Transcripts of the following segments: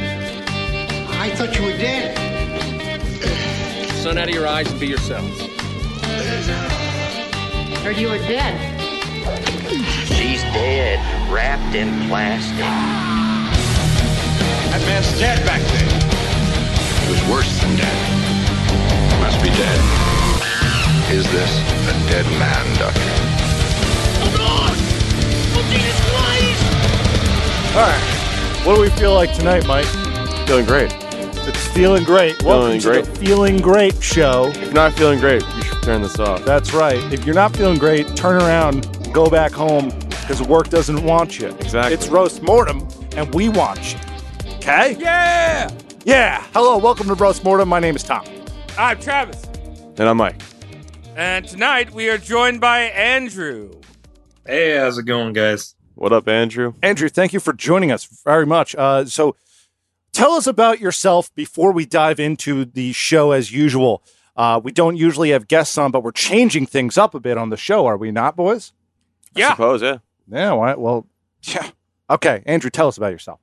I thought you were dead. Sun out of your eyes and be yourselves. Heard you were dead. She's dead, wrapped in plastic. That man's dead back there. It was worse than dead. Must be dead. Is this a dead man, Doctor? All right. What do we feel like tonight, Mike? Feeling great. It's feeling great. Welcome Feeling to the Feeling Great show. If not feeling great, you should turn this off. That's right. If you're not feeling great, turn around, go back home, because work doesn't want you. Exactly. It's roast mortem, and we want you. Okay. Yeah. Yeah. Hello. Welcome to roast mortem. My name is Tom. I'm Travis, And I'm Mike. and tonight we are joined by Andrew. Hey, how's it going, guys? What up, Andrew? Andrew, thank you for joining us very much. Uh, so, tell us about yourself before we dive into the show as usual. Uh, we don't usually have guests on, but we're changing things up a bit on the show, are we not, boys? I Yeah. suppose, yeah. Yeah, all right. Well, yeah. Okay, Andrew, tell us about yourself.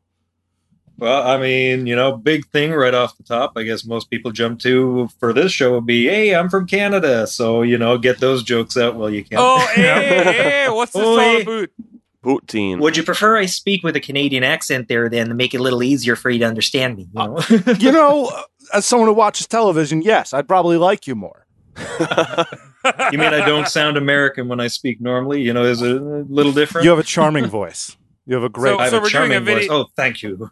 Well, I mean, you know, big thing right off the top. I guess most people jump to for this show would be, "Hey, I'm from Canada," so you know, get those jokes out while you can. Oh, hey, hey, what's this Oh, all hey. about? Poutine. Would you prefer I speak with a Canadian accent there then to make it a little easier for you to understand me? You know? You know, uh, as someone who watches television, yes, I'd probably like you more. you mean I don't sound American when I speak normally? You know, is it a little different? You have a charming voice. You have a great. I have So a we're doing a charming voice. video- Oh, thank you.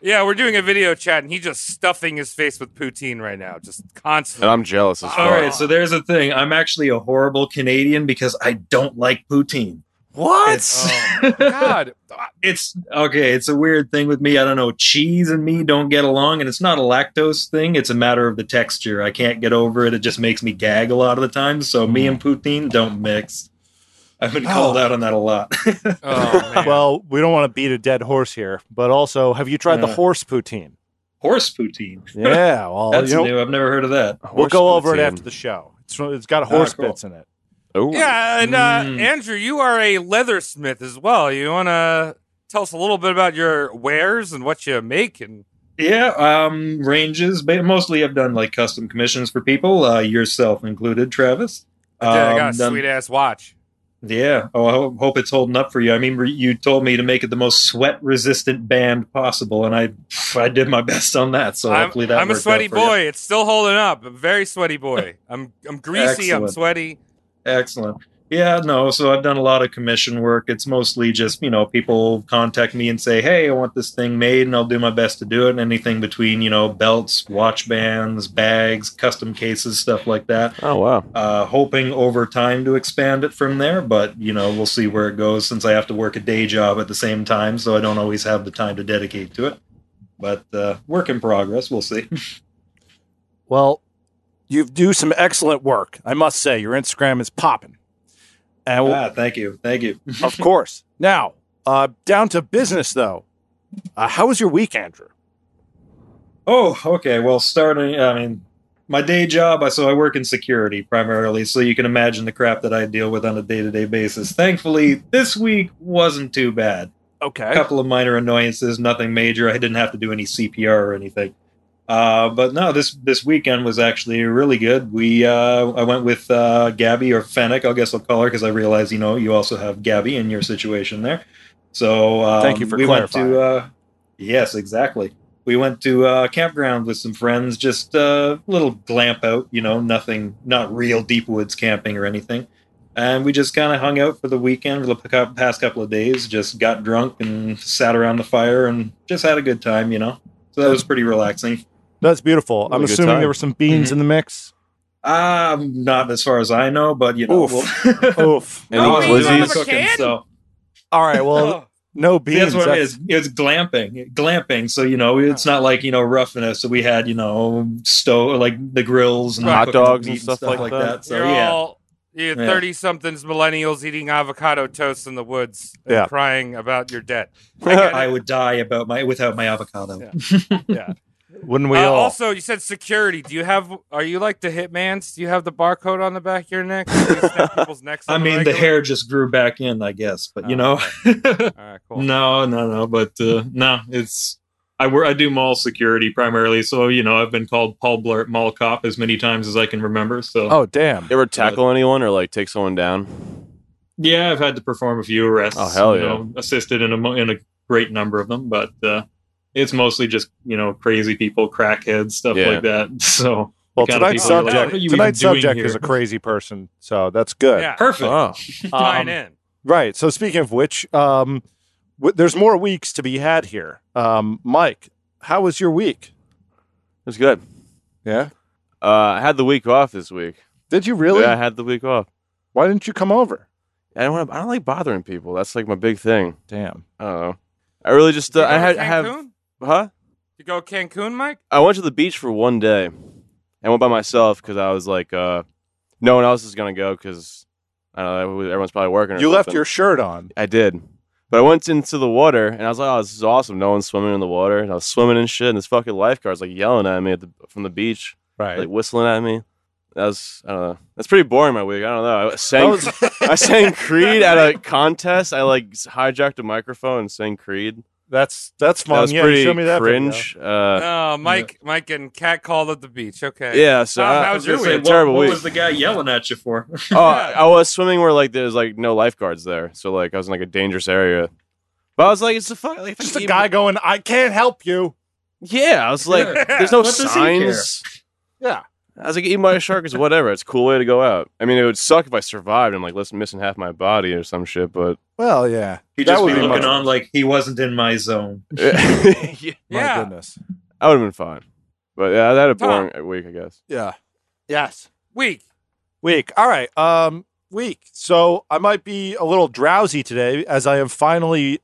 Yeah, we're doing a video chat, and he's just stuffing his face with poutine right now, just and constantly. Oh. I'm jealous as Uh, fuck. All right, so there's the thing. I'm actually a horrible Canadian because I don't like poutine. what? It's- God, it's okay. It's a weird thing with me. I don't know. Cheese and me don't get along, and it's not a lactose thing. It's a matter of the texture. I can't get over it. It just makes me gag a lot of the time. So me and Mm. poutine don't mix. I've been called Oh. out on that a lot. oh, man. Well, we don't want to beat a dead horse here, but also, have you tried the Uh. horse poutine? Horse poutine. Yeah, well, That's you know, new. I've never heard of that. we'll Horse go over it poutine. after the show. It's, it's got horse Ah, cool. bits in it. Oh, yeah, and uh, Mm. Andrew, you are a leathersmith as well. You want to tell us a little bit about your wares and what you make, and Yeah, um, ranges, but mostly I've done like custom commissions for people, uh, yourself included, Travis. Yeah, I Um, got a done- sweet ass watch. Yeah. Oh, I ho- hope it's holding up for you. I mean, re- you told me to make it the most sweat-resistant band possible, and I, I did my best on that. So I'm, hopefully that. I'm a worked out sweaty for you. boy. It's still holding up. I'm a very sweaty boy. I'm I'm greasy. I'm Excellent. sweaty. Excellent. Yeah. No. So I've done a lot of commission work. It's mostly just you know people contact me and say, "Hey, I want this thing made," and I'll do my best to do it. And anything between you know belts, watch bands, bags, custom cases, stuff like that. Oh, wow. uh, hoping over time to expand it from there. But you know, we'll see where it goes since I have to work a day job at the same time, so I don't always have the time to dedicate to it. But uh, work in progress. We'll see. Well, you do some excellent work, I must say. Your Instagram is popping. And ah, thank you, thank you. of course. Now, uh, down to business though. Uh, how was your week, Andrew? Oh, okay. Well, starting. I mean, my day job. I So I work in security primarily. So you can imagine the crap that I deal with on a day to day basis. Thankfully, this week wasn't too bad. a Okay. couple of minor annoyances, nothing major. I didn't have to do any CPR or anything. Uh, but no, this this weekend was actually really good. We uh, I went with uh, Gabby or Fennec, I guess I'll call her because I realize you know you also have Gabby in your situation there. So um, Thank you for we went clarifying. to uh, yes, exactly. We went to uh, campground with some friends, just uh, little glamp out, you know, nothing, not real deep woods camping or anything and we just kind of hung out for the weekend for the p- past couple of days just got drunk and sat around the fire and just had a good time you know so that was pretty relaxing That's beautiful. I'm Really good assuming time. there were some beans in the mix. um not as far as i know but you know Oof. we'll- Oof. Any I wasn't on the Twizzies? cooking, can? so oh, All right. Well, no See, beans. that's what That's- it is it's glamping glamping so you know it's not like you know roughing us so we had you know stove like the grills and Hot cooking the dogs and meat stuff like that. so you're yeah all you Yeah. thirty somethings millennials eating avocado toast in the woods and Yeah. crying about your debt. i would die about my without my avocado Yeah. Wouldn't we Uh, all? also, you said security. Do you have? Are you like the hitman's? Do you have the barcode on the back of your neck? Do you snap people's necks i on mean the regular? hair just grew back in i guess but you Oh, know okay. All right, cool. No, no, no, but uh, no, it's I work. I do mall security primarily, so you know I've been called Paul Blart Mall Cop as many times as I can remember. So Oh, damn. You ever tackle anyone or like take someone down? yeah, I've had to perform a few arrests. Oh, hell you yeah. know, assisted in a mo- in a great number of them, but uh, it's mostly just you know crazy people, crackheads, stuff Yeah. like that. So Well, kind of tonight's people you're like, subject "What are you even tonight's doing subject here?" is a crazy person, so that's good. Yeah. perfect. Oh, Dine Um, in. Right. So speaking of which, um, w- there's more weeks to be had here. Um, Mike, how was your week? that's good. Yeah. Uh, I had the week off this week. Did you really? Yeah, I had the week off. Why didn't you come over? I don't. Wanna, I don't like bothering people. That's like my big thing. Damn. I don't know. I really just. Uh, You go I had. to I have. Cancun? Huh? You go Cancun, Mike? I went to the beach for one day. I went by myself because I was like, uh, no one else is gonna go because I don't know. Everyone's probably working. Or You left something. your shirt on. I did. But I went into the water and I was like, oh, this is awesome. No one's swimming in the water. And I was swimming and shit. And this fucking lifeguard's like yelling at me at the, from the beach, Right. like whistling at me. That was, I don't know. That's pretty boring my week. I don't know. I that sang, was, I sang Creed at a contest. I like hijacked a microphone and sang Creed. that's that's fun. that was yeah, you pretty showed me that video. cringe. Uh, No, Mike Mike getting cat called at the beach. Okay. yeah, so Tom, I, how was your it's week? a What, terrible what week. was the guy yelling at you for? oh, I was swimming where like there's like no lifeguards there, so like I was in like a dangerous area. But I was like, it's a fuck. Like, if I Just a keep- guy going, I can't help you. Yeah, I was like, Yeah. there's no What does he signs. Yeah. I was like, eaten by a shark is whatever. It's a cool way to go out. I mean, it would suck if I survived. I'm like, listen, missing half my body or some shit, but Well, yeah. He That just would be be looking much- on like he wasn't in my zone. Yeah, My Yeah. goodness. I would have been fine. But yeah, I had a Tom. boring week, I guess. Yeah. Yes. Week. Week. All right. Um, week. So I might be a little drowsy today as I am finally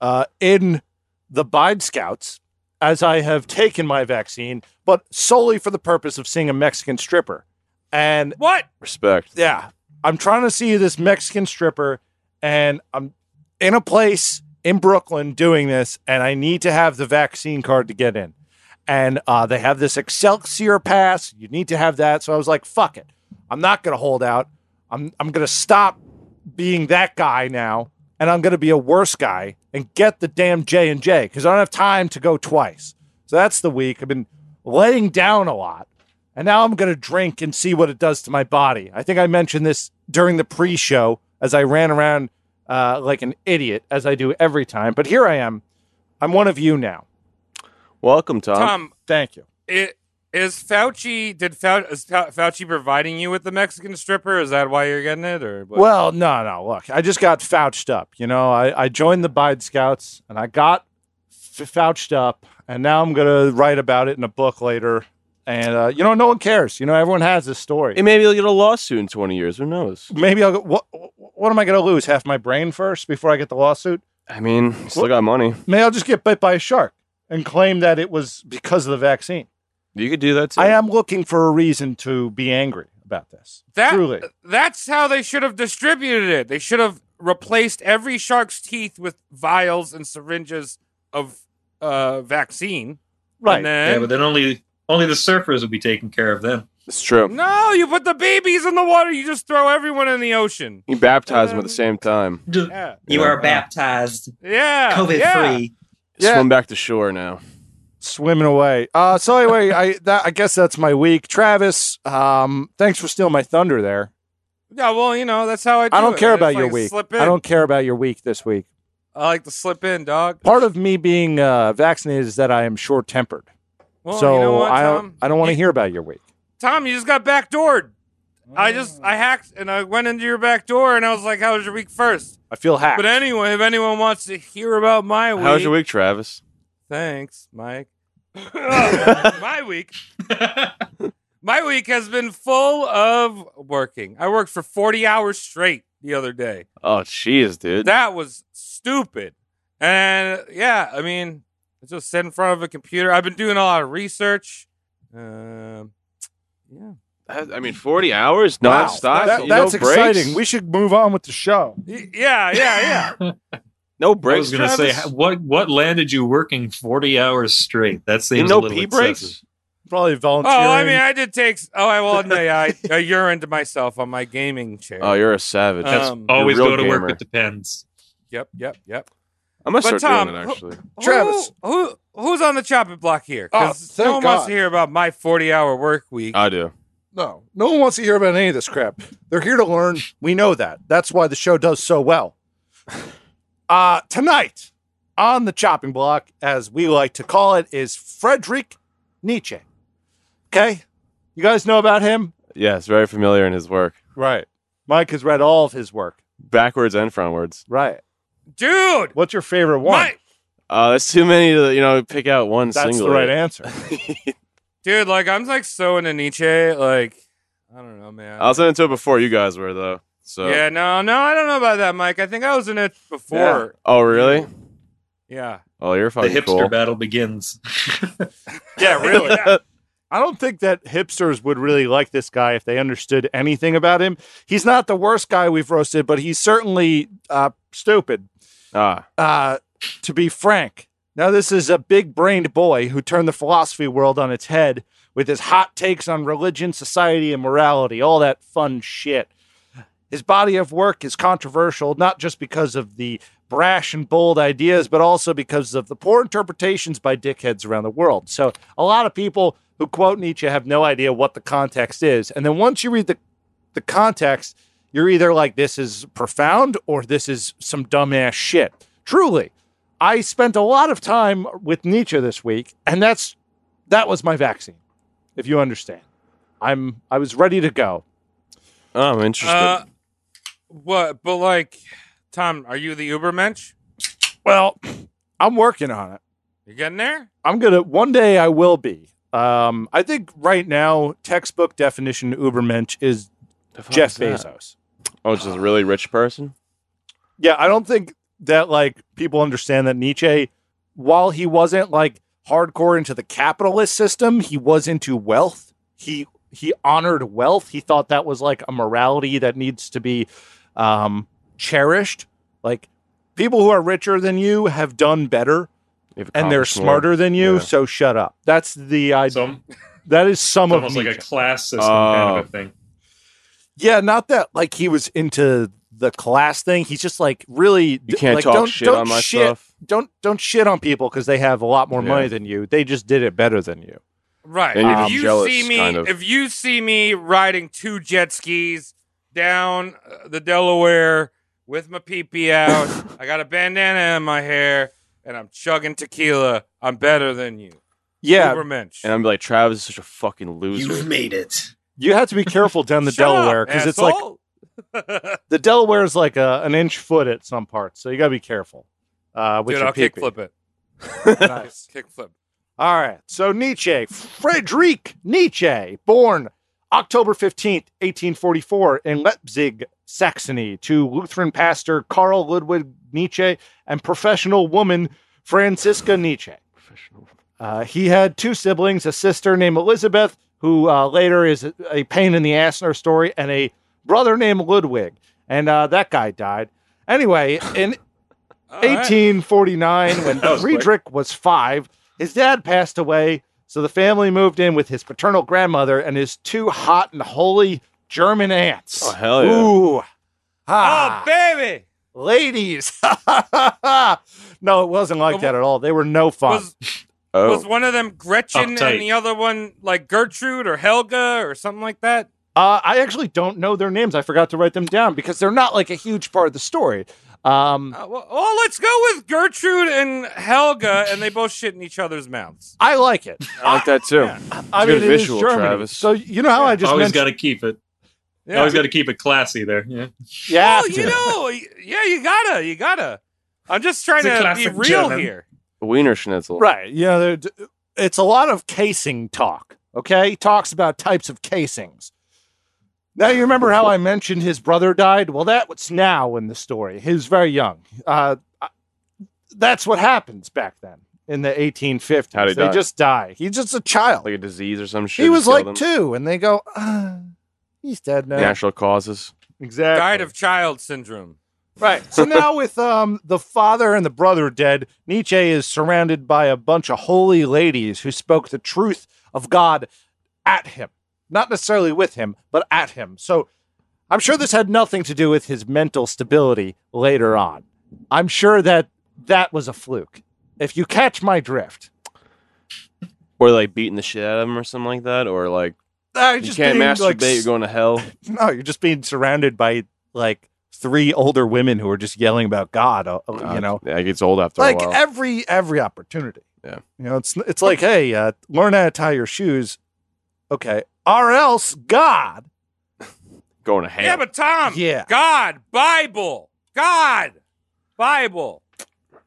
uh, in the Bide Scouts as I have taken my vaccine, but solely for the purpose of seeing a Mexican stripper. And What? Respect. yeah, I'm trying to see this Mexican stripper, and I'm in a place in Brooklyn doing this, and I need to have the vaccine card to get in. And uh, they have this Excelsior pass. You need to have that. So I was like, fuck it. I'm not going to hold out. I'm, I'm going to stop being that guy now, and I'm going to be a worse guy and get the damn J and J because I don't have time to go twice. So that's the week. I've been letting down a lot, and now I'm going to drink and see what it does to my body. I think I mentioned this during the pre-show as I ran around uh, like an idiot as I do every time. But here I am. I'm one of you now. Welcome, Tom. Tom, Thank you. it, is Fauci did Fau, is Fau- Fauci providing you with the Mexican stripper? Is that why you're getting it or what? Well, no, no. Look, I just got fouched up. You know, I, I joined the Bide Scouts and I got f- fouched up, and now I'm gonna write about it in a book later. And uh, you know, no one cares. You know, everyone has this story. Hey, maybe you'll get a lawsuit in 20 years. Who knows? Maybe I'll go. What, what am I gonna lose? Half my brain first before I get the lawsuit. I mean, still got money. Maybe I'll just get bit by a shark and claim that it was because of the vaccine. You could do that too. I am looking for a reason to be angry about this. that Truly. that's how they should have distributed it. They should have replaced every shark's teeth with vials and syringes of uh vaccine. Right. And then- Eh? yeah, but then only only the surfers would be taken care of then. It's true. no, you put the babies in the water. You just throw everyone in the ocean. You baptize them at the same time. Just- Yeah, You are baptized, yeah, COVID yeah. free. Yeah. Swim back to shore now. swimming away. Uh, so anyway, I that, I guess that's my week. Travis, um, thanks for stealing my thunder there. Yeah, well, you know that's how I. Do I don't it. care just about like your to week. Slip in. I don't care about your week this week. I like to slip in, dog. Part of me being uh, vaccinated is that I am short tempered. Well, so you know what, I Tom? I don't want to hear about your week. Tom, you just got backdoored. I just I hacked and I went into your back door and I was like, "How was your week first? I feel hacked. But anyway, if anyone wants to hear about my week, How was your week, Travis? Thanks, Mike. my week, my week has been full of working. I worked for forty hours straight the other day. Oh, jeez, dude. That was stupid. And yeah, I mean, I just sit in front of a computer. I've been doing a lot of research. Um, yeah. I mean, 40 hours Wow. nonstop. That- no that's breaks? exciting. We should move on with the show. Y- Yeah, yeah, yeah. no I breaks. was gonna say Travis? ha- what what landed you working forty hours straight? That You seems know a little pee excessive. breaks? Probably oh, volunteering. I mean, I did take. Oh, I will admit, I, I urined myself on my gaming chair. Oh, you're a savage. Uh, That's Um, always You're a go to real work gamer. with the pens. Yep, yep, yep. I'm going to but start Tom, doing it, who- actually. Travis. who who, who who's on the chopping block here? Oh, Because thank no one wants God. to hear about my 40 hour work week. I do. No, no one wants to hear about any of this crap. They're here to learn. We know that. That's why the show does so well. Uh, tonight on the chopping block, as we like to call it, is Frederick Nietzsche. Okay, you guys know about him, Yeah, it's very familiar in his work, right? Mike has read all of his work, backwards and frontwards. right? Dude! What's your favorite one? My, Uh, there's too many to you know pick out one That's single. the right answer. dude, like, I'm like so into Nietzsche. Like, I don't know, man. I was into it before you guys were though. So yeah, no, no, I don't know about that, Mike. I think I was in it before. Oh really? Yeah. Oh, you're The fucking hipster cool. battle begins. Yeah, really. I don't think that hipsters would really like this guy if they understood anything about him. He's not the worst guy we've roasted, but he's certainly uh, stupid. ah, uh, to be frank. Now, this is a big brained boy who turned the philosophy world on its head with his hot takes on religion, society, and morality, all that fun shit. His body of work is controversial, not just because of the brash and bold ideas, but also because of the poor interpretations by dickheads around the world. So, a lot of people who quote Nietzsche have no idea what the context is. And then once you read the, the context, you're either like, this is profound or this is some dumbass shit. Truly, I spent a lot of time with Nietzsche this week, and that's that was my vaccine, if you understand. I'm I was ready to go. oh, I'm interested. Uh, what? But, like, Tom, are you the Ubermensch? Well, I'm working on it. You getting there? I'm gonna one day I will be. Um, I think right now textbook definition Ubermensch is The fuck Jeff is that? Bezos. Oh, just a really rich person. Yeah, I don't think that like people understand that Nietzsche, while he wasn't like hardcore into the capitalist system, he was into wealth. He he honored wealth. He thought that was like a morality that needs to be um cherished. Like people who are richer than you have done better They've and they're accomplished more. smarter than you, Yeah. so shut up. That's the idea. So it's that is some of almost Nietzsche. like a class system kind of Oh. a thing. yeah, not that like he was into the class thing. He's just like really You can't like, talk don't, shit don't on my shit stuff. don't don't shit on people because they have a lot more Yeah. money than you. They just did it better than you. Right. And you're if you jealous, see me, kind of. if you see me riding two jet skis down uh, the Delaware with my pee pee out, I got a bandana in my hair, and I'm chugging tequila. I'm better than you. Yeah, Ubermensch. And I'm like, Travis is such a fucking loser. You've made it. you have to be careful down the Shut up, Delaware because it's like asshole. the Delaware is like a, an inch foot at some parts, so you gotta be careful. Uh, with dude, your I'll kick pee-pee. flip it. Nice. Kick flip. All right. So Nietzsche, Friedrich Nietzsche, born October 15th, 1844, in Leipzig, Saxony, to Lutheran pastor Karl Ludwig Nietzsche and professional woman Franziska Nietzsche. Uh, he had two siblings, a sister named Elizabeth, who uh, later is a, a pain in the ass in her story, and a brother named Ludwig. And uh, that guy died. Anyway, in All right. 1849, when That was quick. Friedrich was five, his dad passed away. So the family moved in with his paternal grandmother and his two hot and holy German aunts. Oh, hell yeah. Ooh. Ah, Oh baby, ladies. no, it wasn't like that at all. They were no fun. was oh, was one of them Gretchen Uptight. and the other one like Gertrude or Helga or something like that? Uh, I actually don't know their names. I forgot to write them down because they're not like a huge part of the story. Um, Uh, well, well, let's go with Gertrude and Helga, and they both shit in each other's mouths. I like it. I like that too. I It's a mean, good it is visual, Germany. Travis. So you know how I just always mentioned- got to keep it. Always got to keep it classy there. Yeah. You Well, have to. you know, Oh, y- yeah, you gotta, you gotta. I'm just trying It's a to be classic real German. here. Wiener Schnitzel. Right. Yeah. they're d- It's a lot of casing talk. Okay. He talks about types of casings. Now, you remember how I mentioned his brother died? Well, that was now in the story. He was very young. Uh, I- that's what happens back then in the 1850s. How'd he they die? just die. He's just a child. Like a disease or some shit. he that was killed like him. two, and they go, ah, he's dead now. Natural causes. Exactly. Died of child syndrome. Right. So now with um the father and the brother dead, Nietzsche is surrounded by a bunch of holy ladies who spoke the truth of God at him. Not necessarily with him, but at him. So I'm sure this had nothing to do with his mental stability later on. I'm sure that that was a fluke. If you catch my drift. or like beating the shit out of him or something like that, or like Ah, you're you just can't being, masturbate, like, you're going to hell. No, you're just being surrounded by like three older women who are just yelling about God. uh, uh, Uh, you know, yeah, it gets old after like a while. every every opportunity. Yeah. you know, it's it's like, hey, uh, learn how to tie your shoes, okay, or else God. going to hell. Yeah, but Tom, Yeah. God, Bible, God, Bible.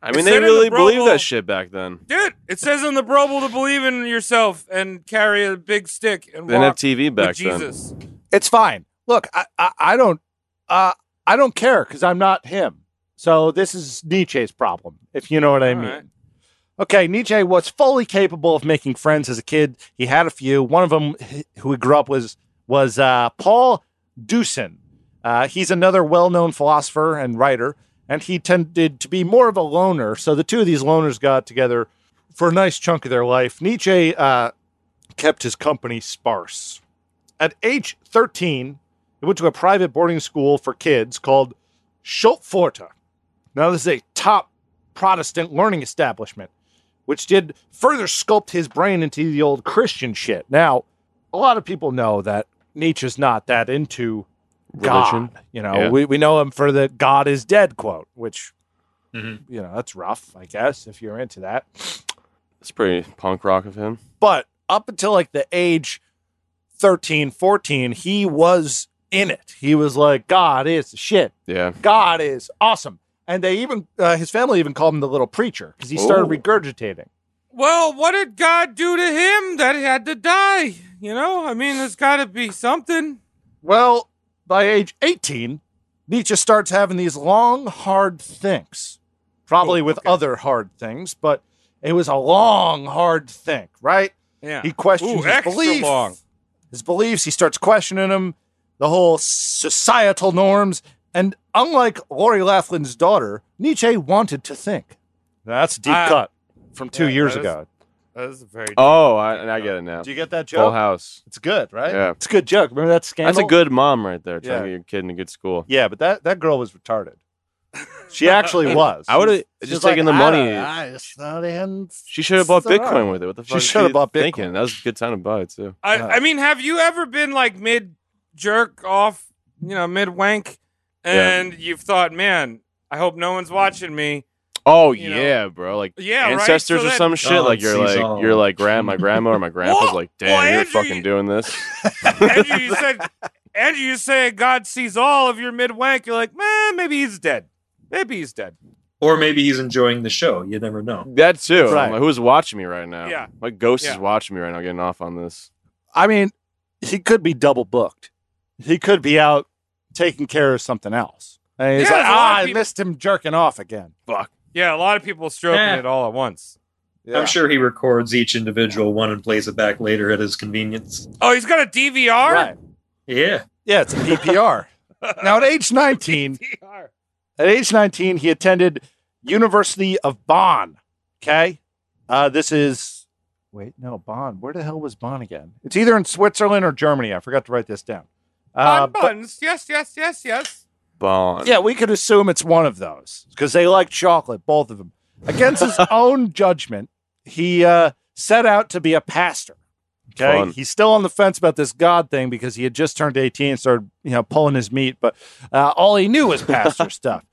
I mean, It they said in the really believed Bible- that shit back then. Dude, it says in the Bible to believe in yourself and carry a big stick and They didn't have walk TV back with then. Jesus. It's fine. Look, I I, I don't uh I don't care because I'm not him. So this is Nietzsche's problem, if you know what I All mean. right. Okay, Nietzsche was fully capable of making friends as a kid. He had a few. One of them who he grew up was was uh, Paul Dusan. Uh, he's another well-known philosopher and writer, and he tended to be more of a loner. So the two of these loners got together for a nice chunk of their life. Nietzsche uh, kept his company sparse. At age 13, he went to a private boarding school for kids called Schulpforta. Now, this is a top Protestant learning establishment, which did further sculpt his brain into the old Christian shit. Now, a lot of people know that Nietzsche's not that into Religion. God. You know, Yeah. we, we know him for the God is dead quote, which, Mhm. Mm-hmm. you know, that's rough, I guess, if you're into that. It's pretty punk rock of him. but up until like the age 13 14 he was in it he was like god is the shit Yeah. god is awesome and they even uh, his family even called him the little preacher because he started Oh. regurgitating Well, what did God do to him that he had to die? You know, I mean, there's got to be something. well by age 18 nietzsche starts having these long hard thinks probably with other hard things but it was a long hard think right Yeah. He questions Ooh, his extra belief. long. his beliefs. He starts questioning them, the whole societal norms. And unlike Lori Laughlin's daughter, Nietzsche wanted to think. That's a deep I- cut from two Yeah, years that is- ago. That's very. Oh, I, and I get it now. Do you get that Full joke? house. It's good, right? Yeah. It's a good joke. Remember that scandal? That's a good mom right there, trying Yeah. to get your kid in a good school. Yeah, but that, that girl was retarded. She actually was. I would have She's just like, taken the "I money. don't- I just thought I hadn't She should have bought It's all Bitcoin right. with it. What the She fuck? should have you bought Bitcoin. Thinking? That was a good time to buy it too. I, Yeah. I mean, have you ever been like mid jerk off, you know, mid wank, Yeah. and you've thought, man, I hope no one's watching me. Oh You know. yeah, bro. Like Yeah, right? ancestors So or that- some shit. God like you're sees like all. you're like grand. My grandma or my grandpa's Whoa! like, Whoa, damn, you're Andrew, fucking you- doing this. Andrew, you said, Andrew, you say God sees all of your mid wank. You're like, man, maybe he's dead. Maybe he's dead. Or maybe he's enjoying the show. You never know. That too. I'm Right. like, who's watching me right now? Yeah. What ghost Yeah. is watching me right now? Getting off on this. I mean, he could be double booked. He could be out taking care of something else. And he's Yeah, like, there's a lot ah, of I people- missed him jerking off again. Fuck. Yeah, a lot of people stroking Yeah. it all at once. I'm sure he records each individual one and plays it back later at his convenience. Oh, he's got a DVR. Right. Yeah. Yeah, it's a PPR. now, at age 19, DVR. at age 19, he attended University of Bonn. Okay. Uh, this is, wait, no, Bonn. Where the hell was Bonn again? It's either in Switzerland or Germany. I forgot to write this down. Uh, On but- buttons. Yes, yes, yes, yes. Bond. Yeah, we could assume it's one of those because they like chocolate, both of them. Against his own judgment, he uh, set out to be a pastor. Okay, Fun. he's still on the fence about this God thing because he had just turned eighteen and started, you know, pulling his meat. But uh, all he knew was pastor stuff.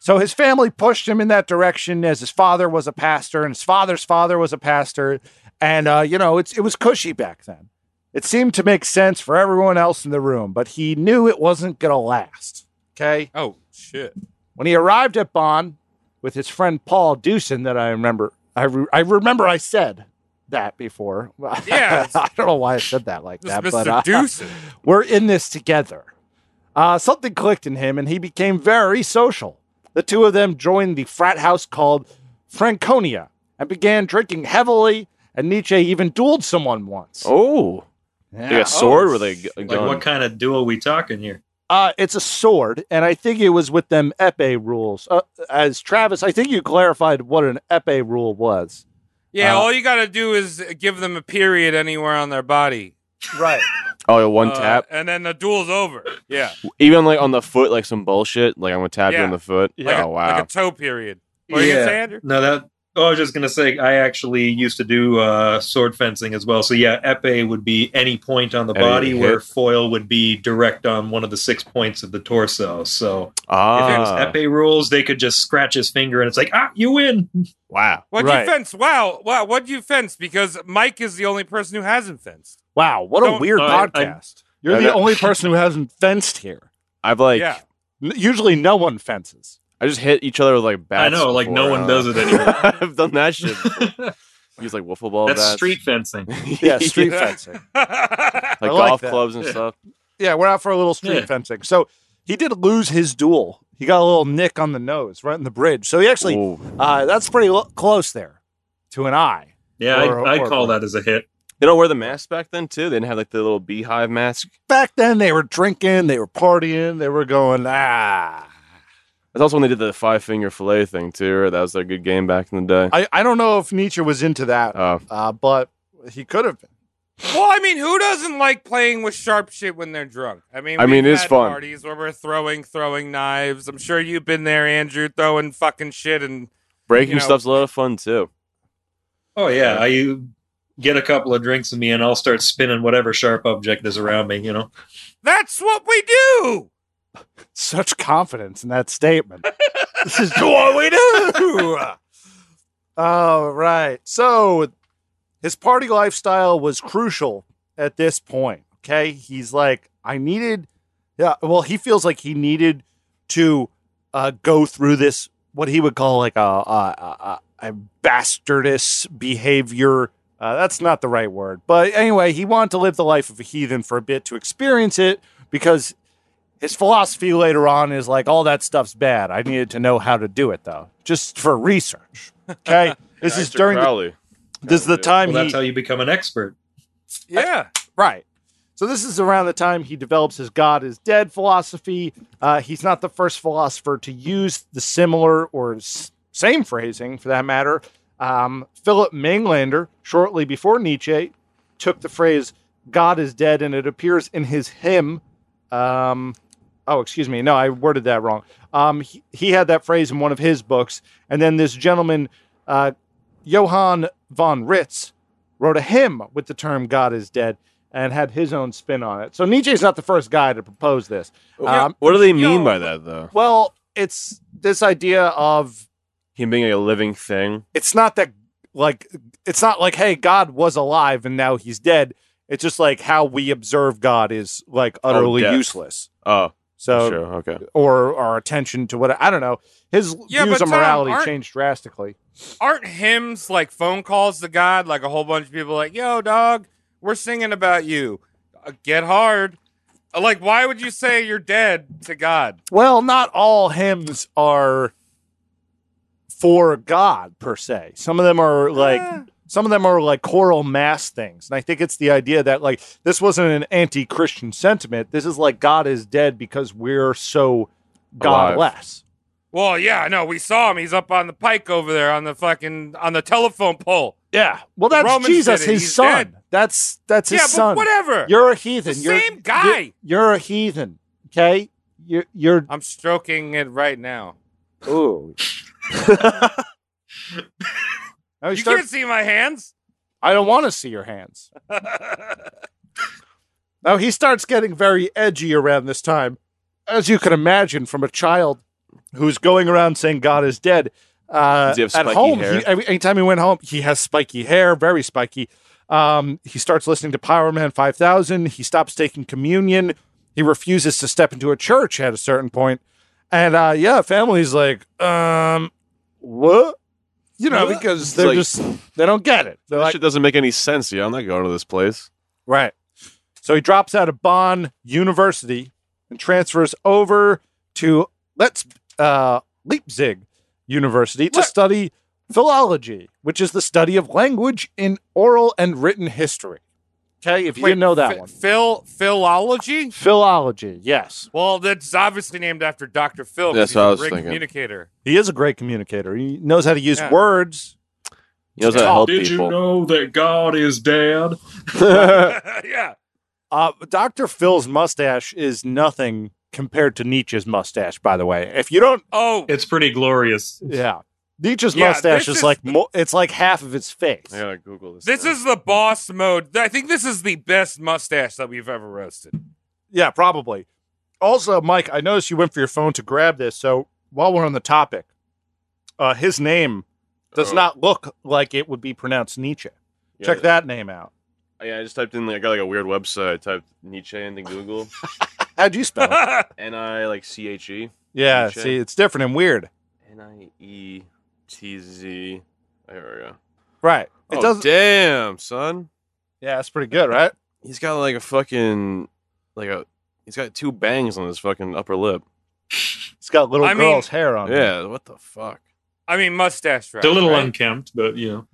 So his family pushed him in that direction, as his father was a pastor and his father's father was a pastor, and uh, you know, it's it was cushy back then. It seemed to make sense for everyone else in the room, but he knew it wasn't going to last. Okay. Oh shit. When he arrived at Bonn with his friend Paul Deucen, that I remember, I, re- I remember I said that before. Yeah, it's- I don't know why I said that like This that, is but Mr. uh, Deucen. we're in this together. Uh, something clicked in him, and he became very social. The two of them joined the frat house called Franconia and began drinking heavily. And Nietzsche even dueled someone once. Oh. Yeah. Like a sword with a, gu- a Like, gun. what kind of duel we talking here? Uh, it's a sword, and I think it was with them epee rules. Uh, as Travis, I think you clarified what an epee rule was. Yeah, Uh, all you gotta do is give them a period anywhere on their body. Right. oh, yeah, one Uh, tap. and then the duel's over. Yeah, Even like on the foot, like some bullshit. Like I'm gonna tap you Yeah. on the foot. like oh a, wow. like a toe period. What are you gonna say, Andrew? No, that Oh, I was just gonna say I actually used to do uh, sword fencing as well. So yeah, epee would be any point on the Any body, hit. where foil would be direct on one of the six points of the torso. So if it was Ah, epee rules, they could just scratch his finger, and it's like ah, you win. wow. What'd Right. you fence? Wow, wow, what'd you fence? Because Mike is the only person who hasn't fenced. Wow, what a Don't- weird no, I- I- podcast. You're I the know. only person who hasn't fenced here. I've like yeah. N- Usually, no one fences. I just hit each other with like bats. I know, like, before, no one uh, does it anymore. I've done that shit. before. Use like wiffle ball That's bats. street fencing. Yeah, street fencing. I like like golf that. clubs and stuff. Yeah, we're out for a little street Yeah. fencing. So he did lose his duel. He got a little nick on the nose, right in the bridge. So he actually, Ooh. uh, that's pretty lo- close there to an eye. Yeah, Or- I, I or- call that as a hit. They don't wear the mask back then too. They didn't have like the little beehive mask. Back then, they were drinking, they were partying, they were going, ah. That's also when they did the five finger fillet thing too. Right? That was a good game back in the day. I, I don't know if Nietzsche was into that, Uh, uh, but he could have been. Well, I mean, who doesn't like playing with sharp shit when they're drunk? I mean, I mean, we've it's had fun. Parties where we're throwing, throwing knives. I'm sure you've been there, Andrew, throwing fucking shit and breaking You know- stuff's a lot of fun too. Oh yeah, I get a couple of drinks in me, and I'll start spinning whatever sharp object is around me. You know, That's what we do. Such confidence in that statement. this is what we do. All right. So his party lifestyle was crucial at this point. Okay. He's like, I needed, yeah, well, he feels like he needed to uh, go through this, what he would call like a, a, a, a bastardous behavior. Uh, that's not the right word. But anyway, he wanted to live the life of a heathen for a bit to experience it because his philosophy later on is like all that stuff's bad. I needed to know how to do it though, just for research. Okay, this is Aleister during the, Crowley. this is the Crowley. time well, that's he how you become an expert. Yeah. right. So this is around the time he develops his God is dead philosophy. Uh, he's not the first philosopher to use the similar or s- same phrasing, for that matter. Um, Philip Mainlander, shortly before Nietzsche, took the phrase "God is dead" and it appears in his hymn. Um, oh, excuse me. No, I worded that wrong. Um, he, he had that phrase in one of his books, and then this gentleman, uh, Johann von Ritz, wrote a hymn with the term "God is dead" and had his own spin on it. So Nietzsche's not the first guy to propose this. Um, What do they Yo. mean by that though? well, it's this idea of Him being a living thing. it's not that like it's not like hey God was alive and now he's dead. It's just like how we observe God is like utterly Oh, death. useless. Oh, So sure, okay. or our attention to what I don't know. His Yeah, views but on Tom, morality aren't- changed drastically. Aren't hymns like phone calls to God? Like a whole bunch of people like, yo, dog, we're singing about you. Uh, get hard. Uh, Like, why would you say you're dead to God? Well, not all hymns are for God per se. Some of them are like Eh. some of them are like choral mass things. And I think it's the idea that like this wasn't an anti-Christian sentiment. This is like God is dead because we're so Alive. godless. Well, yeah, no, we saw him. He's up on the pike over there on the fucking on the telephone pole. Yeah. Well, that's Romans Jesus, did it. his He's son. dead. That's that's his yeah, son. but whatever. You're a heathen. The you're, same you- guy. You're a heathen. Okay. You're you're I'm stroking it right now. Ooh. You can't see my hands. I don't want to see your hands. now he starts getting very edgy around this time, as you can imagine from a child who's going around saying God is dead. Uh, Does he have at spiky home, hair? he- every, anytime he went home, he has spiky hair, very spiky. Um, he starts listening to Power Man 5000. He stops taking communion. He refuses to step into a church at a certain point. And uh, yeah, family's like, um, what? You know, What? because It's they're like- just, they don't get it. They're That like, shit doesn't make any sense. Yeah, I'm not going to this place. Right. So he drops out of Bonn University and transfers over to Let's uh, Leipzig University to What? study philology, which is the study of language in oral and written history. Okay, if you didn't know that ph- one, Phil philology. philology. Yes, Well, that's obviously named after Dr. Oh, Phil. 'cause That's he's what a I was great thinking. Communicator. he is a great communicator. He knows how to use Yeah. words. You know, that help Did people. you know that God is dead? uh, yeah. Dr. Uh, Phil's mustache is nothing compared to Nietzsche's mustache, by the way. If you don't, Oh, It's pretty glorious. yeah, Nietzsche's Yeah, mustache this is, is like mo- it's like half of his face. I gotta Google this. This now. is the boss mode. I think this is the best mustache that we've ever roasted. Yeah, probably. Also, Mike, I noticed you went for your phone to grab this. So while we're on the topic, uh, his name does Oh. not look like it would be pronounced Nietzsche. Yeah, Check that name out. Yeah, I just typed in. Like, I got like a weird website. I typed Nietzsche into Google. How do you spell it? N i like c h e yeah, Nietzsche. see, it's different and weird. n i e t z. There we go. Right. It oh doesn't. damn, son. yeah, that's pretty good, right? He's got like a fucking like a. He's got two bangs on his fucking upper lip. It's got little I mean- girl's hair on it. Yeah, what the fuck? I mean, mustache. They're a little right? unkempt, but you know.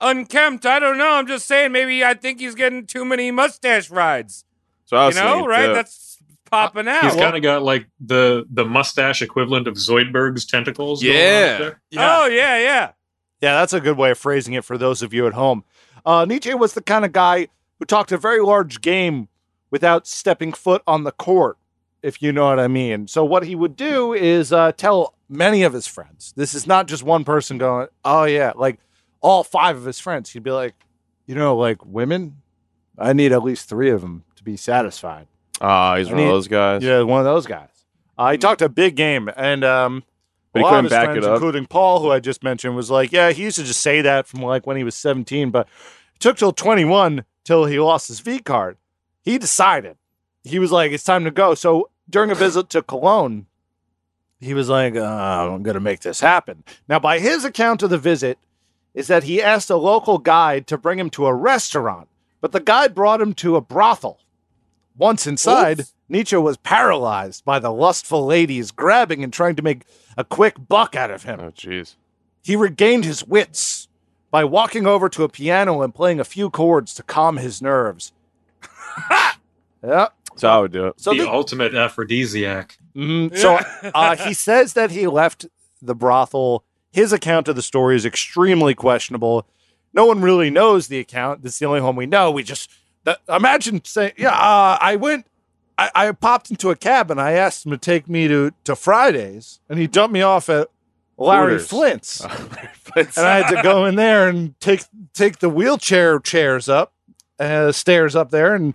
unkempt. I don't know. I'm just saying. Maybe I think he's getting too many mustache rides. So I You was know, thinking right? that- That's popping out. He's kind of got like the the mustache equivalent of Zoidberg's tentacles. going on up Yeah. there. Oh yeah, yeah. Yeah, that's a good way of phrasing it for those of you at home. Uh, Nietzsche was the kind of guy who talked a very large game without stepping foot on the court, if you know what I mean. So, what he would do is uh, tell many of his friends. This is not just one person going, oh, yeah, like all five of his friends. He'd be like, you know, like women, I need at least three of them to be satisfied. Ah, he's I one of need- those guys. Hmm. Yeah, one of those guys. Uh, he talked a big game, and um, a But he lot of couldn't his back it friends, up. including Paul, who I just mentioned, was like, "Yeah, he used to just say that from like when he was 17, but it took till 21 till he lost his V card. He decided he was like, it's time to go." So during a visit to Cologne, he was like, uh, "I'm gonna make this happen." Now, by his account of the visit, is that he asked a local guide to bring him to a restaurant, but the guide brought him to a brothel. Once inside, Nietzsche was paralyzed by the lustful ladies grabbing and trying to make a quick buck out of him. Oh jeez. He regained his wits by walking over to a piano and playing a few chords to calm his nerves. yeah. So I would do it. So the the- ultimate aphrodisiac. Mhm. So uh, he says that he left the brothel. His account of the story is extremely questionable. No one really knows the account. That's the only one we know. We just that, imagine saying, "Yeah, uh, I went, I, I popped into a cab and I asked him to take me to to Fridays, and he dumped me off at Larry Hooters. Flint's, and I had to go in there and take take the wheelchair chairs up, uh, stairs up there, and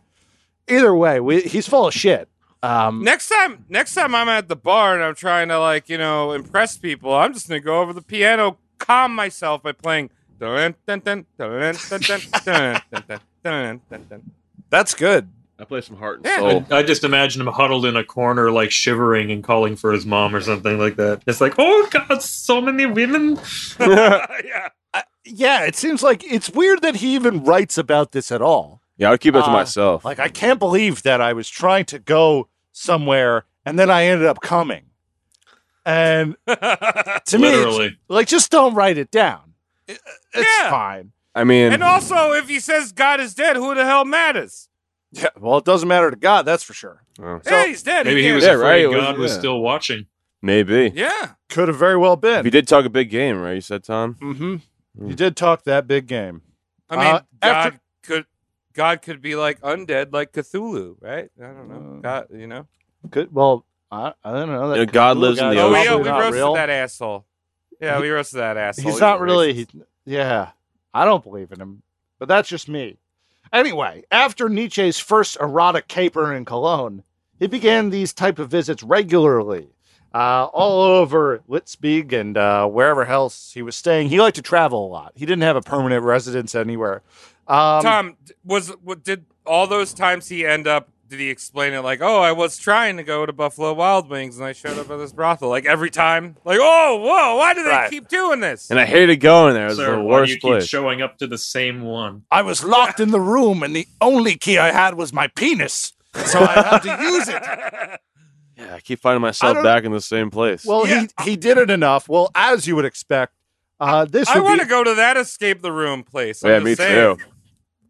either way, we, he's full of shit." Um, Next time, next time I'm at the bar and I'm trying to like you know impress people, I'm just gonna go over the piano, calm myself by playing. dun, dun, dun, dun, dun, dun, dun, dun, dun, dun, dun, dun. that's good. I play some heart and Yeah. soul. I just imagine him huddled in a corner, like shivering and calling for his mom or something like that. It's like, oh god, so many women. yeah. yeah, it seems like it's weird that he even writes about this at all. Yeah, I would keep it to Uh, myself. Like, I can't believe that I was trying to go somewhere and then I ended up coming. And to me, it's- Literally, like, just don't write it down. uh, It- it's Yeah. fine. I mean, oh. And also, if he says God is dead, who the hell matters? Yeah, well, it doesn't matter to God, that's for sure. Oh. yeah, he's dead. maybe he can't- was Yeah, right, afraid it was- God was yeah. still watching. maybe. Yeah. Could have very well If you been. did talk a big game, right? You said Tom. Mm-hmm. You did talk that big game. I mean, Uh, God after- could God could be like undead, like Cthulhu, right? I don't Mm. know. God, you know. Good. Well, I, I don't know. Yeah, God lives in the guy's Oh, ocean. probably yeah, we not roasted real. that asshole. Yeah, we roasted that asshole. He's not a really. racist. he- yeah, I don't believe in him, but that's just me. Anyway, after Nietzsche's first erotic caper in Cologne, he began these type of visits regularly, uh, all over Litzbig and uh, wherever else he was staying. He liked to travel a lot. He didn't have a permanent residence anywhere. Um, Tom d- was. What, did all those times he end up? Did he explain it like, "Oh, I was trying to go to Buffalo Wild Wings and I showed up at this brothel"? Like every time, like, "Oh, whoa, why do they Right. keep doing this?" And I hated going there. It was Sir, the why do you worst keep place. showing up to the same one? I was locked in the room, and the only key I had was my penis, so I had to use it. yeah, I keep finding I myself don't- back in the same place. Well, he he did it enough. Well, as you would expect, uh, this I would want be- to go to that escape the room place. I'm yeah, just me saying. too.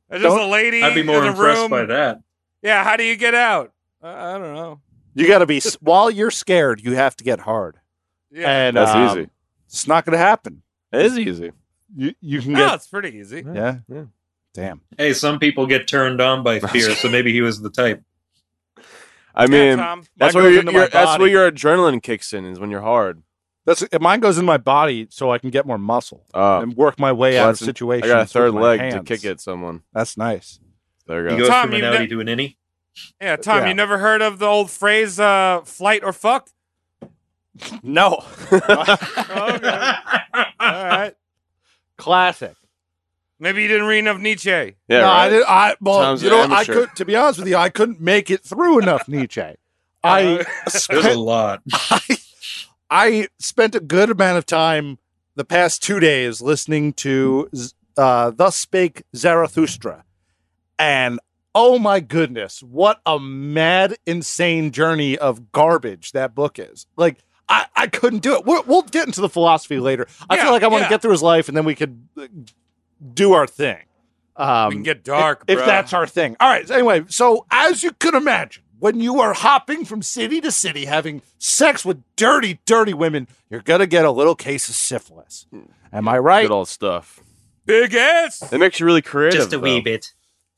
There's just a Don't- lady I'd be more in the impressed room. by that. Yeah, how do you get out? I, I don't know. You got to be while you're scared, you have to get hard, Yeah, and That's um, easy. It's not going to happen. It is easy. You you can no, get it's pretty easy. yeah Yeah. Damn, Hey, some people get turned on by fear, so maybe he was the type. I Yeah, mean, Tom. that's That where goes your, into my your- that's body. where your adrenaline kicks in is when you're hard. That's uh, mine goes in my body so I can get more muscle Uh, and work my way well, out of that's- I situations. got a third with my leg to hands. kick at someone. That's nice. There He we go. goes Tom, from an you've outie ne- to an innie. Yeah, Tom, Yeah. you never heard of the old phrase uh, "flight or fuck"? No, okay. All right. classic. Maybe you didn't read enough Nietzsche. yeah, no, right. I did. I well, Tom's you an know, I amateur. could. To be honest with you, I couldn't make it through enough Nietzsche. I There's a spent, lot. I, I spent a good amount of time the past two days listening to Z- uh, "Thus Spake Zarathustra," and oh my goodness, what a mad, insane journey of garbage that book is! Like. I, I couldn't do it. We're, we'll get into the philosophy later. I Yeah, feel like I want to yeah. get through his life, and then we could uh, do our thing. Um, We can get dark, if bro. that's our thing. All right. so Anyway, so as you could imagine, when you are hopping from city to city, having sex with dirty, dirty women, you're gonna get a little case of syphilis. Am I right? Good old stuff. big ass. It makes you really creative. Just a wee though. bit.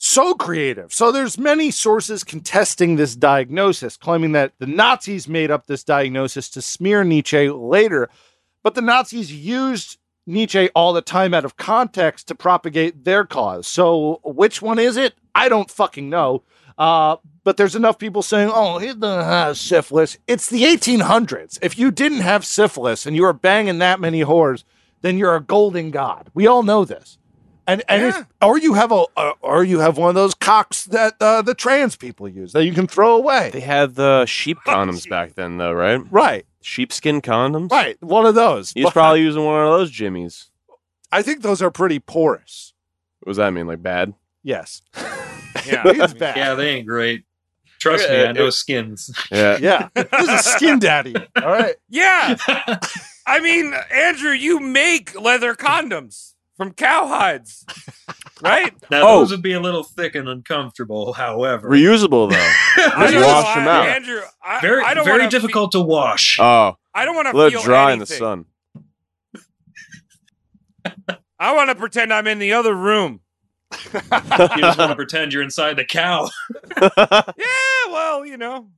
So creative. So there's many sources contesting this diagnosis, claiming that the Nazis made up this diagnosis to smear Nietzsche later, but the Nazis used Nietzsche all the time out of context to propagate their cause. So which one is it? I don't fucking know. Uh, but there's enough people saying, "Oh, he doesn't have syphilis." It's the 1800s. If you didn't have syphilis and you were banging that many whores, then you're a golden god. We all know this. And and if, or you have a uh, or you have one of those cocks that uh, the trans people use that you can throw away. They had the sheep condoms back then, though, right? right, Sheepskin condoms. right. One of those. He's But probably using one of those jimmies. I think those are pretty porous. What does that mean? Like bad? Yes, Yeah. it's bad. Yeah, they ain't great. Trust me, I know skins. Yeah. Yeah. This is a skin daddy. All right. yeah. I mean, Andrew, you make leather condoms from cowhides, right? Now Oh. those would be a little thick and uncomfortable. However, Reusable though. I don't wash know, them I- out. Andrew. I, very I don't very wanna fe- difficult to wash. Oh, I don't want to let feel it dry in the anything. sun. I want to pretend I'm in the other room. you just want to pretend you're inside the cow. Yeah, well, you know,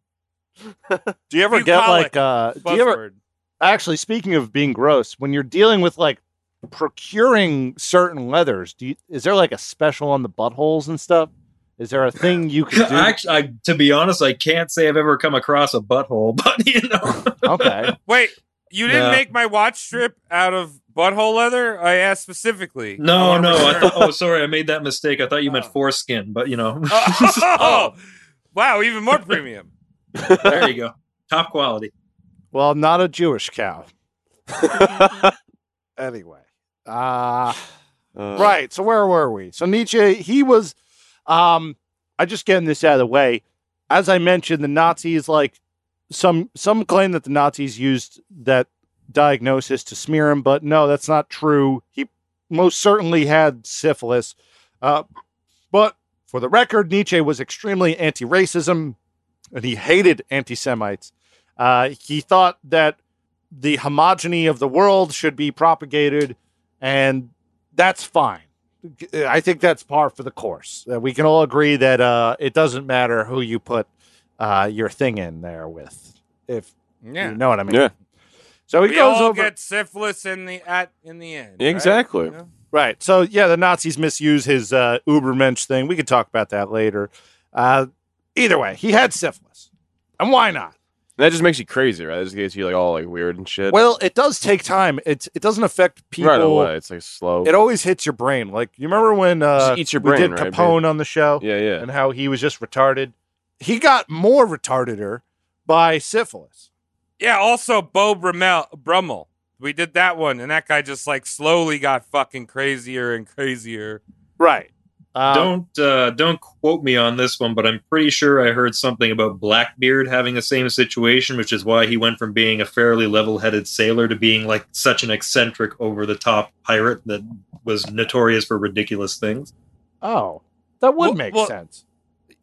Do you ever get Bucolic. like uh do you ever buzzword. actually speaking of being gross, when you're dealing with like procuring certain leathers, do you, is there like a special on the buttholes and stuff? Is there a thing you can do? Actually, I, to be honest, I can't say I've ever come across a butthole, but you know, okay. Wait, you didn't No. make my watch strip out of butthole leather? I asked specifically. I no, wanna no. I return- thought, oh, sorry, I made that mistake. I thought you meant Oh. foreskin, but you know, Oh, wow, even more premium. there you go, top quality. Well, I'm not a Jewish cow. anyway. Uh Uh, right. So where were we? So Nietzsche, he was um I just getting this out of the way. As I mentioned, the Nazis like some some claim that the Nazis used that diagnosis to smear him, but no, that's not true. He most certainly had syphilis. Uh, but for the record, Nietzsche was extremely anti-racism and he hated anti-Semites. Uh, he thought that the homogeny of the world should be propagated and that's fine. I think that's par for the course. Uh, we can all agree that uh, it doesn't matter who you put uh, your thing in there with, if Yeah. you know what I mean. Yeah. So he We goes all over get syphilis in the at in the end. right? Exactly. You know? right. So yeah, the Nazis misuse his uh, Ubermensch thing. We could talk about that later. Uh, either way, he had syphilis, and why not? That just makes you crazy, right? That just gets you like all like weird and shit. Well, it does take time. It it doesn't affect people. right away, it's like slow. It always hits your brain. Like you remember when uh, just eats your we brain, did right? Capone on the show. Yeah, yeah. and how he was just retarded. He got more retardeder by syphilis. Yeah. Also, Bo Brummel, Brummel. We did that one, and that guy just like slowly got fucking crazier and crazier. Right. Uh, don't uh, don't quote me on this one, but I'm pretty sure I heard something about Blackbeard having the same situation, which is why he went from being a fairly level-headed sailor to being like such an eccentric, over-the-top pirate that was notorious for ridiculous things. Oh, that would Well- make well- sense.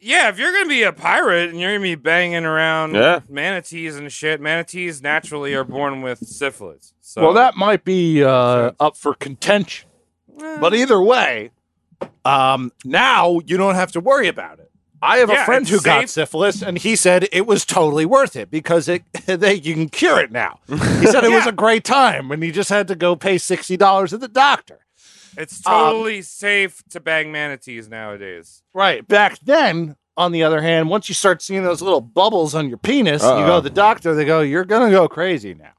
Yeah, if you're gonna be a pirate and you're gonna be banging around Yeah. manatees and shit, manatees naturally are born with syphilis. So well, that might be uh, Sense. up for contention. But either way, um, now you don't have to worry about it. I have Yeah, a friend it's who got safe. syphilis, and he said it was totally worth it because it they, you can cure it now. He said it was Yeah. a great time, and he just had to go pay sixty dollars at the doctor. It's Um, totally safe to bang manatees nowadays. Right back then, on the other hand, once you start seeing those little bubbles on your penis, you go Uh-oh. to the doctor. They go, "You're gonna go crazy now."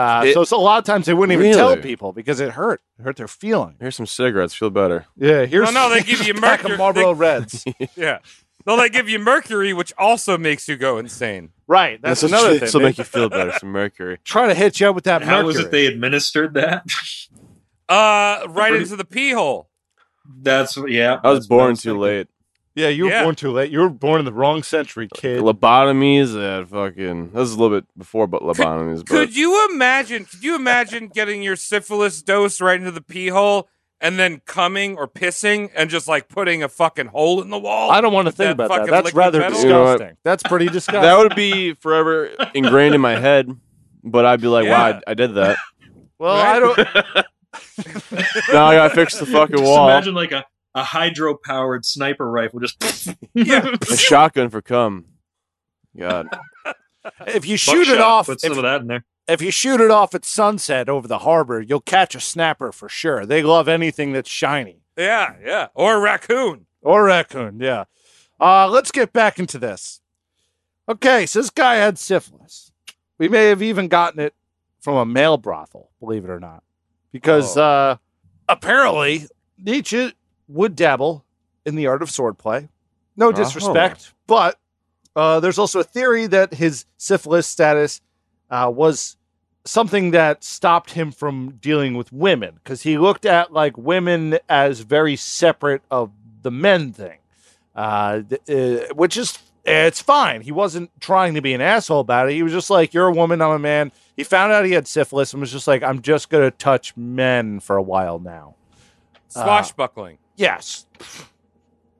Uh, It- so it's a lot of times they wouldn't even tell Really? people because it hurt, it hurt their feeling. Here's some cigarettes. Feel better. Yeah, here's no, they give you a pack mercury- of Marlboro Reds. Yeah. Though they give you mercury, which also makes you go insane. right, that's, This will- another thing. This will They make you feel better. Some mercury. try to hit you up with that. How was it mercury. they administered that? Uh, right into the pee hole. That's yeah. I was that's what born too thinking. late. Yeah, you were Yeah. born too late. You were born in the wrong century, kid. Lobotomies and fucking. This is a little bit before, but lobotomies. but Could you imagine? Could you imagine getting your syphilis dose right into the pee hole and then coming or pissing and just like putting a fucking hole in the wall? I don't want to That think about that. fucking That's liquid rather metal? You know what? disgusting. That's pretty disgusting. that would be forever ingrained in my head. But I'd be like, wow, Yeah. I, I did that. well, I don't. now I gotta fix the fucking Just wall. imagine like a, a hydro powered sniper rifle. Just yeah. A shotgun for cum. God. If you shoot it off, Put if, some of that in there. if you shoot it off at sunset over the harbor, you'll catch a snapper for sure. They love anything that's shiny Yeah, yeah. Or a raccoon. or raccoon. Yeah. Uh, let's get back into this. Okay, so this guy had syphilis. We may have even gotten it from a male brothel, believe it or not, because uh, apparently Nietzsche would dabble in the art of swordplay. No disrespect, but uh, there's also a theory that his syphilis status uh, was something that stopped him from dealing with women because he looked at like women as very separate of the men thing, uh, th- uh, which is it's fine. He wasn't trying to be an asshole about it. He was just like, "You're a woman, I'm a man." He found out he had syphilis and was just like, "I'm just gonna touch men for a while now." Uh, Swashbuckling. Yes,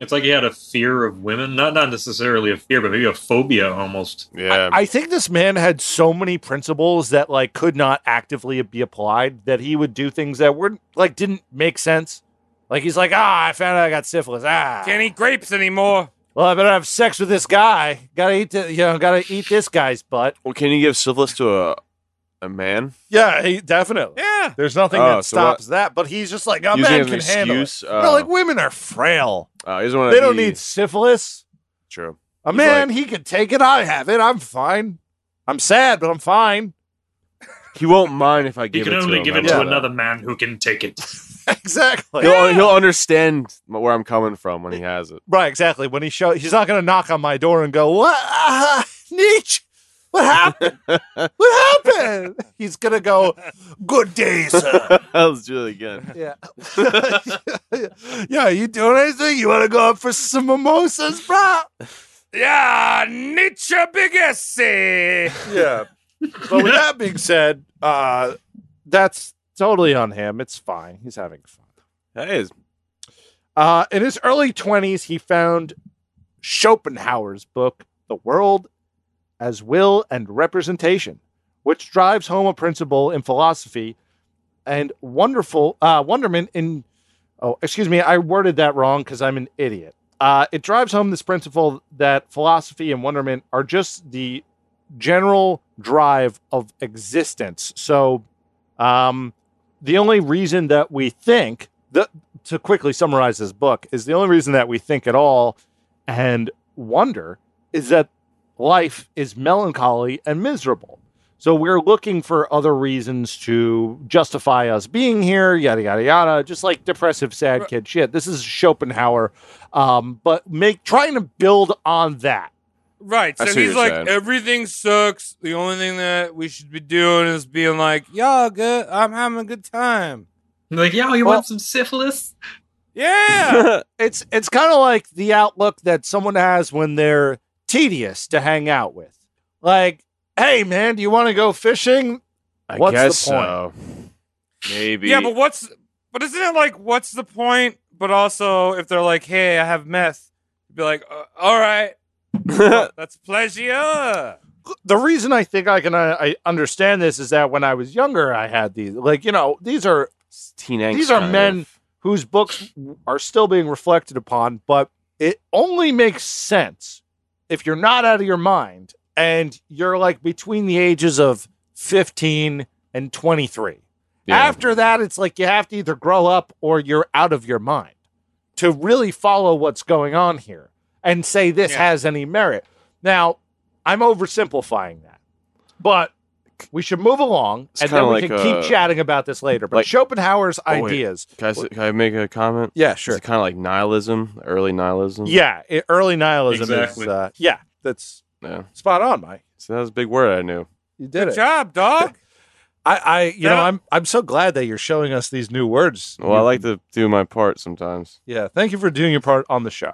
It's like he had a fear of women. Not not necessarily a fear, but maybe a phobia almost. Yeah. I think this man had so many principles that like could not actively be applied that he would do things that were like didn't make sense. Like he's like, ah, I found out I got syphilis. Ah, Can't eat grapes anymore. well, I better have sex with this guy. Gotta eat, the, you know, gotta eat this guy's butt. well, can you give syphilis to a a man? Yeah, he, definitely. Yeah. There's nothing Oh, that so what- stops that. But he's just like, a Using man an can handle it. excuse, no, uh, like women are frail. Uh, he doesn't want They don't need syphilis. True. A He's man, like- he can take it. I have it. I'm fine. I'm sad, but I'm fine. He won't mind if I He give can it to only him. give I it know to that. another man who can take it. exactly. He'll, he'll understand m- where I'm coming from when he has it. Right, exactly. When he show, he's not going to knock on my door and go, "What, uh, Nietzsche? What happened? what happened?" He's going to go, "Good day, sir." Let's do it again. yeah. yeah. You doing anything? You want to go up for some mimosas, bro? Yeah, Nietzsche Bigassi. Yeah. But with that being said, uh, that's totally on him. It's fine. He's having fun. That is. Uh, in his early 20s, he found Schopenhauer's book, The World as Will and Representation, which drives home a principle in philosophy and wonderful uh, wonderment in. Oh, excuse me, I worded that wrong because I'm an idiot. Uh, it drives home this principle that philosophy and wonderment are just the general drive of existence. So, um, the only reason that we think, the, to quickly summarize this book is the only reason that we think at all and wonder is that life is melancholy and miserable. So we're looking for other reasons to justify us being here, yada yada yada, just like depressive sad kid shit. This is Schopenhauer, um, but make trying to build on that. Right. I So see what he's you're like, saying. everything sucks. The only thing that we should be doing is being like, y'all good. I'm having a good time. And they're like, yo, you Well- want some syphilis? Yeah. It's it's kind of like the outlook that someone has when they're tedious to hang out with. Like, hey man, do you want to go fishing? I What's the guess point? so. Maybe. yeah, but what's, but isn't it like, what's the point? But also, if they're like, hey, I have meth, you'd be like, uh, all right, that's pleasure. the reason I think I can uh, I understand this is that when I was younger, I had these like you know these are It's teen angst These are kind men of. whose books are still being reflected upon, but it only makes sense if you're not out of your mind and you're like between the ages of 15 and 23. Yeah. After that, it's like you have to either grow up or you're out of your mind to really follow what's going on here and say this Yeah. has any merit. Now, I'm oversimplifying that, but we should move along It's and kinda then we like, can keep uh, chatting about this later. But like- Schopenhauer's Oh, wait. ideas. Can I, s- can I make a comment? Yeah, sure. It's kind of like nihilism, early nihilism. Yeah, i- early nihilism Exactly. is. Uh, yeah, that's Yeah. spot on, Mike. So that was a big word I knew. You did Good job, dog. I, I, you know, Now- I'm, I'm so glad that you're showing us these new words. Well, I like to do my part sometimes. Yeah, thank you for doing your part on the show.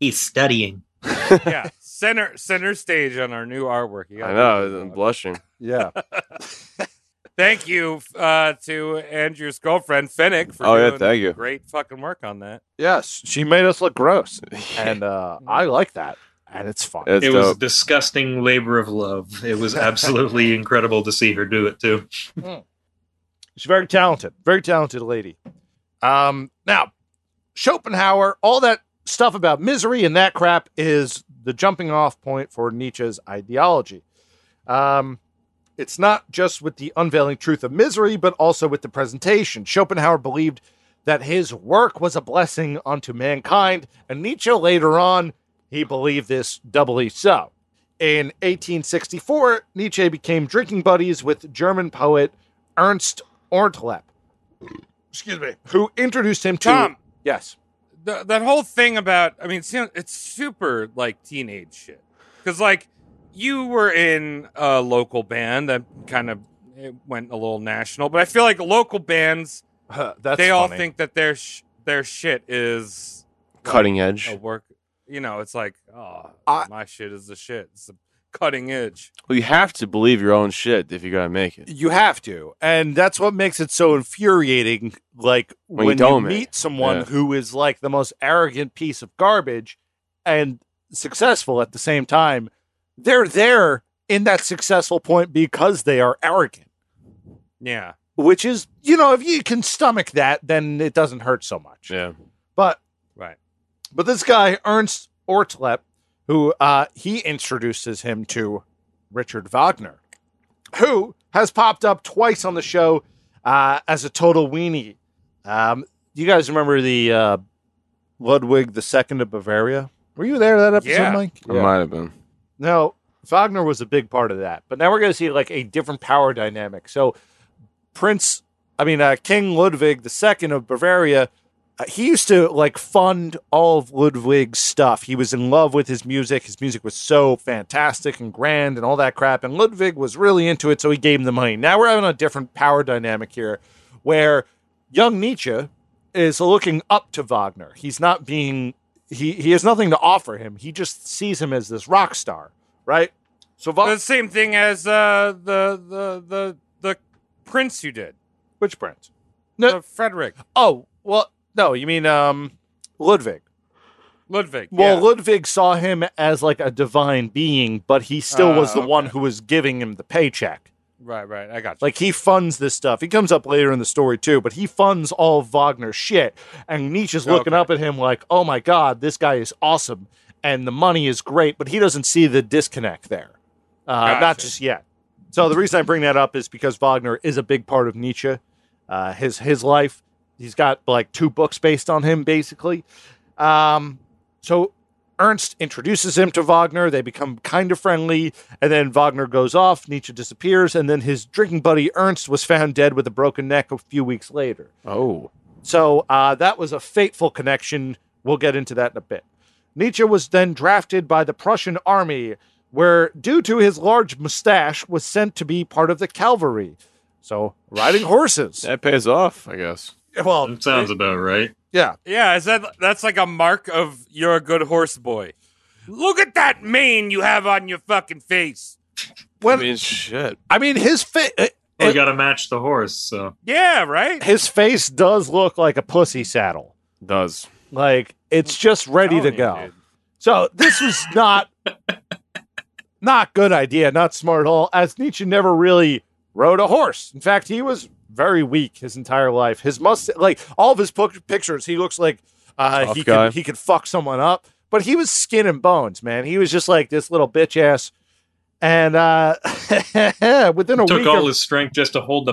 He's studying. yeah, center center stage on our new artwork. You gotta I do know. that, I'm dog. blushing. Yeah, Thank you uh, to Andrew's girlfriend Finnick for Oh, yeah, doing thank you. great fucking work on that. yes, she made us look gross, and uh, I like that, and it's fun. It's it was dope. disgusting labor of love. It was absolutely incredible to see her do it too. She's very talented, very talented lady. Um, now, Schopenhauer, all that stuff about misery and that crap is the jumping off point for Nietzsche's ideology. Um, it's not just with the unveiling truth of misery, but also with the presentation. Schopenhauer believed that his work was a blessing unto mankind, and Nietzsche later on, he believed this doubly so. In 1864, Nietzsche became drinking buddies with German poet Ernst Ortlep, excuse me, who introduced him to Tom, yes, th- that whole thing about I mean, it's, it's super like teenage shit because like you were in a local band that kind of it went a little national, but I feel like local bands Huh, that's they all funny. think that their sh- their shit is Cutting a edge. work. You know, it's like oh, I- my shit is the shit. It's the cutting edge. Well, you have to believe your own shit if you're gonna make it. You have to, and that's what makes it so infuriating. Like When you when, you, don't make meet someone Yeah. who is like the most arrogant piece of garbage and successful at the same time, they're there in that successful point because they are arrogant. Yeah, Which is, you know, if you can stomach that, then it doesn't hurt so much. Yeah. But right. But this guy, Ernst Ortlep, who uh, he introduces him to Richard Wagner, who has popped up twice on the show uh, as a total weenie. Um, you guys remember the uh, Ludwig II of Bavaria? Were you there that episode, Yeah. Mike? It might have been. No, Wagner was a big part of that. But now we're going to see like a different power dynamic. So Prince, I mean uh, King Ludwig II of Bavaria, uh, he used to like fund all of Ludwig's stuff. He was in love with his music. His music was so fantastic and grand and all that crap. And Ludwig was really into it, so he gave him the money. Now we're having a different power dynamic here, where young Nietzsche is looking up to Wagner. He's not being he he has nothing to offer him. He just sees him as this rock star, right? So Wagner, the same thing as uh, the the the the prince you did, which Prince? No. the Frederick Oh, well, no, you mean um Ludwig. Ludwig. Well, yeah. Ludwig saw him as like a divine being, but he still was the Ah, one who was giving him the paycheck. right, right. I got you. Like he funds this stuff. He comes up later in the story too, but he funds all of Wagner's shit. And Nietzsche's looking Okay. up at him like, "Oh my god, this guy is awesome, and the money is great." But he doesn't see the disconnect there, uh, not Gotcha. just yet. So the reason I bring that up is because Wagner is a big part of Nietzsche, uh, his his life. He's got like two books based on him, basically. Um, so Ernst introduces him to Wagner. They become kind of friendly, and then Wagner goes off. Nietzsche disappears, and then his drinking buddy Ernst was found dead with a broken neck a few weeks later. Oh. So uh, that was a fateful connection. We'll get into that in a bit. Nietzsche was then drafted by the Prussian army, where, due to his large mustache, was sent to be part of the cavalry. So riding horses. That pays off, I guess. Well, sounds about right. yeah, yeah, is that that's like a mark of you're a good horse boy? Look at that mane you have on your fucking face. I Well- mean, shit. I mean his fa- uh, It- Well, you got to match the horse. So Yeah, right. his face does look like a pussy saddle. Does. Like it's just ready to Telling you, go. dude. So this was not not good idea, not smart at all. As Nietzsche never really rode a horse. In fact, he was very weak his entire life. His must like all of his pic- pictures, he looks like Uh, Tough he guy. could he could fuck someone up, but he was skin and bones, man. He was just like this little bitch ass. And uh, within a Took week, all of- his strength just to hold the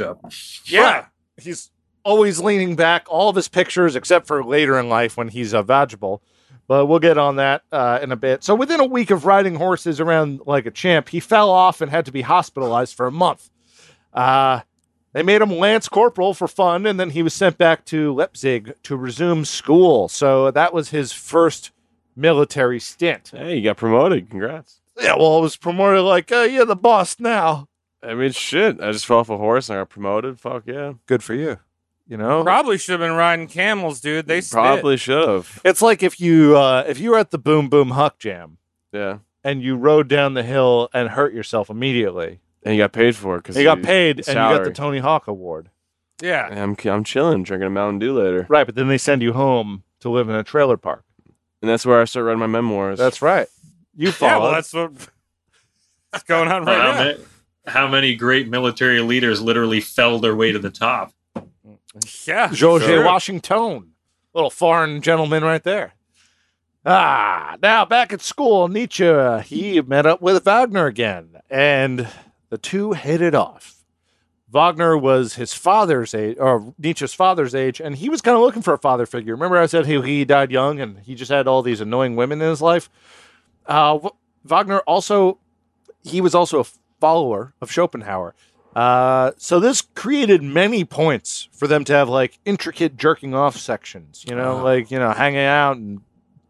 up. Yeah. he's always leaning back. All of his pictures, except for later in life when he's a vegetable. But we'll get on that uh, in a bit. So within a week of riding horses around like a champ, he fell off and had to be hospitalized for a month. Uh, they made him lance corporal for fun, and then he was sent back to Leipzig to resume school. So that was his first military stint. Hey, you got promoted. Congrats. Yeah, well, it was promoted like, uh, you're the boss now. I mean, shit. I just fell off a horse and I got promoted. Fuck yeah. Good for you. You know, Probably should have been riding camels, dude. They spit. Probably should have. It's like if you uh, if you were at the Boom Boom Huck Jam Yeah. and you rode down the hill and hurt yourself immediately. And you got paid for it because You got paid and you got the salary. Tony Hawk Award. Yeah. I'm I'm chilling, drinking a Mountain Dew later, Right, but then they send you home to live in a trailer park. and that's where I start writing my memoirs. That's right. You Yeah, follow. well, that's what what's going on how, right now. ma- how many great military leaders literally fell their way to the top? Yeah. George sure. Washington, little foreign gentleman right there. Ah, now back at school, Nietzsche he met up with Wagner again, and the two hit it off. Wagner was his father's age, or Nietzsche's father's age, and he was kind of looking for a father figure. Remember, I said he, he died young, and he just had all these annoying women in his life. Uh, W- Wagner also, he was also a follower of Schopenhauer. Uh, so this created many points for them to have like intricate jerking off sections, you Uh-huh. know, like, you know, hanging out and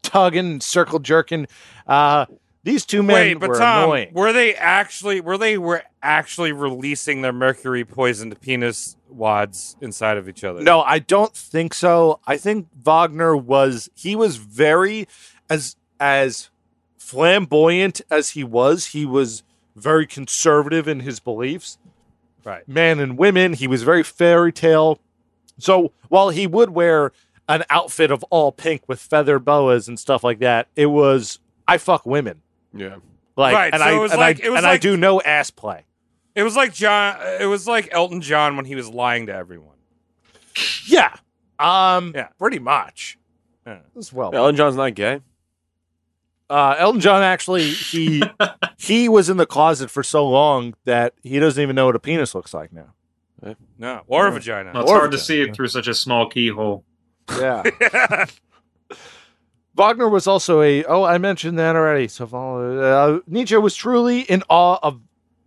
tugging and circle jerking. Uh, these two men Wait, but were Tom, annoying. were they actually were they were actually releasing their mercury poisoned penis wads inside of each other? No, I don't think so. I think Wagner was he was very as as flamboyant as he was, he was very conservative in his beliefs. Right. Men and women, he was very fairy tale. So while he would wear an outfit of all pink with feather boas and stuff like that, it was I fuck women. yeah. Like Right, and so I it was and, like- I, it was and I like- do no ass play. It was like John it was like Elton John when he was lying to everyone. Yeah. Um Yeah. pretty much. Yeah. As well. Ellen John's not gay. uh, Elton John actually he he was in the closet for so long that he doesn't even know what a penis looks like now. No. Or a Yeah. vagina. Well, it's Or- hard to see it through such a small keyhole. Yeah. Wagner was also a oh I mentioned that already. So follow uh, Nietzsche was truly in awe of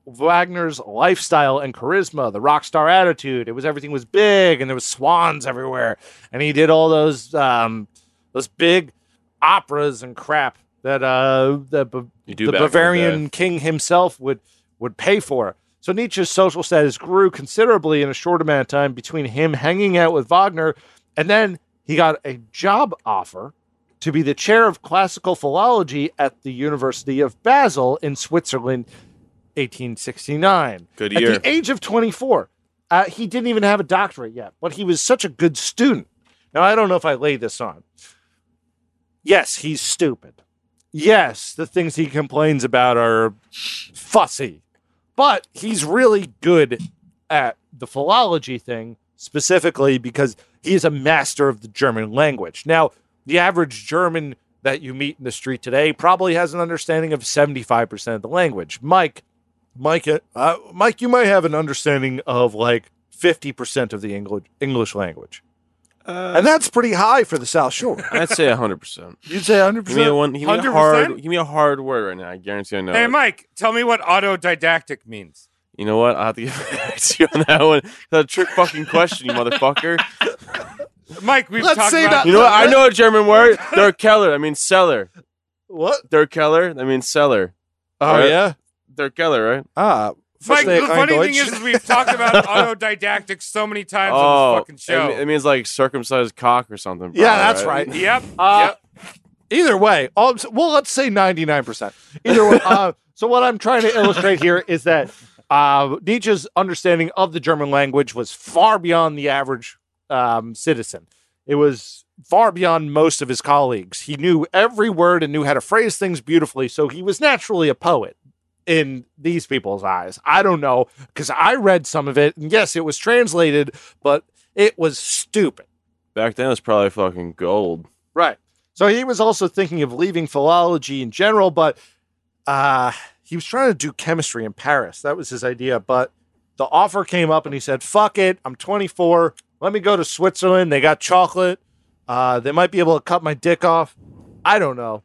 Wagner's lifestyle and charisma, the rock star attitude. It was everything was big and there was swans everywhere, and he did all those um those big operas and crap that uh that Ba- You do the back in Bavarian king himself would would pay for. So Nietzsche's social status grew considerably in a short amount of time between him hanging out with Wagner and then he got a job offer to be the chair of classical philology at the University of Basel in Switzerland 1869. Good At year. the age of 24, uh, he didn't even have a doctorate yet, but he was such a good student. Now, I don't know if I laid this on. Yes, he's stupid. Yes, the things he complains about are fussy, but he's really good at the philology thing specifically because he is a master of the German language. Now, the average German that you meet in the street today probably has an understanding of 75% of the language. Mike, Mike, uh, Mike, you might have an understanding of like 50% of the English English language. Uh, and that's pretty high for the South Shore. I'd say 100%. You'd say 100%. Give me, a one, give, me a 100%? hard, give me a hard word right now. I guarantee I know. hey it. Mike, tell me what autodidactic means. You know what? I'll have to get back to you on that one. That's a trick fucking question, you motherfucker. Mike, we've Let's talked say about that- You know what? I know a German word. Der Keller. That means cellar. What? Der Keller. That means cellar. Oh, Right? yeah? Der Keller, right? Ah. Mike, verstehe the kein funny Deutsch. thing is, is we've talked about autodidactic so many times Oh. on this fucking show. Oh, It, it means like circumcised cock or something. Yeah, probably, that's right. yep. Uh, yep. Either way, all I'm s- well, let's say 99%. Either way, uh, so what I'm trying to illustrate here is that uh, Nietzsche's understanding of the German language was far beyond the average um, citizen. It was far beyond most of his colleagues. He knew every word and knew how to phrase things beautifully, so he was naturally a poet in these people's eyes. I don't know because I read some of it, and yes, it was translated, but it was stupid. Back then, it was probably fucking gold. Right. So he was also thinking of leaving philology in general, but uh, he was trying to do chemistry in Paris. That was his idea. But the offer came up and he said, fuck it. I'm 24. Let me go to Switzerland. They got chocolate. Uh, they might be able to cut my dick off. I don't know.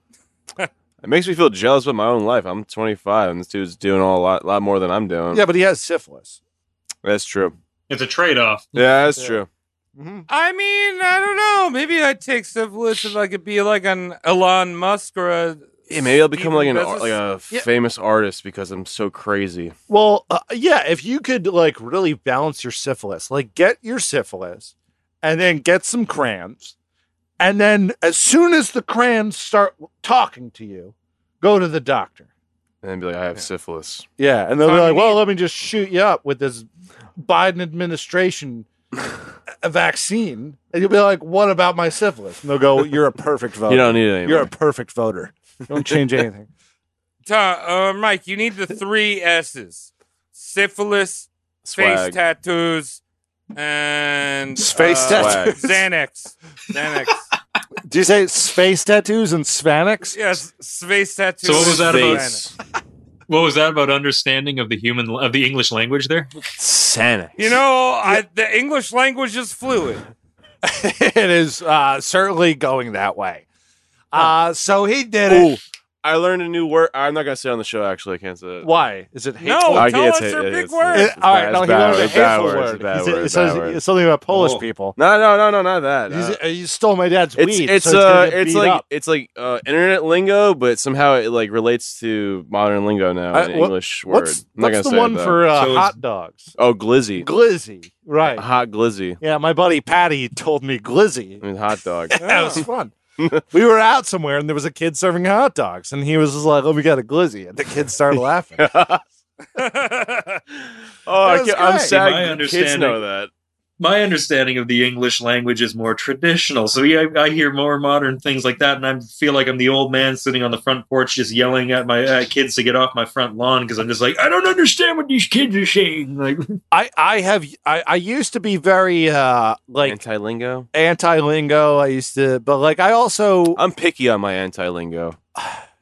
It makes me feel jealous about my own life. I'm 25, and this dude's doing a lot, lot more than I'm doing. Yeah, but he has syphilis. That's true. It's a trade off. Yeah, that's Yeah. true. I mean, I don't know. Maybe I'd take syphilis if I could be like an Elon Musk or a. Yeah, maybe I'll become Steven like an Bezos. ar- like a Yeah. famous artist because I'm so crazy. Well, uh, yeah, if you could like really balance your syphilis, like get your syphilis and then get some crayons. And then as soon as the crayons start talking to you, go to the doctor. And then be like, I have syphilis. Yeah, and they'll be Tommy like, "Well, Lee- let me just shoot you up with this Biden administration a vaccine," and you'll be like, "What about my syphilis?" And they'll go, "You're a perfect voter. You don't need it anymore. You're a perfect voter. Don't change anything." Ta- uh, Mike, you need the three S's syphilis, face Swag. tattoos, and. Space uh, tattoos. Xanax. Xanax. Do you say space tattoos and Spanx? yes, space tattoos. So what was that about? Xanax. What was that about understanding of the human of the English language there? Xanax. You know, I, the English language is fluid. it is uh, certainly going that way. Uh, so he did it. Ooh, I learned a new word. I'm not gonna say it on the show. Actually, I can't say it. Why is it hateful? No, I tell can't us say their it. big It's- word. It- all right, bad. no, he It's bad learned a hateful word. It's bad word. It's word. a bad He said- word. It It's a bad says word. it's something about Polish Oh. people. No, no, no, no, not that. He's- Uh, uh, you stole my dad's it's weed. it's so gonna uh get it's beat like up. it's like uh internet lingo, but somehow it like relates to modern lingo now I- in what- English word. What's, I'm what's not gonna the say one it, though. for uh, So it's- hot dogs? oh glizzy, Glizzy, right? hot glizzy. Yeah, my buddy Patty told me glizzy. I mean hot dog. That Oh. was fun. we were out somewhere and there was a kid serving hot dogs, and he was just like, "Oh, we got a glizzy," and the kids started laughing. oh, That I was can't- I'm great. My sad. Kids understanding- know that. My understanding of the English language is more traditional, so yeah, I, I hear more modern things like that, and I feel like I'm the old man sitting on the front porch just yelling at my uh, kids to get off my front lawn because I'm just like, I don't understand what these kids are saying. Like, I, I have, I, I used to be very uh like Anti lingo. anti lingo. I used to, but like I also, I'm picky on my anti lingo.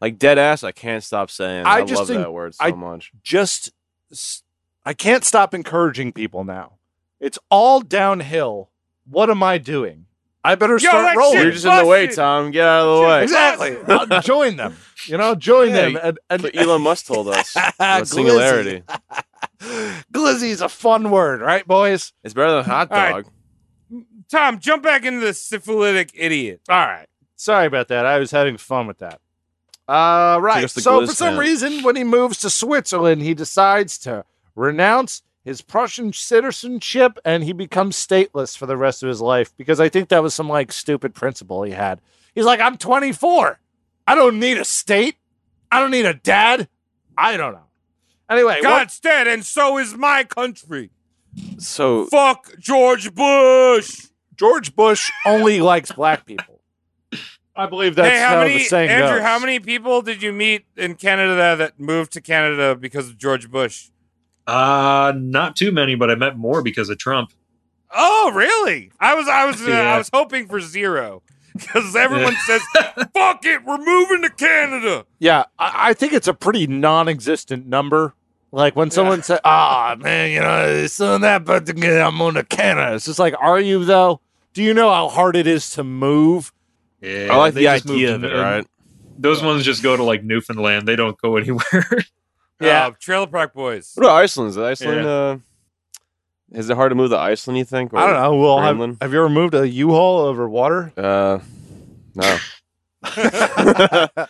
Like dead ass, I can't stop saying. I I, just love think- that word so I- much. just s- I can't stop encouraging people now. It's all downhill. What am I doing? I better start that rolling. shit You're just in the way, busted. Tom. Get out of the way. Exactly. I'll join them. You know, join Yeah, them. And, and But Elon Musk told us. Glizzy. the singularity. Glizzy's a fun word, right, boys? It's better than hot All right. dog. Tom, jump back into the syphilitic idiot. All right. Sorry about that. I was having fun with that. Uh, right. us the So glizz for some now. reason, when he moves to Switzerland, he decides to renounce his Prussian citizenship and he becomes stateless for the rest of his life because I think that was some like stupid principle he had. He's like, I'm 24. I don't need a state. I don't need a dad. I don't know. Anyway, what- God's dead, and so is my country. So Fuck George Bush. George Bush only likes black people. I believe that's hey, how, how many, the saying Andrew, goes. how many people did you meet in Canada that, that moved to Canada because of George Bush? uh, not too many, but I met more because of Trump. Oh, really? I was I was uh, Yeah. I was hoping for zero because everyone says, "Fuck it, we're moving to Canada." Yeah, I, I think it's a pretty non-existent number. Like when someone says, "Ah, man, you know, it's on that, but I'm on the Canada." It's just like, are you though? Do you know how hard it is to move? Yeah, I like they the just moved idea of in- it, right? Those ones just go to like Newfoundland. They don't go anywhere. Yeah. Uh, Trailer Park Boys. What about Iceland? Is Iceland? Uh, is it hard to move to Iceland? You think? Or, I don't know. Well, have, Greenland. have you ever moved a U-Haul over water? Uh, no. No, I-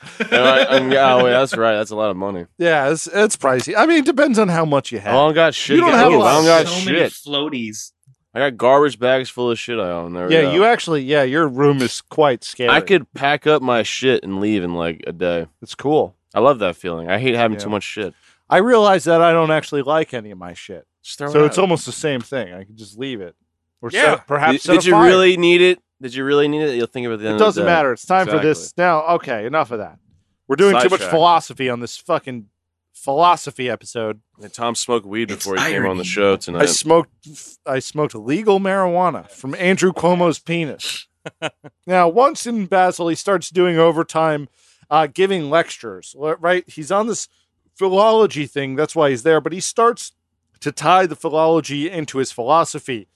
I'm- yeah, oh, yeah, that's right. That's a lot of money. Yeah, it's, it's pricey. I mean, it depends on how much you I have. don't got shit. You don't to have move. a lot. I don't got So shit. many floaties. I got garbage bags full of shit I own. There we yeah, go. you actually. Yeah, your room is quite scary. Oh, I could pack up my shit and leave in like a day. It's cool. I love that feeling. I hate having Yeah. too much shit. I realize that I don't actually like any of my shit. Just throw So it it's out. almost the same thing. I can just leave it. Or Yeah. set, perhaps Did, set did a you fire. really uh, need it? Did you really need it? You'll think about the It end of the doesn't day. matter. It's time for this now. Okay, enough of that. We're doing too much Sidetrack. philosophy on this fucking philosophy episode. And Tom smoked weed It's before he came on irony. the show I tonight. smoked I smoked legal marijuana from Andrew Cuomo's penis. now, once in Basel, he starts doing overtime, uh, giving lectures. li- Right, he's on this philology thing. That's why he's there. But he starts to tie the philology into his philosophy,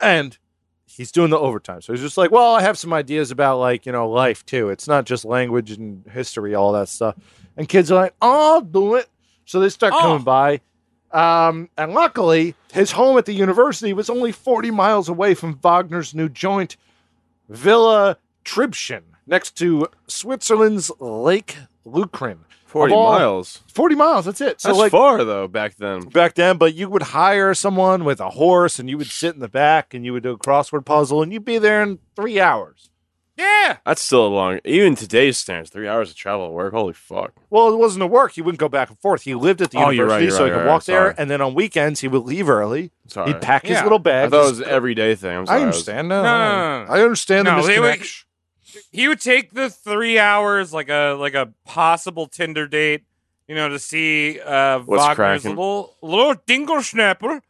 and he's doing the overtime. So he's just like, "Well, I have some ideas about like you know life too. It's not just language and history, all that stuff." And kids are like, "I'll do it." So they start Oh. coming by. Um, and luckily, his home at the university was only 40 miles away from Wagner's new joint, Villa Tribschen, next to Switzerland's Lake Lucrin. 40 Of all- miles. 40 miles, that's it. So, That's like, far, though, back then. back then, but you would hire someone with a horse and you would sit in the back and you would do a crossword puzzle and you'd be there in three hours. Yeah. That's still a long, even today's standards, three hours of travel to work. Holy fuck. Well, it wasn't a work. He wouldn't go back and forth. He lived at the Oh, university, you're right, you're so he right, could you're walk right, there. sorry. And then on weekends, he would leave early. Sorry. He'd pack his Yeah. little I bag. thought it was an everyday thing. I'm sorry. I was- understand. No, No, no, no, no. I understand No, the they would- misconnection. He would take the three hours like a like a possible Tinder date, you know, to see uh What's Wagner's cracking? little little dingle schnapper.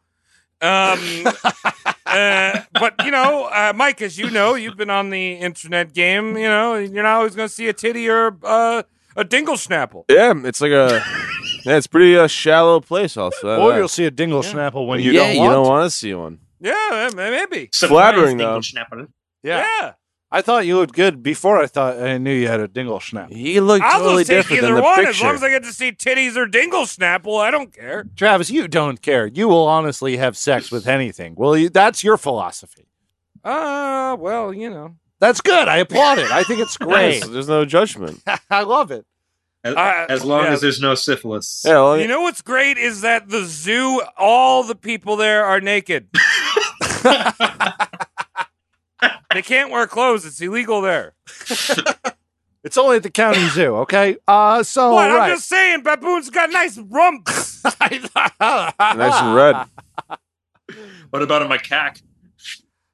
Um uh, but you know, uh, Mike, as you know, you've been on the internet game. You know, you're not always going to see a titty or uh, a dingle schnapple. Yeah, it's like a, yeah, it's pretty uh, shallow place, I'll say. Or that. you'll see a dingle schnapple when you yeah, don't you want. don't want to see one. Yeah, ma- maybe. Flattering, though. Schnapper. yeah. Yeah, I thought you looked good before. I thought I knew you had a dingle schnapple. He looked I'll totally just take different than either the one as picture. long as I get to see titties or dingle schnapple. I don't care. Travis, you don't care. You will honestly have sex with anything. Well, you, that's your philosophy. Uh, well, you know, That's good. I applaud it. I think it's great. Yes, there's no judgment. I love it. As, Uh, as long yeah. as there's no syphilis. Yeah, well, you know what's great is that the zoo, all the people there are naked. they can't wear clothes; it's illegal there. It's only at the county zoo, okay? Uh, so what? right. I'm just saying, baboons got nice rumps. nice and red. What about a macaque?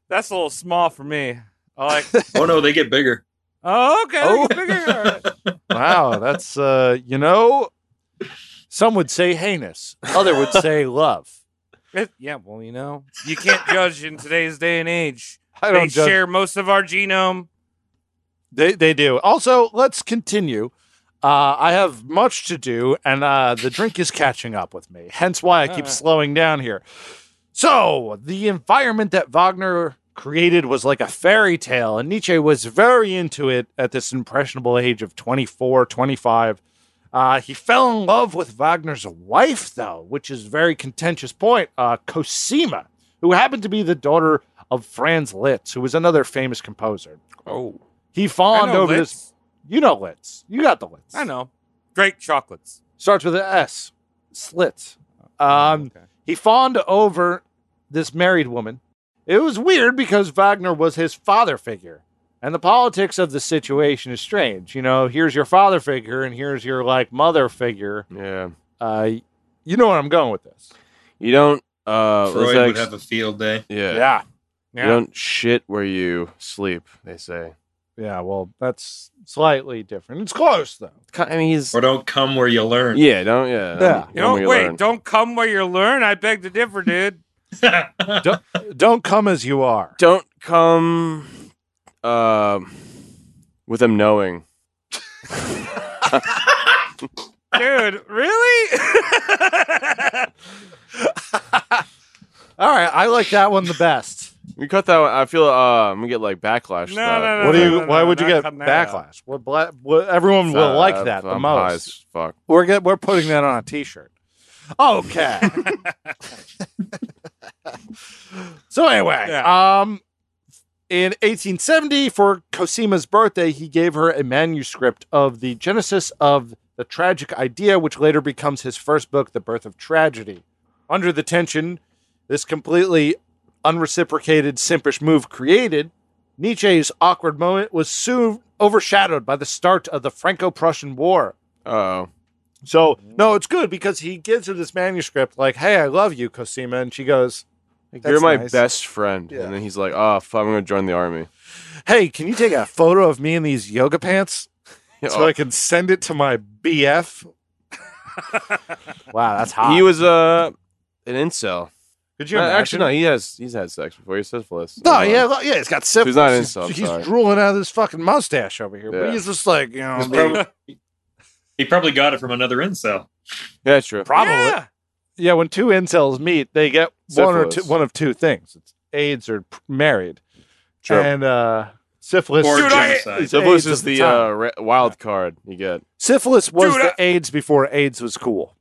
That's a little small for me. I like. Oh no, they get bigger. Oh, okay. Oh. Bigger. wow, that's uh, you know, some would say heinous. Other would say love. It- yeah, well, you know, you can't judge in today's day and age. I They don't judge. share most of our genome. They they do. Also, let's continue. Uh, I have much to do, and uh, the drink is catching up with me. Hence, why I keep Alright. slowing down here. So, the environment that Wagner created was like a fairy tale, and Nietzsche was very into it at this impressionable age of 24, 25. Uh, he fell in love with Wagner's wife, though, which is a very contentious point. Uh, Cosima, who happened to be the daughter of Franz Liszt, who was another famous composer. Oh, He fawned over this you know Litz. You got the Litz. I know. Great chocolates. Starts with an S. Slits. Um, okay. He fawned over this married woman. It was weird because Wagner was his father figure. And the politics of the situation is strange. You know, here's your father figure and here's your like mother figure. Yeah. Uh, you know where I'm going with this. You don't. Uh, what's Freud that? would have a field day. yeah. Yeah. You don't shit where you sleep. They say. Yeah. Well, that's slightly different. It's close though. I mean, he's. Or don't come where you learn. Yeah. Don't. Yeah. Yeah. You don't we wait. learn. Don't come where you learn. I beg to differ, dude. Don't come as you are. Don't come. Um. With them knowing. Dude, really? All right. I like that one the best. You cut that. One. I feel. Uh, I'm gonna get like backlash. to No, that. no, no, What do no, you? no, why no, would you not get cutting that out. backlash? What, bla- what everyone will Uh, like that the I'm high most. as Fuck. We're get, we're putting that on a T-shirt. Okay. so anyway, um, in 1870, for Cosima's birthday, he gave her a manuscript of the Genesis of the Tragic Idea, which later becomes his first book, The Birth of Tragedy. Under the tension, this completely unreciprocated simpish move created, Nietzsche's awkward moment was soon overshadowed by the start of the Franco-Prussian War. Oh. So Mm-hmm. no, it's good because he gives her this manuscript, like, "Hey, I love you, Cosima," and she goes, Like, That's you're my nice. best friend, Yeah. and then he's like, "Oh, fuck, I'm gonna join the army." "Hey, can you take a photo of me in these yoga pants so Oh, I can send it to my BF?" Wow, that's hot. He was uh, an incel. Could you Uh, imagine? actually, no, he has he's had sex before. He's syphilis. No, Never yeah, mind. look, yeah, he's got syphilis. He's not an He's- incel, I'm He's, sorry. drooling out of his fucking mustache over here. But Yeah. he's just like, you know, He's maybe- prob- he probably got it from another incel. yeah, true. probably. Yeah. Yeah. when two incels meet, they get one or two, Syphilis. one of two things: it's AIDS or p- married, True. and uh, syphilis. Or Dude, I- genocide. It's syphilis AIDS is at the the time. uh, ra- wild card you get. syphilis was Dude, the AIDS before AIDS was cool.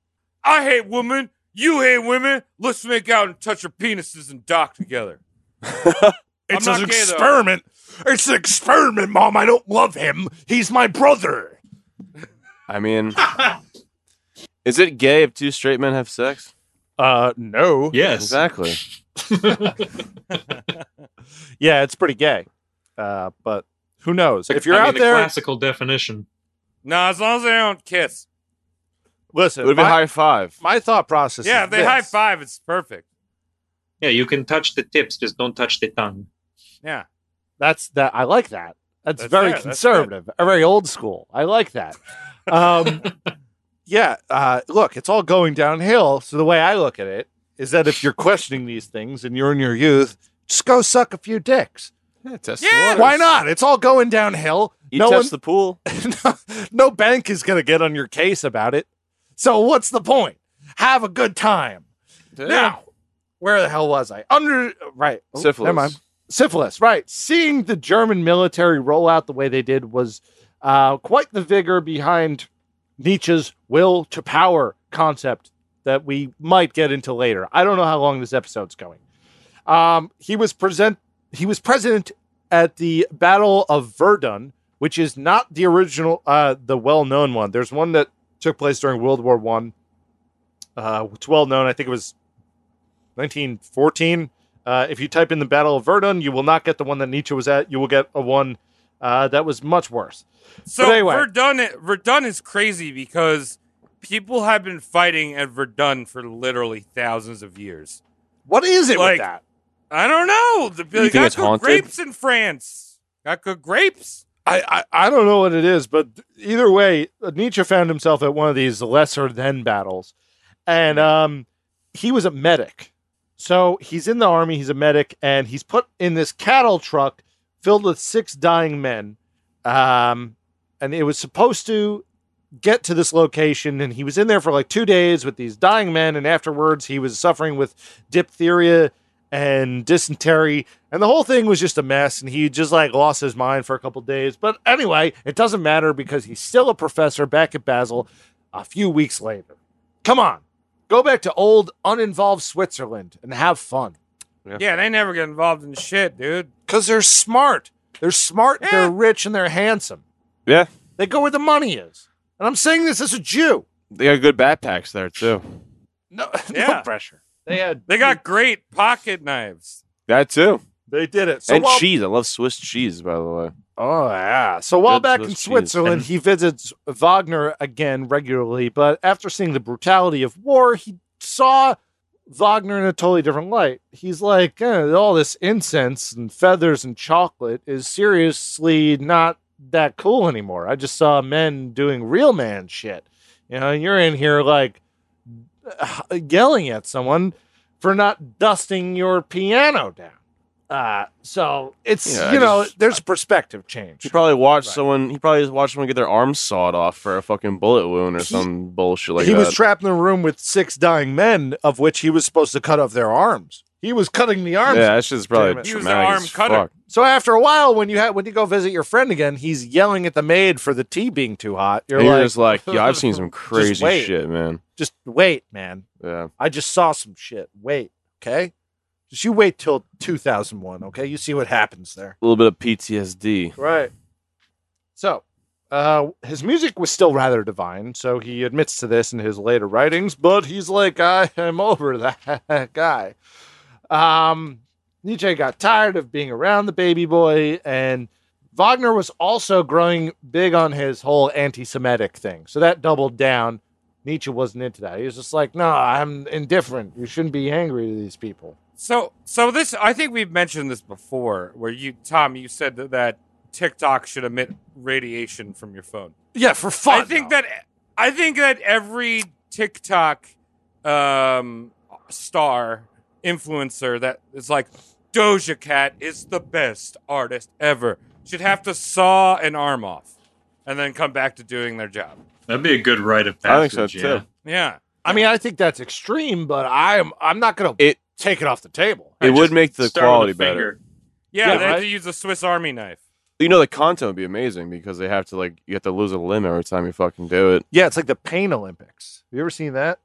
I hate women. You hate women. Let's make out and touch our penises and dock together. It's not an gay, though. experiment. It's an experiment, Mom. I don't love him. He's my brother. I mean, is it gay if two straight men have sex? Uh, no. Yes. Exactly. Yeah, it's pretty gay. Uh, but who knows? If you're I mean, out the there, classical definition. Nah, as long as they don't kiss. It listen. would have been my, high five. my thought process. yeah, is if they this. high five, it's perfect. Yeah, you can touch the tips, just don't touch the tongue. Yeah. That's that. I like that. That's, That's very fair. That's conservative, very old school. I like that. Um, yeah. Uh, look, it's all going downhill. So the way I look at it is that if you're questioning these things and you're in your youth, just go suck a few dicks. Yeah, test Yeah. the waters. Why not? It's all going downhill. You no test one, the pool. no bank is going to get on your case about it. So what's the point? Have a good time. Now, where the hell was I? Under right. Oh, syphilis. Never mind. Syphilis. Right. Seeing the German military roll out the way they did was uh, quite the vigor behind Nietzsche's will to power concept that we might get into later. I don't know how long this episode's going. Um, he was present. He was present at the Battle of Verdun, which is not the original, uh, the well-known one. There's one that took place during World War One. Uh, it's well known. I think it was 1914. Uh, if you type in the Battle of Verdun, you will not get the one that Nietzsche was at. You will get a one uh, that was much worse. So But anyway. Verdun, Verdun is crazy because people have been fighting at Verdun for literally thousands of years. What is it Like- with that? I don't know. The, you think it's haunted? grapes in France. Got good grapes. I, I I don't know what it is, but either way, Nietzsche found himself at one of these lesser than battles, and um, he was a medic. So he's in the army. He's a medic, and he's put in this cattle truck filled with six dying men, um, and it was supposed to get to this location. And he was in there for like two days with these dying men, and afterwards he was suffering with diphtheria and dysentery and the whole thing was just a mess and he just like lost his mind for a couple days but anyway it doesn't matter because he's still a professor back at basel a few weeks later come on go back to old uninvolved switzerland and have fun Yeah, they never get involved in shit, dude. because they're smart they're smart Yeah. they're rich and they're handsome Yeah, they go where the money is and i'm saying this as a jew they got good backpacks there too. no, Yeah. no pressure they had They got great pocket knives. That too, they did it so and while- cheese. I love Swiss cheese, by the way. Oh yeah. So while Good back in Swiss cheese. Switzerland, he visits Wagner again regularly, but after seeing the brutality of war, he saw Wagner in a totally different light. He's like, eh, all this incense and feathers and chocolate is seriously not that cool anymore. I just saw men doing real man shit. You know, and you're in here like yelling at someone for not dusting your piano down. Uh, so it's Yeah, I you know just- there's perspective change. He probably watched Right. someone. He probably just watched someone get their arm sawed off for a fucking bullet wound or He- some bullshit like he that. was trapped in a room with six dying men, of which he was supposed to cut off their arms. He was cutting the arms. yeah, that shit's Damn probably it. He was an traumatic arm as cutter. fuck. So after a while, when you ha- when you go visit your friend again, he's yelling at the maid for the tea being too hot. You're And You're like, just like, yeah, I've seen some crazy wait. shit, man. just wait, man. Yeah, I just saw some shit. Wait, okay. Just you wait till 2001, okay? You see what happens there. a little bit of PTSD. Right. So, uh, his music was still rather divine, so he admits to this in his later writings, but he's like, I am over that guy. Um, Nietzsche got tired of being around the baby boy, and Wagner was also growing big on his whole anti Semitic thing. So that doubled down. Nietzsche wasn't into that. He was just like, no, I'm indifferent. You shouldn't be angry to these people. So, so this I think we've mentioned this before, where you, Tom, you said that, that TikTok should emit radiation from your phone. Yeah, for fun. I think that I think that every TikTok um, star influencer that is like Doja Cat is the best artist ever. Should have to saw an arm off and then come back to doing their job. That'd be a good rite of I think passage. so yeah. too. Yeah. I mean, I think that's extreme, but I'm I'm not gonna It- take it off the table. It would Just make the start with a quality better. finger. Yeah, Yeah, they have right? to use a Swiss Army knife. You know, the content would be amazing because they have to like you have to lose a limb every time you fucking do it. Yeah, it's like the pain Olympics. Have you ever seen that?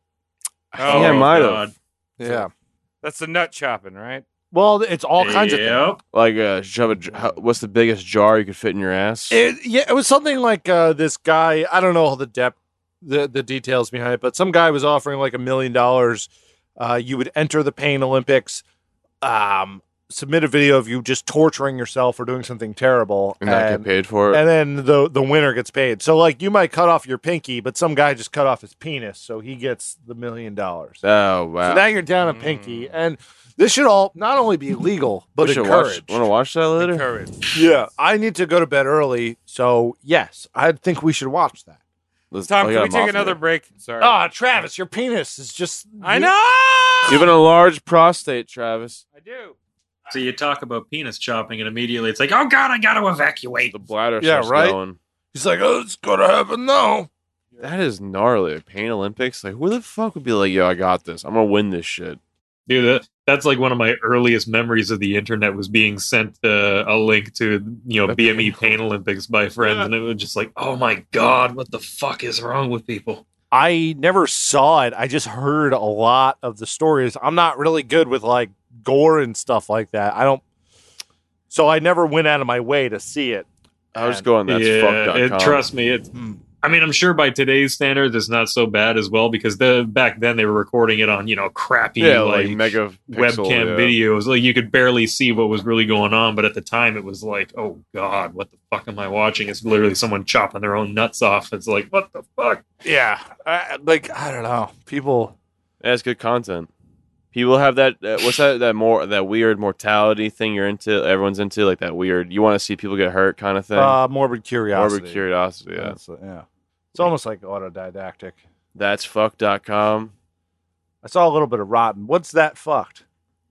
I think I Oh, might God. have Yeah. That's the nut chopping, right? Well, it's all kinds of things. Oh, Yep. like uh, shove a. j- how- What's the biggest jar you could fit in your ass? It, yeah, it was something like uh, this guy. I don't know all the depth, the the details behind it, but some guy was offering like a million dollars. Uh, You would enter the pain Olympics, um, submit a video of you just torturing yourself or doing something terrible, and not get paid for it. and then the the winner gets paid. So like you might cut off your pinky, but some guy just cut off his penis, so he gets the million dollars. oh wow! Mm. So now you're down a pinky, and this should all not only be legal but we should watch. encouraged. Want to watch that later? Courage. Yeah, I need to go to bed early, so yes, I think we should watch that. Let's- Tom, I can got we a take mouth another there. break? Sorry. Ah, Travis, your penis is just. I know. You have an enlarged prostate, Travis. I do. So you talk about penis chopping, and immediately it's like, oh God, I got to evacuate. The bladder Yeah, starts right? going. He's like, oh, it's gonna happen now. That is gnarly. The Pain Olympics. Like, who the fuck would be like, yo, I got this. I'm gonna win this shit. Dude, that, that's like one of my earliest memories of the internet was being sent uh, a link to you know That BME Pain Olympics by friends, and it was just like, oh my god, what the fuck is wrong with people? I never saw it. I just heard a lot of the stories. I'm not really good with like gore and stuff like that. I don't. So I never went out of my way to see it. I was going. That's fucked it- fuck.com. trust me, it's. Hmm. I mean, I'm sure by today's standards, it's not so bad as well because the back then they were recording it on you know crappy yeah, like, like, mega pixel, webcam yeah. videos. Like you could barely see what was really going on, but at the time it was like, oh god, what the fuck am I watching? It's literally someone chopping their own nuts off. It's like, what the fuck? Yeah, I, like I don't know. People, That's good content. People have that. Uh, what's that? That more that weird mortality thing you're into. Everyone's into like that weird. You want to see people get hurt kind of thing. uh, morbid curiosity. Morbid curiosity. Yeah. That's- uh, yeah. It's almost like autodidactic. That's fuck.com. I saw a little bit of rotten. What's that fucked?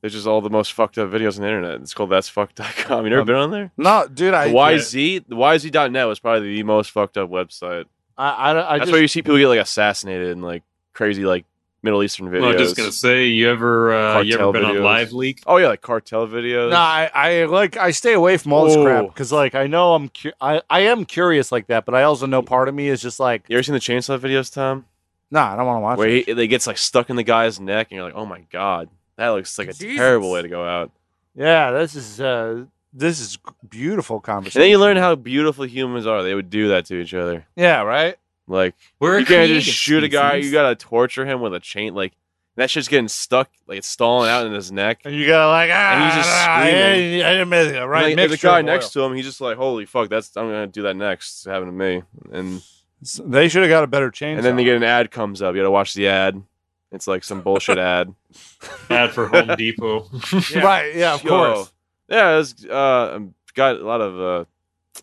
It's just all the most fucked up videos on the internet. It's called that's fuck.com. You never Um, been on there? No, dude. The I YZ, the YZ.net was probably the most fucked up website. I, I, I That's just, why you see people get like assassinated in like crazy like Middle Eastern videos. Well, I'm just gonna say, you ever uh, you Cartel ever been videos. on Live Leak? Oh yeah, like cartel videos. No, I, I like I stay away from all this crap Whoa. because like I know I'm cu- I, I am curious like that, but I also know part of me is just like You ever seen the chainsaw videos, Tom? nah, I don't want to watch. Where it. he, they gets like stuck in the guy's neck, and you're like, oh my god, that looks like a Jesus. terrible way to go out. Yeah, this is uh this is beautiful conversation. And then you learn how beautiful humans are. They would do that to each other. yeah, right. Like We're you can't just shoot a guy. You gotta torture him with a chain. Like that shit's getting stuck. Like it's stalling out in his neck. And you gotta like ah, And he's just ah, I, screaming. didn't- I didn't make it right. And, like, the mixture guy of next to him, he's just like, holy fuck, that's I'm gonna do that next. It happened to me. And oil. they should have got a better chainsaw. and then they get an ad comes up. You gotta watch the ad. It's like some bullshit ad. Ad for Home Depot. Yeah. right. Yeah, of Yo. course. Yeah, it was, uh, got a lot of uh,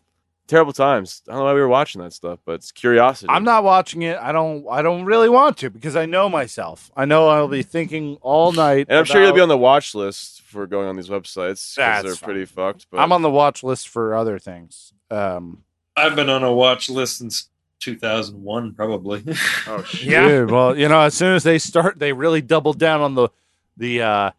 terrible times. I don't know why we were watching that stuff, but it's curiosity. I'm not watching it. I don't. I don't really want to because I know myself. I know I'll Mm-hmm. be thinking all night. and I'm sure you'll be about- on the watch list for going on these websites because That's they're fine. pretty fucked. But I'm on the watch list for other things. Um, I've been on a watch list since 2001, probably. oh shit, Yeah. Dude, well, you know, as soon as they start, they really doubled down on the the uh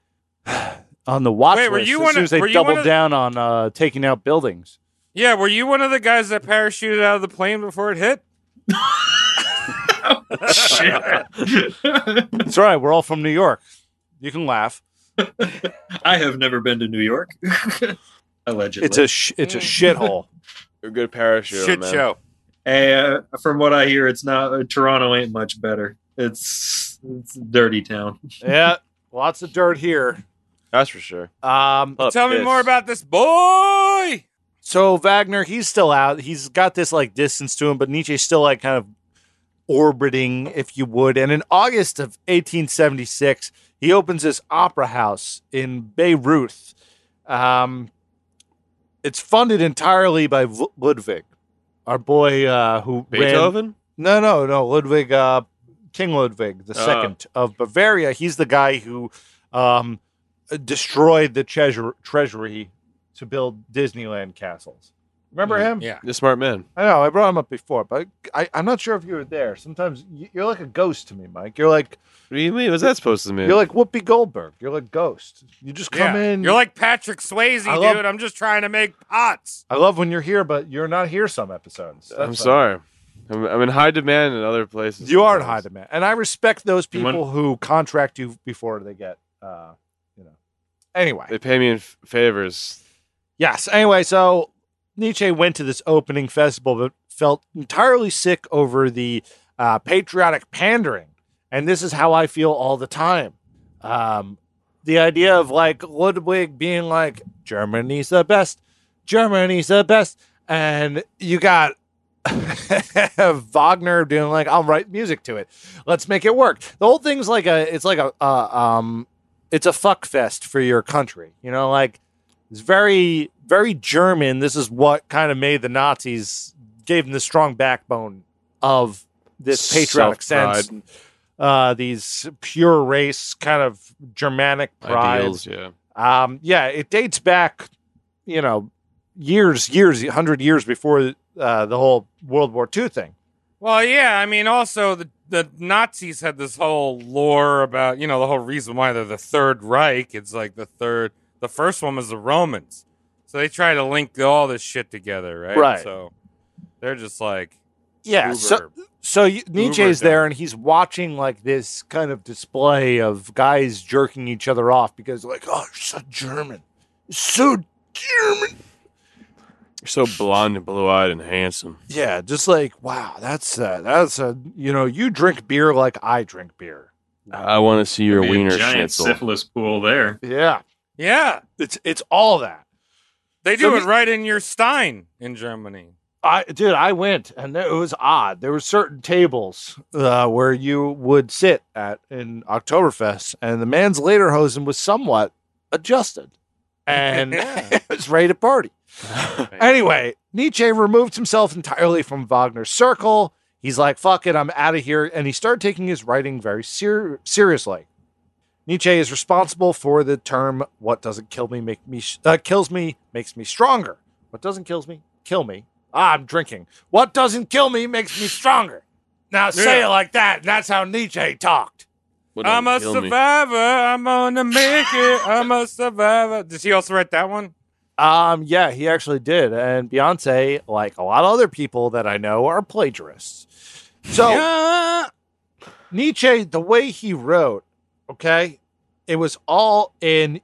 on the watch Wait, were list. you as one soon of- as they were you doubled one of- down on uh taking out buildings. Yeah, were you one of the guys that parachuted out of the plane before it hit? Shit. It's all right. We're all from New York. You can laugh. I have never been to New York. Allegedly, It's a sh- it's a shithole. you're a good parachute, Mm. Shit man. show. Hey, uh, from what I hear, it's not uh, Toronto. Ain't much better. It's it's a dirty town. yeah, lots of dirt here. That's for sure. Um, Up Tell me this. more about this boy. so Wagner, he's still out. He's got this like distance to him, but Nietzsche's still like kind of orbiting, if you would. And in August of 1876, he opens this opera house in Beirut. Um, it's funded entirely by v- Ludwig, our boy uh, who ran- Beethoven. no, no, no, Ludwig uh, King Ludwig the Oh. Ah. second of Bavaria. He's the guy who um, destroyed the treasure- treasury to build Disneyland castles. Remember him? Mm, Yeah. The smart man. I know I brought him up before, but I, I'm not sure if you were there. Sometimes y- you're like a ghost to me, Mike. You're like What do you mean? What's that supposed to mean? you're like Whoopi Goldberg. You're like ghost. You just come Yeah. in. You're like Patrick Swayze, I love- dude. I'm just trying to make pots. I love when you're here, but you're not here some episodes. I'm That's- sorry. I'm, I'm in high demand in other places. You are in high sometimes. demand, and I respect those You want- people who contract you before they get, uh, you know. Anyway, They pay me in f- favors. yes. Anyway, so Nietzsche went to this opening festival, but felt entirely sick over the uh, patriotic pandering, and this is how I feel all the time. Um, the idea of like Ludwig being like Germany's the best, Germany's the best, and you got Wagner doing like I'll write music to it. Let's make it work. The whole thing's like a it's like a uh, um it's a fuck fest for your country. You know, like it's very very German. This is what kind of made the Nazis gave them the strong backbone of this patriotic sense. Self-pride. Uh, these pure race kind of Germanic pride. Ideals, yeah. Um, yeah, it dates back, you know, years, years, hundred years before uh, the whole World War II thing. Well, yeah. I mean, also the the Nazis had this whole lore about you know the whole reason why they're the Third Reich. It's like the third. The first one was the Romans, so they try to link all this shit together, right? Right. So they're just like Yeah. So, Uber. so you- Nietzsche's Uber there, and he's watching like this kind of display of guys jerking each other off because, like, oh, you're so German, You're so German. You're so blonde and blue eyed and handsome. Yeah, just like wow, that's uh, that's a you know, you drink beer like I drink beer. I want to see your Be a wiener giant schnitzel. syphilis pool there. Yeah, yeah, it's it's all that. they So do it he- right in your Stein in Germany. I dude, I went and it was odd. There were certain tables uh, where you would sit at in Oktoberfest, and the man's lederhosen was somewhat adjusted, and it was ready to party. Anyway, Nietzsche removed himself entirely from Wagner's circle. He's like, "Fuck it, I'm out of here," and he started taking his writing very ser- seriously. Nietzsche is responsible for the term "What doesn't kill me make me sh- uh, kills me makes me stronger. What doesn't kills me kill me Ah, I'm drinking. What doesn't kill me makes me stronger. Now say Yeah. it like that. And that's how Nietzsche talked. What I'm a kill me. survivor. I'm gonna make it. I'm a survivor. Does he also write that one? Um, yeah, he actually did. And Beyonce, like a lot of other people that I know, are plagiarists. So Yeah. Nietzsche, the way he wrote, okay, it was all in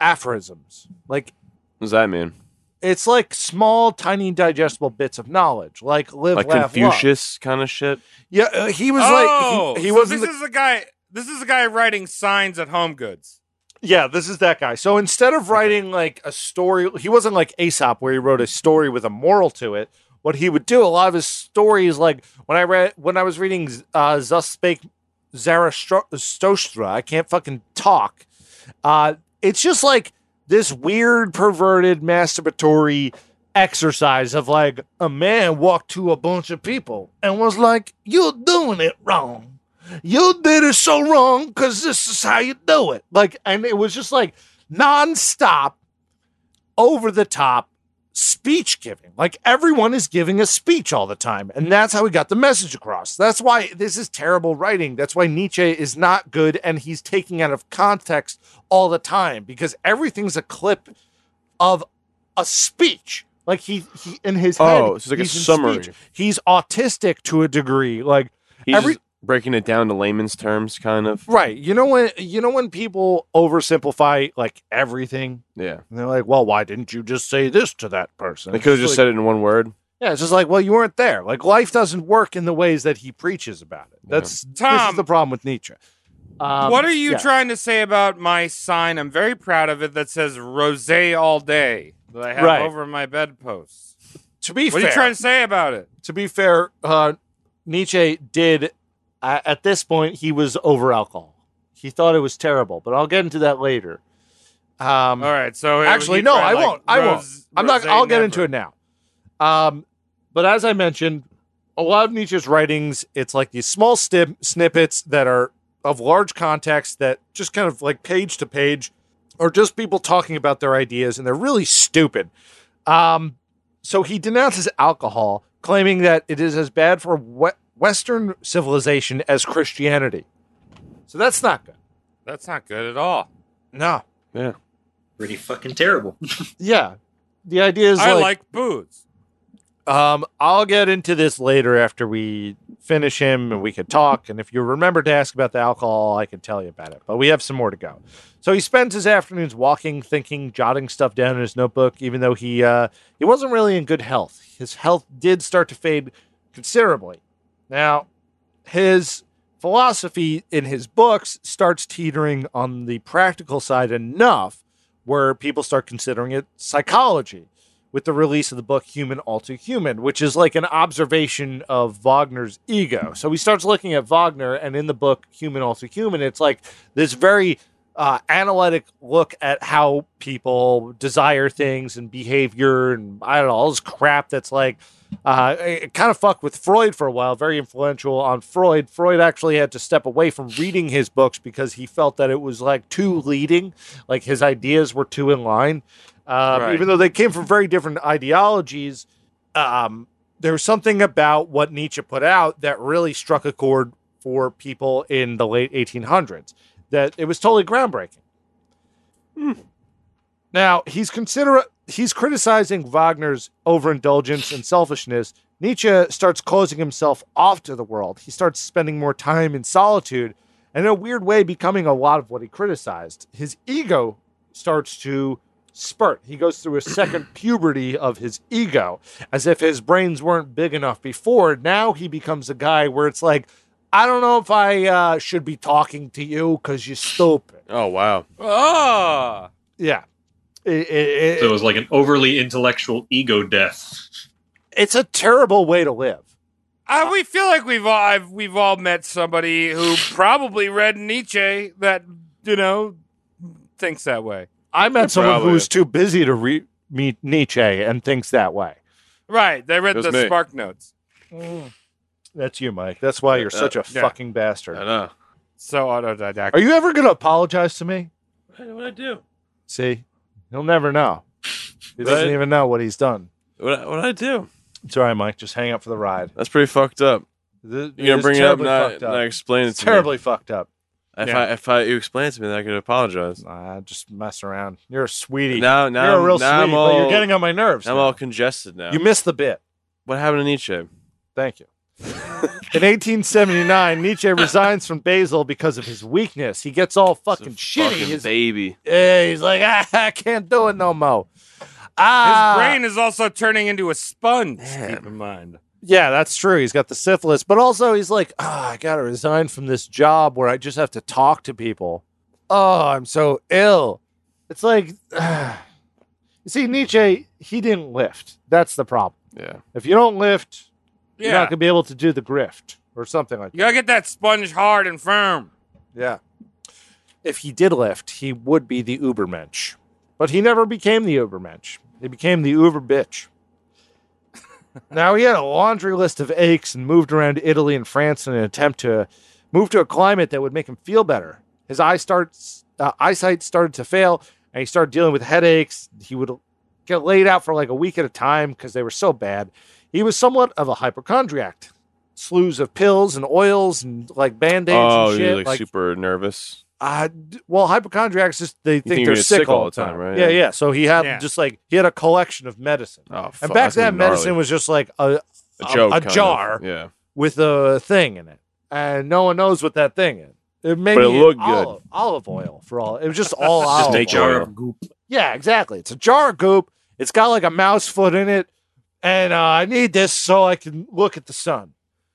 aphorisms. Like What does that mean? it's like small, tiny, digestible bits of knowledge, like live, Like laugh, love. Confucius kind of shit? Yeah, uh, he was oh, like he, he so wasn't. This the- is the guy. This is the guy writing signs at Home Goods. Yeah, this is that guy. So instead of writing like a story, he wasn't like Aesop where he wrote a story with a moral to it. What he would do, a lot of his stories, like when I read when I was reading uh, Thus Spake Zarathustra, I can't fucking talk. Uh, it's just like this weird, perverted, masturbatory exercise of like a man walked to a bunch of people and was like, "You're doing it wrong." you did it so wrong because this is how you do it. Like, and it was just like nonstop, over the top speech giving. Like everyone is giving a speech all the time. And that's how we got the message across. That's why this is terrible writing. That's why Nietzsche is not good and he's taking out of context all the time because everything's a clip of a speech. Like he, he in his head. Oh, so it's like a he's in summary. speech. He's autistic to a degree. Like He's Every- just breaking it down to layman's terms, kind of. Right. You know when you know when people oversimplify like everything Yeah. and they're like, "Well, why didn't you just say this to that person?" They could have just like- said it in one word. Yeah, it's just like, "Well, you weren't there." Like life doesn't work in the ways that he preaches about it. That's this Tom. is the problem with Nietzsche. Um, what are you yeah. trying to say about my sign? I'm very proud of it. That says "Rosé all day" that I have Right. over my bedpost. To be What are fair, you trying to say about it? to be fair, uh, Nietzsche did uh, at this point he was over alcohol. He thought it was terrible, but I'll get into that later. Um, All right. So Actually, he no, tried, I like, won't. I won't. Ros- I'm not. Rosé I'll get never. into it now. Um, but as I mentioned, a lot of Nietzsche's writings, it's like these small snip- snippets that are of large context that just kind of like page to page are just people talking about their ideas and they're really stupid. Um, so he denounces alcohol, claiming that it is as bad for we- Western civilization as Christianity. So that's not good. That's not good at all. No. Pretty fucking terrible. Yeah. The idea is I like, like booze. Um, I'll get into this later after we finish him and we can talk. And if you remember to ask about the alcohol, I can tell you about it. But we have some more to go. So he spends his afternoons walking, thinking, jotting stuff down in his notebook, even though he uh, he wasn't really in good health. His health did start to fade considerably. Now, his philosophy in his books starts teetering on the practical side enough where people start considering it psychology with the release of the book Human All Too Human, which is like an observation of Wagner's ego. So he starts looking at Wagner, and in the book Human All Too Human, it's like this very uh, analytic look at how people desire things and behavior and I don't know, all this crap that's like, uh, it, it kind of fucked with Freud for a while, very influential on Freud. Freud actually had to step away from reading his books because he felt that it was like too leading, like his ideas were too in line. Um, Right. Even though they came from very different ideologies, um, there was something about what Nietzsche put out that really struck a chord for people in the late 1800s. That it was totally groundbreaking. Now he's consider he's criticizing Wagner's overindulgence and selfishness. Nietzsche starts closing himself off to the world. He starts spending more time in solitude, and in a weird way, becoming a lot of what he criticized. His ego starts to spurt. He goes through a second puberty of his ego, as if his brains weren't big enough before. Now he becomes a guy where it's like, I don't know if I uh, should be talking to you because you're stupid. Oh wow. Ah, Yeah. It- it- it- So it was like an overly intellectual ego death. it's a terrible way to live. I, we feel like we've all I've, we've all met somebody who probably read Nietzsche that you know thinks that way. I met someone who Probably. was too busy to re- meet Nietzsche and thinks that way. Right? They read That's the me. Spark Notes. Mm. That's you, Mike. That's why you're such a yeah. fucking bastard. Uh, I know. So autodidactic. Are you ever going to apologize to me? What I do? See, he'll never know. He doesn't Right. even know what he's done. What what I do? It's all right, Mike. Just hang up for the ride. That's pretty fucked up. Th- You're gonna is bring it up, terribly not, fucked not explain it It's to terribly fucked up. me. If Yeah. I if I you explain it to me, then I could apologize. Nah, just mess around. You're a sweetie. Now now you're a I'm- real now sweetie, I'm all, but you're getting on my nerves. I'm now. all congested now. You missed the bit. what happened to Nietzsche? Thank you. In 1879, Nietzsche resigns from Basel because of his weakness. He gets all fucking It's a shitty. fucking His- baby. Yeah, he's like, ah, I can't do it no more. His Ah, brain is also turning into a sponge. Keep in mind. Yeah, that's true. He's got the syphilis, but also he's like, oh, I got to resign from this job where I just have to talk to people. Oh, I'm so ill. It's like, you see, Nietzsche, he didn't lift. That's the problem. Yeah. If you don't lift, you're Yeah, not going to be able to do the grift or something like that. you gotta get that sponge hard and firm. Yeah. If he did lift, he would be the Ubermensch. But he never became the Ubermensch. He became the Uber bitch. now he had a laundry list of aches and moved around Italy and France in an attempt to move to a climate that would make him feel better. His eye starts, uh, eyesight started to fail, and he started dealing with headaches. He would get laid out for like a week at a time because they were so bad. He was somewhat of a hypochondriac. Slews of pills and oils and like band aids Oh, and shit. you're like, super nervous. Uh, d- well, hypochondriacs just they think, think they're you're gonna sick, all the time, right? Yeah, yeah. So he had Yeah. just like he had a collection of medicine, Oh, fuck, and back that's gonna then be gnarly. medicine was just like a, a Um, a- joke, a kind of. jar. Yeah. with a thing in it, and no one knows what that thing is. It made But it looked good. olive, olive oil for all. It was just all Just olive. make oil. jar of goop. Yeah, exactly. It's a jar of goop. It's got like a mouse foot in it, and uh, I need this so I can look at the sun.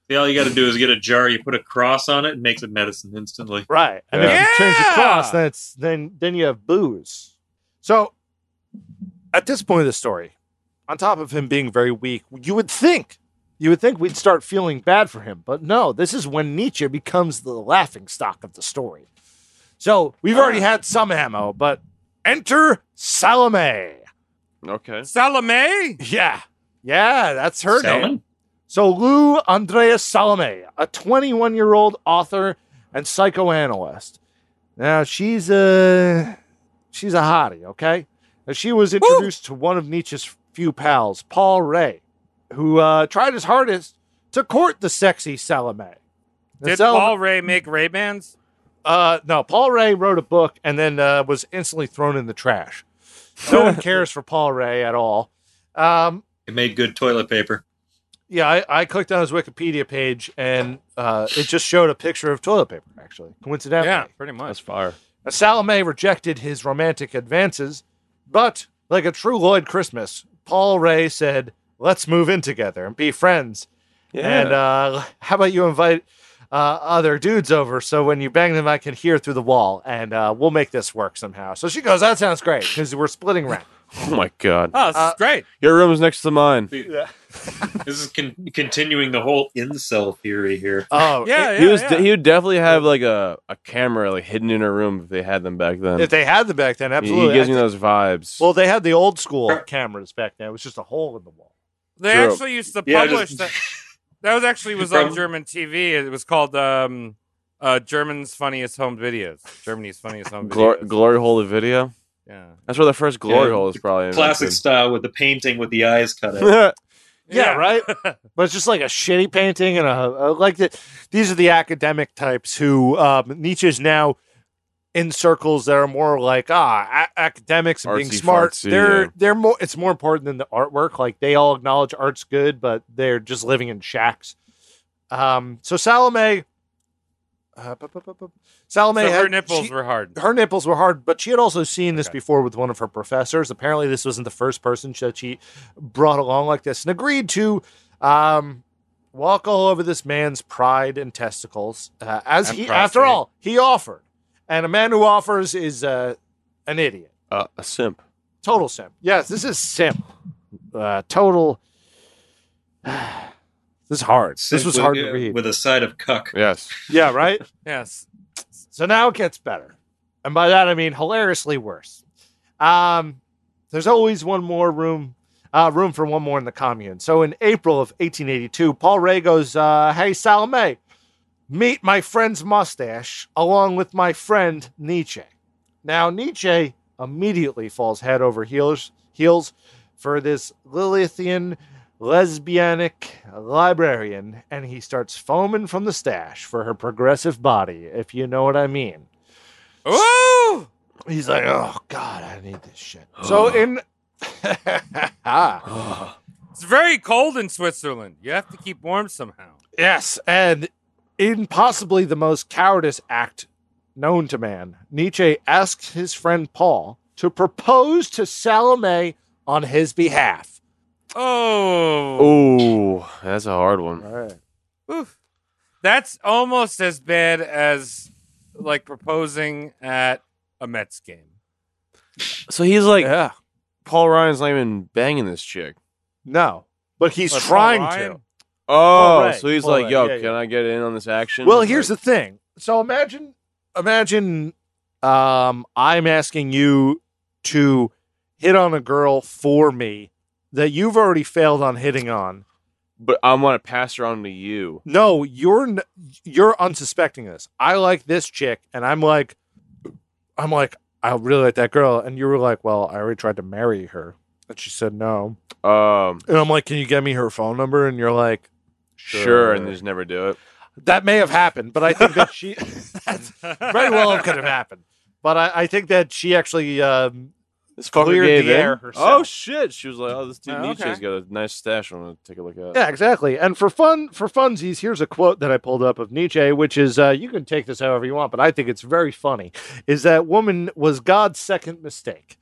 See, all you got to do is get a jar, you put a cross on it, and makes it medicine instantly. Right. And Yeah. if you change the Yeah. cross, then it's then then you have booze. So at this point of the story, on top of him being very weak, you would think you would think we'd start feeling bad for him, but no, this is when Nietzsche becomes the laughing stock of the story. So we've already had some ammo, but enter Salome. Okay. Salome? Yeah. Yeah, that's her name. Salmon? So, Lou Andreas Salome, a 21 year old author and psychoanalyst. Now, she's a, she's a hottie, okay? Now, she was introduced to one of Nietzsche's few pals, Paul Ray, who uh, tried his hardest to court the sexy Salome. And Did Salome- Paul Ray make Ray Bans? uh, no, Paul Ray wrote a book and then uh, was instantly thrown in the trash. No one cares for Paul Ray at all. Um, It made good toilet paper. yeah, I, I clicked on his Wikipedia page and uh, it just showed a picture of toilet paper, actually, coincidentally. Yeah, pretty much. That's fire. Now, Salome rejected his romantic advances, but like a true Lloyd Christmas, Paul Ray said, Let's move in together and be friends. And uh, how about you invite uh, other dudes over so when you bang them, I can hear through the wall and uh, we'll make this work somehow. So she goes, That sounds great because we're splitting rent. oh my god. Oh, this Uh, is great. Your room is next to mine. This is con- continuing the whole incel theory here. Oh, Yeah, yeah. he was. yeah. He would definitely have like a, a camera like hidden in her room if they had them back then. if they had them back then, He- absolutely. He I gives me think- those vibes. well, they had the old school cameras back then. It was just a hole in the wall. They True. actually used to Yeah, publish just- that. That was actually was on From- German TV. It was called um, uh, German's Funniest Home Videos. Germany's Funniest Home Glor- Videos. glory hole of video. yeah. That's where the first glory Yeah, hole is probably. Classic invented. style with the painting with the eyes cut out. Yeah, right? but it's just like a shitty painting and a, a like the, these are the academic types who um, Nietzsche's now in circles that are more like ah a- academics and being Artsy smart. fartsy, they're yeah. they're more it's more important than the artwork. Like they all acknowledge art's good, but they're just living in shacks. Um, so Salome, uh, bu- bu- bu- bu- Salome So her had- nipples she- were hard. her nipples were hard, but she had also seen this before with one of her professors. Apparently, this wasn't the first person that she brought along like this and agreed to um, walk all over this man's pride and testicles. Uh, as And he, prostate. after all, he offered, and a man who offers is uh, an idiot, Uh, a simp. total simp. Yes, this is simp, uh, total. this is hard. This was Simply, hard to uh, read. With a side of cuck. Yes. Yeah, right. Yes. So now it gets better. And by that I mean hilariously worse. Um, there's always one more room, uh, room for one more in the commune. So in April of 1882, Paul Ray goes, uh, "Hey Salome, meet my friend's mustache along with my friend Nietzsche." Now Nietzsche immediately falls head over heels heels for this Lilithian lesbianic librarian, and he starts foaming from the stash for her progressive body, if you know what I mean. Ooh! He's like, oh God, I need this shit. so in It's very cold in Switzerland. You have to keep warm somehow. Yes, and in possibly the most cowardice act known to man, Nietzsche asks his friend Paul to propose to Salome on his behalf. Oh. Ooh, that's a hard one. right. Oof. That's almost as bad as like proposing at a Mets game. So he's like, Paul Ryan's not even banging this chick. No. But he's But Paul trying Ryan? to. Oh, Ray. so he's Paul like, Ray, yo, yeah, can yeah. I get in on this action? Well, here's the thing. So imagine imagine um I'm asking you to hit on a girl for me that you've already failed on hitting on. But I want to pass her on to you. no you're n- you're unsuspecting of this i like this chick and i'm like i'm like i really like that girl and you were like well i already tried to marry her and she said no Um, and i'm like can you get me her phone number and you're like sure, and they just never do it. that may have happened but i think that she that's very well could have happened but i, I think that she actually um, This fucker Cleared gave the in. air herself. Oh shit! She was like, oh, this dude Oh, Nietzsche's okay. got a nice stash. I'm gonna take a look at. yeah exactly and for fun for funsies here's a quote that i pulled up of nietzsche which is uh, you can take this however you want but i think it's very funny is that woman was god's second mistake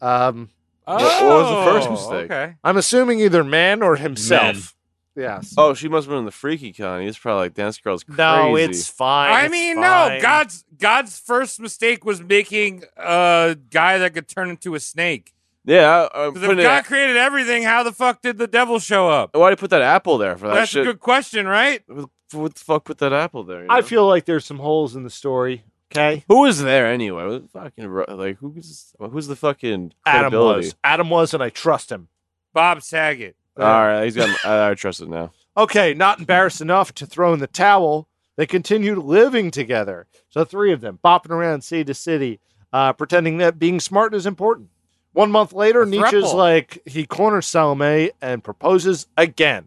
um, Oh, what was the first mistake? Okay. I'm assuming either man or himself. Yes. Oh, she must have been in the freaky con. He's probably like, dance girl's crazy. no, it's fine. I it's mean, fine. no. God's God's first mistake was making a guy that could turn into a snake. yeah. I, I'm 'Cause putting if it- God created everything, how the fuck did the devil show up? Why do you put that apple there for that That's a shit? good question, right? What the- What the fuck put that apple there? you I know? feel like there's some holes in the story. Okay. Who was there anyway? What the Fucking ro- like who's who's the fucking Adam credibility? was. Adam was, and I trust him. Bob Saget. All right, he's got. I, I trust it now. Okay, not embarrassed enough to throw in the towel, they continued living together. So, the three of them bopping around city to city, uh, pretending that being smart is important. One month later, A Nietzsche's throuple. like, he corners Salome and proposes again.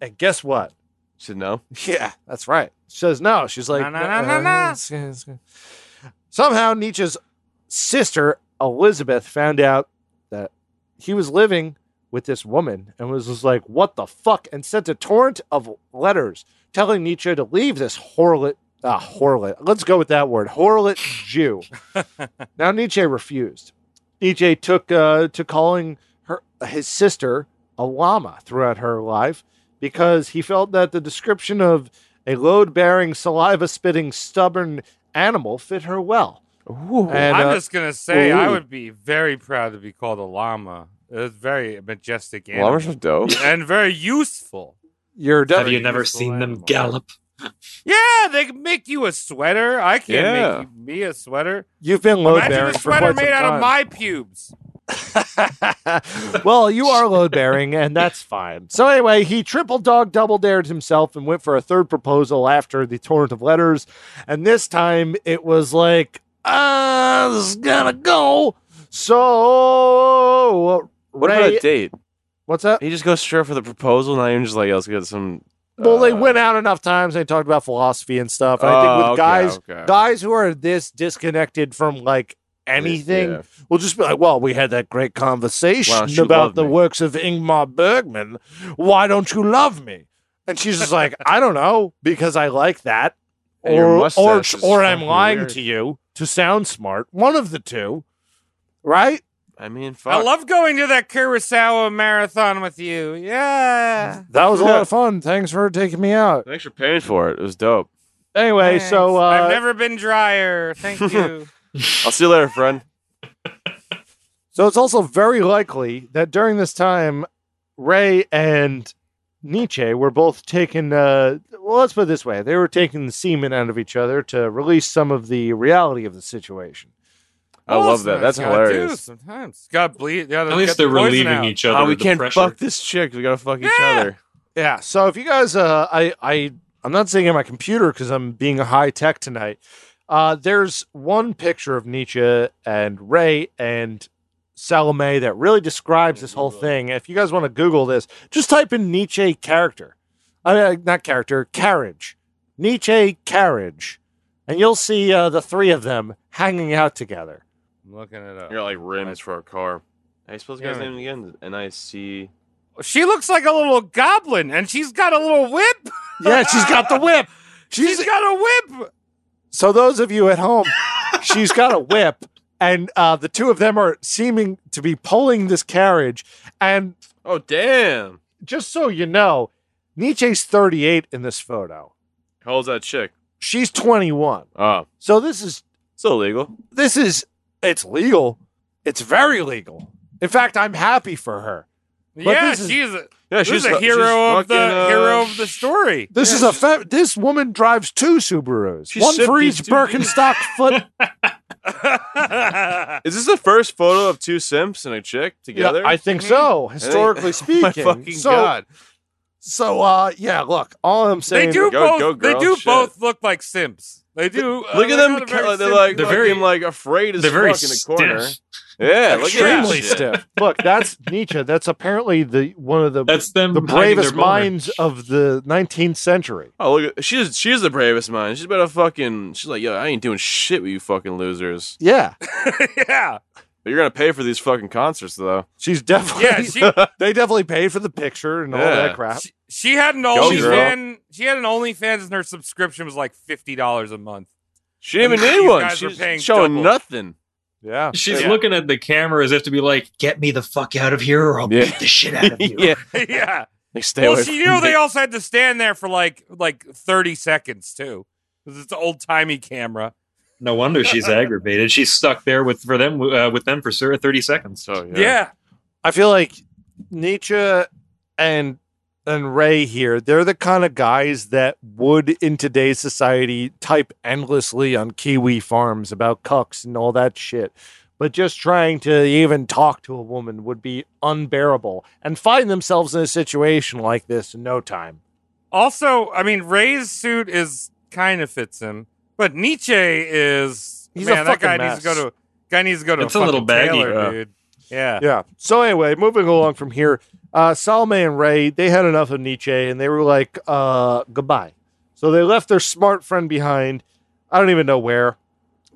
And guess what? Should know. Yeah, that's right. She says no. She's like, Na, na, na, na, na. "It's good, it's good." somehow Nietzsche's sister Elizabeth found out that he was living with this woman and was just like, "What the fuck?" and sent a torrent of letters telling Nietzsche to leave this harlot. Ah, harlot. Let's go with that word, harlot Jew. now Nietzsche refused. Nietzsche took uh, to calling her his sister a llama throughout her life because he felt that the description of a load bearing, saliva spitting, stubborn animal fit her well. And, I'm uh, just gonna say, I ooh. would be very proud to be called a llama. It's very majestic animal Llamas are dope. and very useful. You're Have done. Very Have you never useful seen them animal. gallop? Yeah, they can make you a sweater. I can't Yeah. make you, me a sweater. You've been load Imagine bearing a for sweater quite made out some of time. my pubes. well, you are load bearing, and that's fine. So anyway, he triple dog double dared himself and went for a third proposal after the torrent of letters, and this time it was like, uh, this is gonna go. So, What Ray, about a date? what's that? He just goes straight for the proposal, not even just like, yeah, let's get some. Well, they uh, went out enough times. They talked about philosophy and stuff. And I think with Oh, okay, guys, okay. guys who are this disconnected from like anything, Yeah. will just be like, "Well, we had that great conversation Why don't you about love the me?" works of Ingmar Bergman. Why don't you love me?" And she's just like, "I don't know because I like that, And your or or, mustache is or I'm fucking lying weird. to you to sound smart. One of the two, right?" I mean, fuck. I love going to that Curacao marathon with you. Yeah. That was a lot of fun. Thanks for taking me out. Thanks for paying for it. It was dope. Anyway, so Thanks. uh, I've never been drier. Thank you. I'll see you later, friend. So it's also very likely that during this time, Ray and Nietzsche were both taken. Uh, well, let's put it this way: they were taking the semen out of each other to release some of the reality of the situation. I Well, love that. sometimes That's I do, hilarious. Sometimes. Got bleed. Yeah, At least they're relieving each other. Oh, we of the can't pressure. fuck this chick. We gotta fuck each Yeah. other. Yeah. So if you guys, uh, I, I, I'm not saying on my computer because I'm being high tech tonight. Uh, there's one picture of Nietzsche and Ray and Salome that really describes this whole thing. If you guys want to Google this, just type in Nietzsche character. I mean, uh, not character, carriage. Nietzsche carriage, and you'll see uh, the three of them hanging out together. I'm looking it up. You're like rims for a car. I suppose the guy's Yeah. name again. N I C. She looks like a little goblin, and she's got a little whip. Yeah, she's got the whip. she's got a whip. So those of you at home, she's got a whip, and uh, the two of them are seeming to be pulling this carriage. And Oh damn! just so you know, Nietzsche's 38 in this photo. How old's that chick? She's 21. Oh, So this is it's illegal. this is it's legal. It's very legal. In fact, I'm happy for her. But yeah, this is- she's a, Yeah, this she's is a fu- hero she's of the fucking, uh, hero of the story. This is a fe- this woman drives two Subarus, She's one for each 52 Birkenstock foot. Is this the first photo of two simps and a chick together? Mm-hmm. Oh I think so, historically speaking. My fucking so, god! So uh, yeah, look, all I'm saying they do Go- both. go, they girl, do shit. both look like simps. They do. uh, look they're at them. not a very ca- They're simp- like They're fucking very- like afraid as They're very fuck in the corner. stiff. Yeah, look at that extremely shit. stiff. Look, that's Nietzsche. That's apparently the one of the That's them. the hiding bravest their boner. minds of the 19th century. Oh look, at, she's she's the bravest mind. She's about to fucking. She's like, yo, I ain't doing shit with you fucking losers. Yeah, yeah, But you're gonna pay for these fucking concerts though. she's definitely. yeah. She they definitely paid for the picture and all Yeah. that crap. she, she had an Go, OnlyFans. She had an OnlyFans, and her subspcription was like fifty dollars a month. She didn't even You need one. guys are She's paying showing double. nothing. Yeah, She's Yeah. looking at the camera as if to be like, "Get me the fuck out of here, or I'll Yeah. beat the shit out of you." yeah, yeah. they stay Well, away. she from you know they me. also had to stand there for like like thirty seconds too, because it's an old timey camera. No wonder she's aggravated. She's stuck there with for them uh, with them for sure thirty seconds. So Yeah. yeah. yeah. I feel like Nietzsche and and Ray here. They're the kind of guys that would, in today's society, type endlessly on Kiwi farms about cucks and all that shit. But just trying to even talk to a woman would be unbearable, and find themselves in a situation like this in no time. Also, I mean, Ray's suit is kind of fits him, but Nietzsche is He's a man. that fucking guy mess. needs to go to guy needs to go to It's a little fucking baggy, tailor, uh, dude. Yeah. Yeah. So anyway, moving along from here, uh, Salome and Ray they had enough of Nietzsche and they were like, uh, goodbye. So they left their smart friend behind. I don't even know where.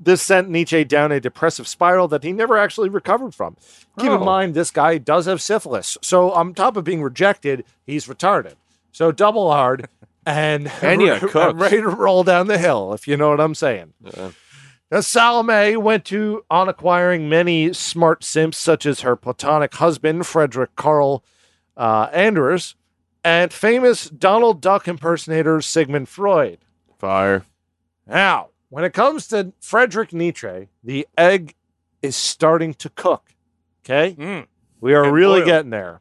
This sent Nietzsche down a depressive spiral that he never actually recovered from. Keep in Oh. mind, this guy does have syphilis. So on top of being rejected, he's retarded. So double hard and, And he got cooked. I'm ready to roll down the hill, if you know what I'm saying. Now, Salome went to on acquiring many smart simps, such as her platonic husband, Frederick Carl uh, Anders, and famous Donald Duck impersonator Sigmund Freud. Fire. Now, when it comes to Frederick Nietzsche, the egg is starting to cook. Okay? Mm. We are It really boiled. getting there.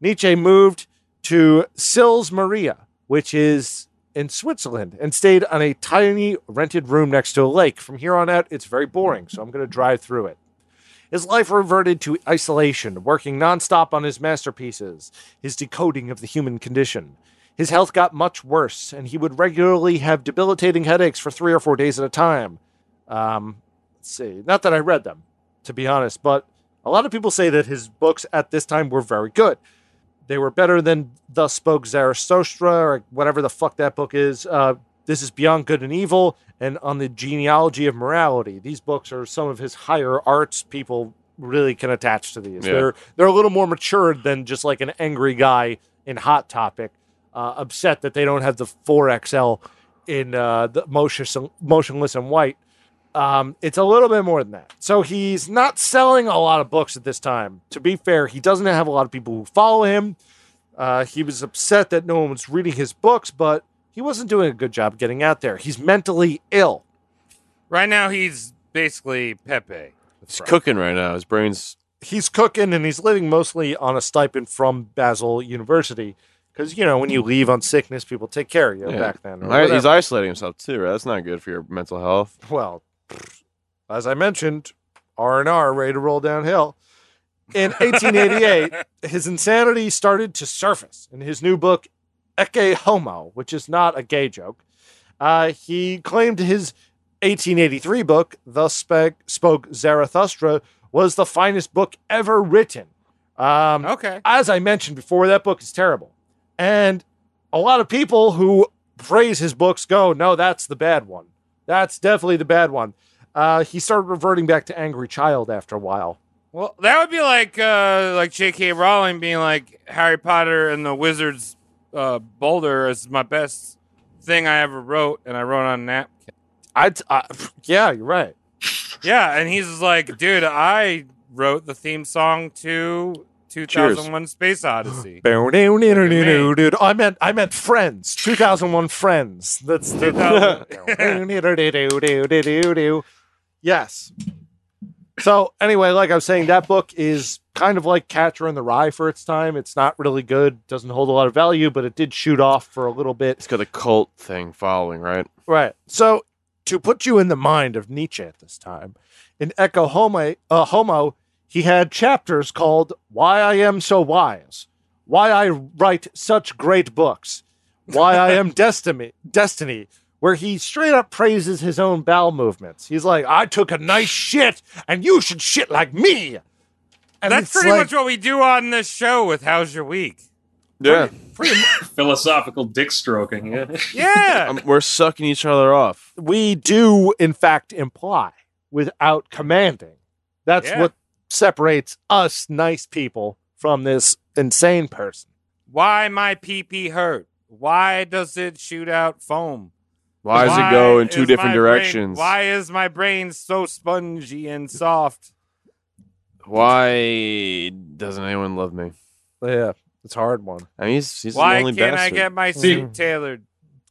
Nietzsche moved to Sils Maria, which is in Switzerland, and stayed on a tiny rented room next to a lake. From here on out, it's very boring, so I'm going to drive through it. His life reverted to isolation, working nonstop on his masterpieces, his decoding of the human condition. His health got much worse, and he would regularly have debilitating headaches for three or four days at a time. Um, let's see, not that I read them, to be honest, but a lot of people say that his books at this time were very good. They were better than Thus Spoke Zarathustra or whatever the fuck that book is. Uh, this is Beyond Good and Evil and On the Genealogy of Morality. These books are some of his higher arts people really can attach to these. Yeah. They're they're a little more matured than just like an angry guy in Hot Topic, uh, upset that they don't have the 4XL in uh, the motion, motionless and white. Um, it's a little bit more than that. So he's not selling a lot of books at this time. To be fair, he doesn't have a lot of people who follow him. Uh, he was upset that no one was reading his books, but he wasn't doing a good job getting out there. He's mentally ill. Right now, he's basically Pepe. He's cooking right now. His brain's He's cooking and he's living mostly on a stipend from Basel University. Because, you know, when you leave on sickness, people take care of you Yeah. back then. or I- he's whatever. isolating himself too, right? That's not good for your mental health. well, pfft, as I mentioned, R and R ready to roll downhill. In 1888, his insanity started to surface in his new book Ecce Homo, which is not a gay joke. Uh, he claimed his 1883 book Thus Spake, Spoke Zarathustra was the finest book ever written. Um, Okay. as I mentioned before, that book is terrible. And a lot of people who praise his books go, no, that's the bad one. That's definitely the bad one. Uh, he started reverting back to Angry Child after a while. Well, that would be like uh, like J.K. Rowling being like Harry Potter and the Wizard's uh, Boulder is my best thing I ever wrote, and I wrote on a napkin. I, I uh, yeah, you're right. Yeah, and he's just like, dude, I wrote the theme song to 2001: Space Odyssey. I meant I meant Friends, 2001 Friends. That's the yes. So anyway, like I was saying, that book is kind of like Catcher in the Rye for its time. It's not really good, doesn't hold a lot of value, but it did shoot off for a little bit. It's got the cult thing following, right? Right. So to put you in the mind of Nietzsche at this time, in Echo Homo, uh, Homo, he had chapters called "Why I Am So Wise," "Why I Write Such Great Books," "Why I Am Destiny," "Destiny," where he straight up praises his own bowel movements. He's like, "I took a nice shit, and you should shit like me." And That's it's pretty like- much what we do on this show with How's Your Week. Yeah. Philosophical dick stroking. Yeah. Yeah. Um, we're sucking each other off. we do in fact imply without commanding that's Yeah. what separates us nice people from this insane person Why my pee pee hurt? Why does it shoot out foam? Why does it go in two is different my brain- directions? why is my brain so spongy and soft? Why doesn't anyone love me? yeah it's a hard one I mean, he's, he's the Why only can't I bastard. get my suit Mm-hmm. tailored?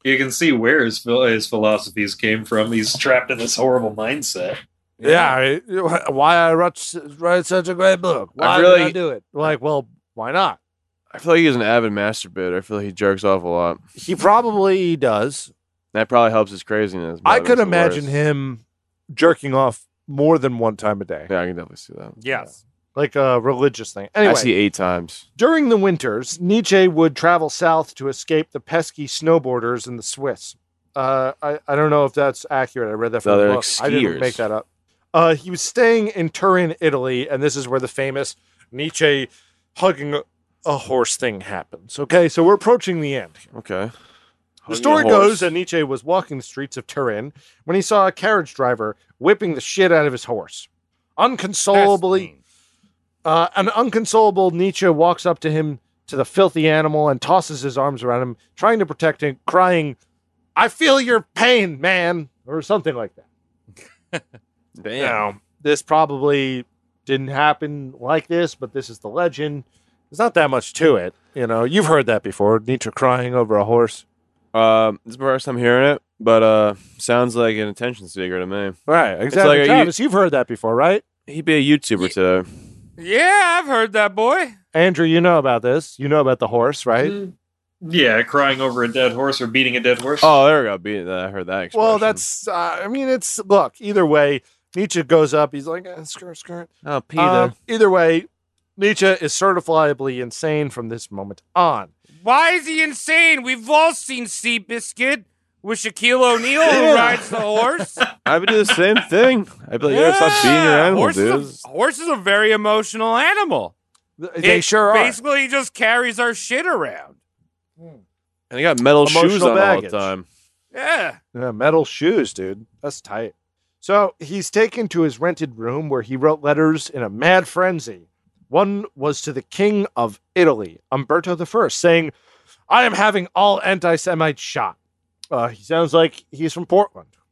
You can see where his phil- his philosophies came from. He's trapped in this horrible mindset. yeah, I- why i wrote, write such a great book I why did i really- do it like well why not I feel like he's an avid masturbator. I feel like he jerks off a lot. he probably does That probably helps his craziness. but i it could makes it imagine worse. him jerking off more than one time a day Yeah, I can definitely see that. Yes. like a religious thing. Anyway, I see eight times. During the winters, Nietzsche would travel south to escape the pesky snowboarders and the Swiss. Uh, I, I don't know if that's accurate. I read that from No, the they're book. I didn't skiers. make that up. Uh, he was staying in Turin, Italy, and this is where the famous Nietzsche hugging a- a horse thing happens. Okay, so we're approaching the end. Okay. The story goes that Nietzsche was walking the streets of Turin when he saw a carriage driver whipping the shit out of his horse. Unconsolably, uh, an unconsolable Nietzsche walks up to him to the filthy animal and tosses his arms around him, trying to protect him, crying, I feel your pain, man, or something like that. Damn. Now, this probably didn't happen like this, but this is the legend. There's not that much to it. You know, you've heard that before Nietzsche crying over a horse. Um, this is the first time hearing it, but uh, sounds like an attention seeker to me. Right, exactly. like a- Travis, you've heard that before, right? He'd be a YouTuber today. Yeah, I've heard that boy. Andrew, you know about this. You know about the horse, right? Mm, Yeah, crying over a dead horse or beating a dead horse. Oh, there we go. Be- I heard that. Expression. Well, that's. Uh, I mean, it's look. Either way, Nietzsche goes up. He's like, eh, skirt, skirt. oh Peter. Uh, either way, Nietzsche is certifiably insane from this moment on. Why is he insane? We've all seen Seabiscuit with Shaquille O'Neal who rides the horse. I would do the same thing. I'd be like, yeah, stop beating your animal, horse dude. Is a, horse is a very emotional animal. Th- They It sure are. Basically, he just carries our shit around. and they got metal shoes Emotional on baggage. all the time. Yeah. Yeah, metal shoes, dude. That's tight. So he's taken to his rented room where he wrote letters in a mad frenzy. One was to the king of Italy, Umberto I, saying, I am having all anti Semites shot. Uh, he sounds like he's from Portland.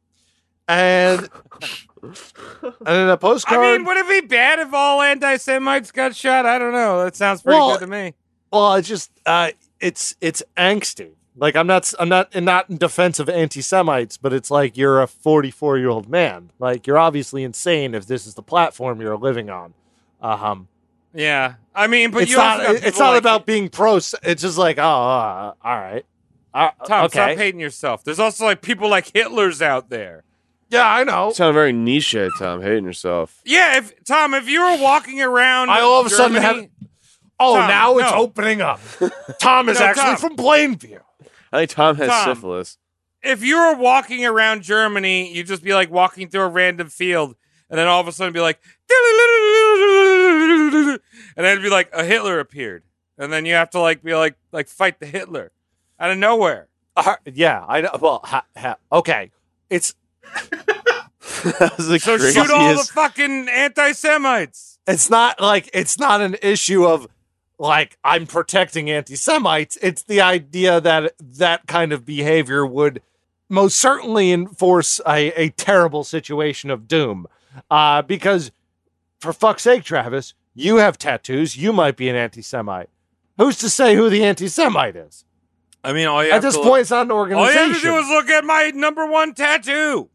And, and in a postcard. I mean, would it be bad if all anti Semites got shot? I don't know. That sounds pretty Well, good to me. Well, it's just uh, it's it's angsty. Like I'm not I'm not and not in defense of anti-Semites, but it's like you're a 44 year old man. Like you're obviously insane if this is the platform you're living on. Um, Yeah. I mean, but it's you not also got it- it's people not like- about being pro. It's just like oh, uh, all right, uh, Tom, okay, stop hating yourself. There's also like people like Hitler's out there. yeah, I know. You sound very niche, Tom. Hating yourself. Yeah, if Tom, if you were walking around, I all of a sudden Germany- have- Oh, Tom, now it's no. opening up. Tom is No, actually Tom. from Plainview. I think Tom has Tom. syphilis. if you were walking around Germany, you'd just be like walking through a random field, and then all of a sudden be like, and then it'd be like a Hitler appeared, and then you have to like be like like fight the Hitler out of nowhere. Uh, yeah, I know. Well, ha, ha, okay, it's that was the So shoot all the fucking anti-Semites. it's not like it's not an issue of like I'm protecting anti-Semites. It's the idea that that kind of behavior would most certainly enforce a, a terrible situation of doom. Uh, because for fuck's sake, Travis, you have tattoos. You might be an anti-Semite. Who's to say who the anti-Semite is? I mean, all you At this point, it's not an all you organization. have to do is look at my number one tattoo.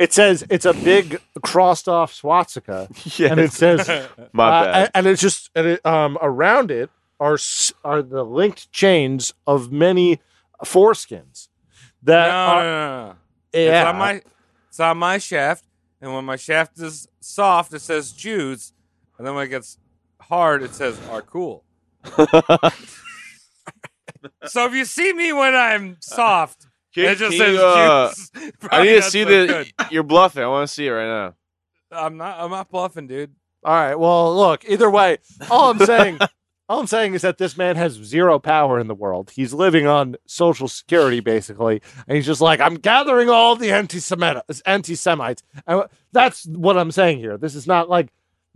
it says it's a big crossed-off swastika, Yes. and it says My Uh, bad. and, and it's just and it, um, around it are s- are the linked chains of many foreskins No, that no, are no, no. yeah. It's on my it's on my shaft, and when my shaft is soft, it says Jews, and then when it gets hard, it says are cool. so if you see me when I'm soft, Can- it just can says you, uh, Jews. I Probably need to that's see what's the. good. You're bluffing. I want to see it right now. I'm not. I'm not bluffing, dude. All right. Well, look. Either way, all I'm saying, all I'm saying is that this man has zero power in the world. He's living on social security, basically, and he's just like, I'm gathering all the anti-Semites. Anti-Semites. And that's what I'm saying here. This is not like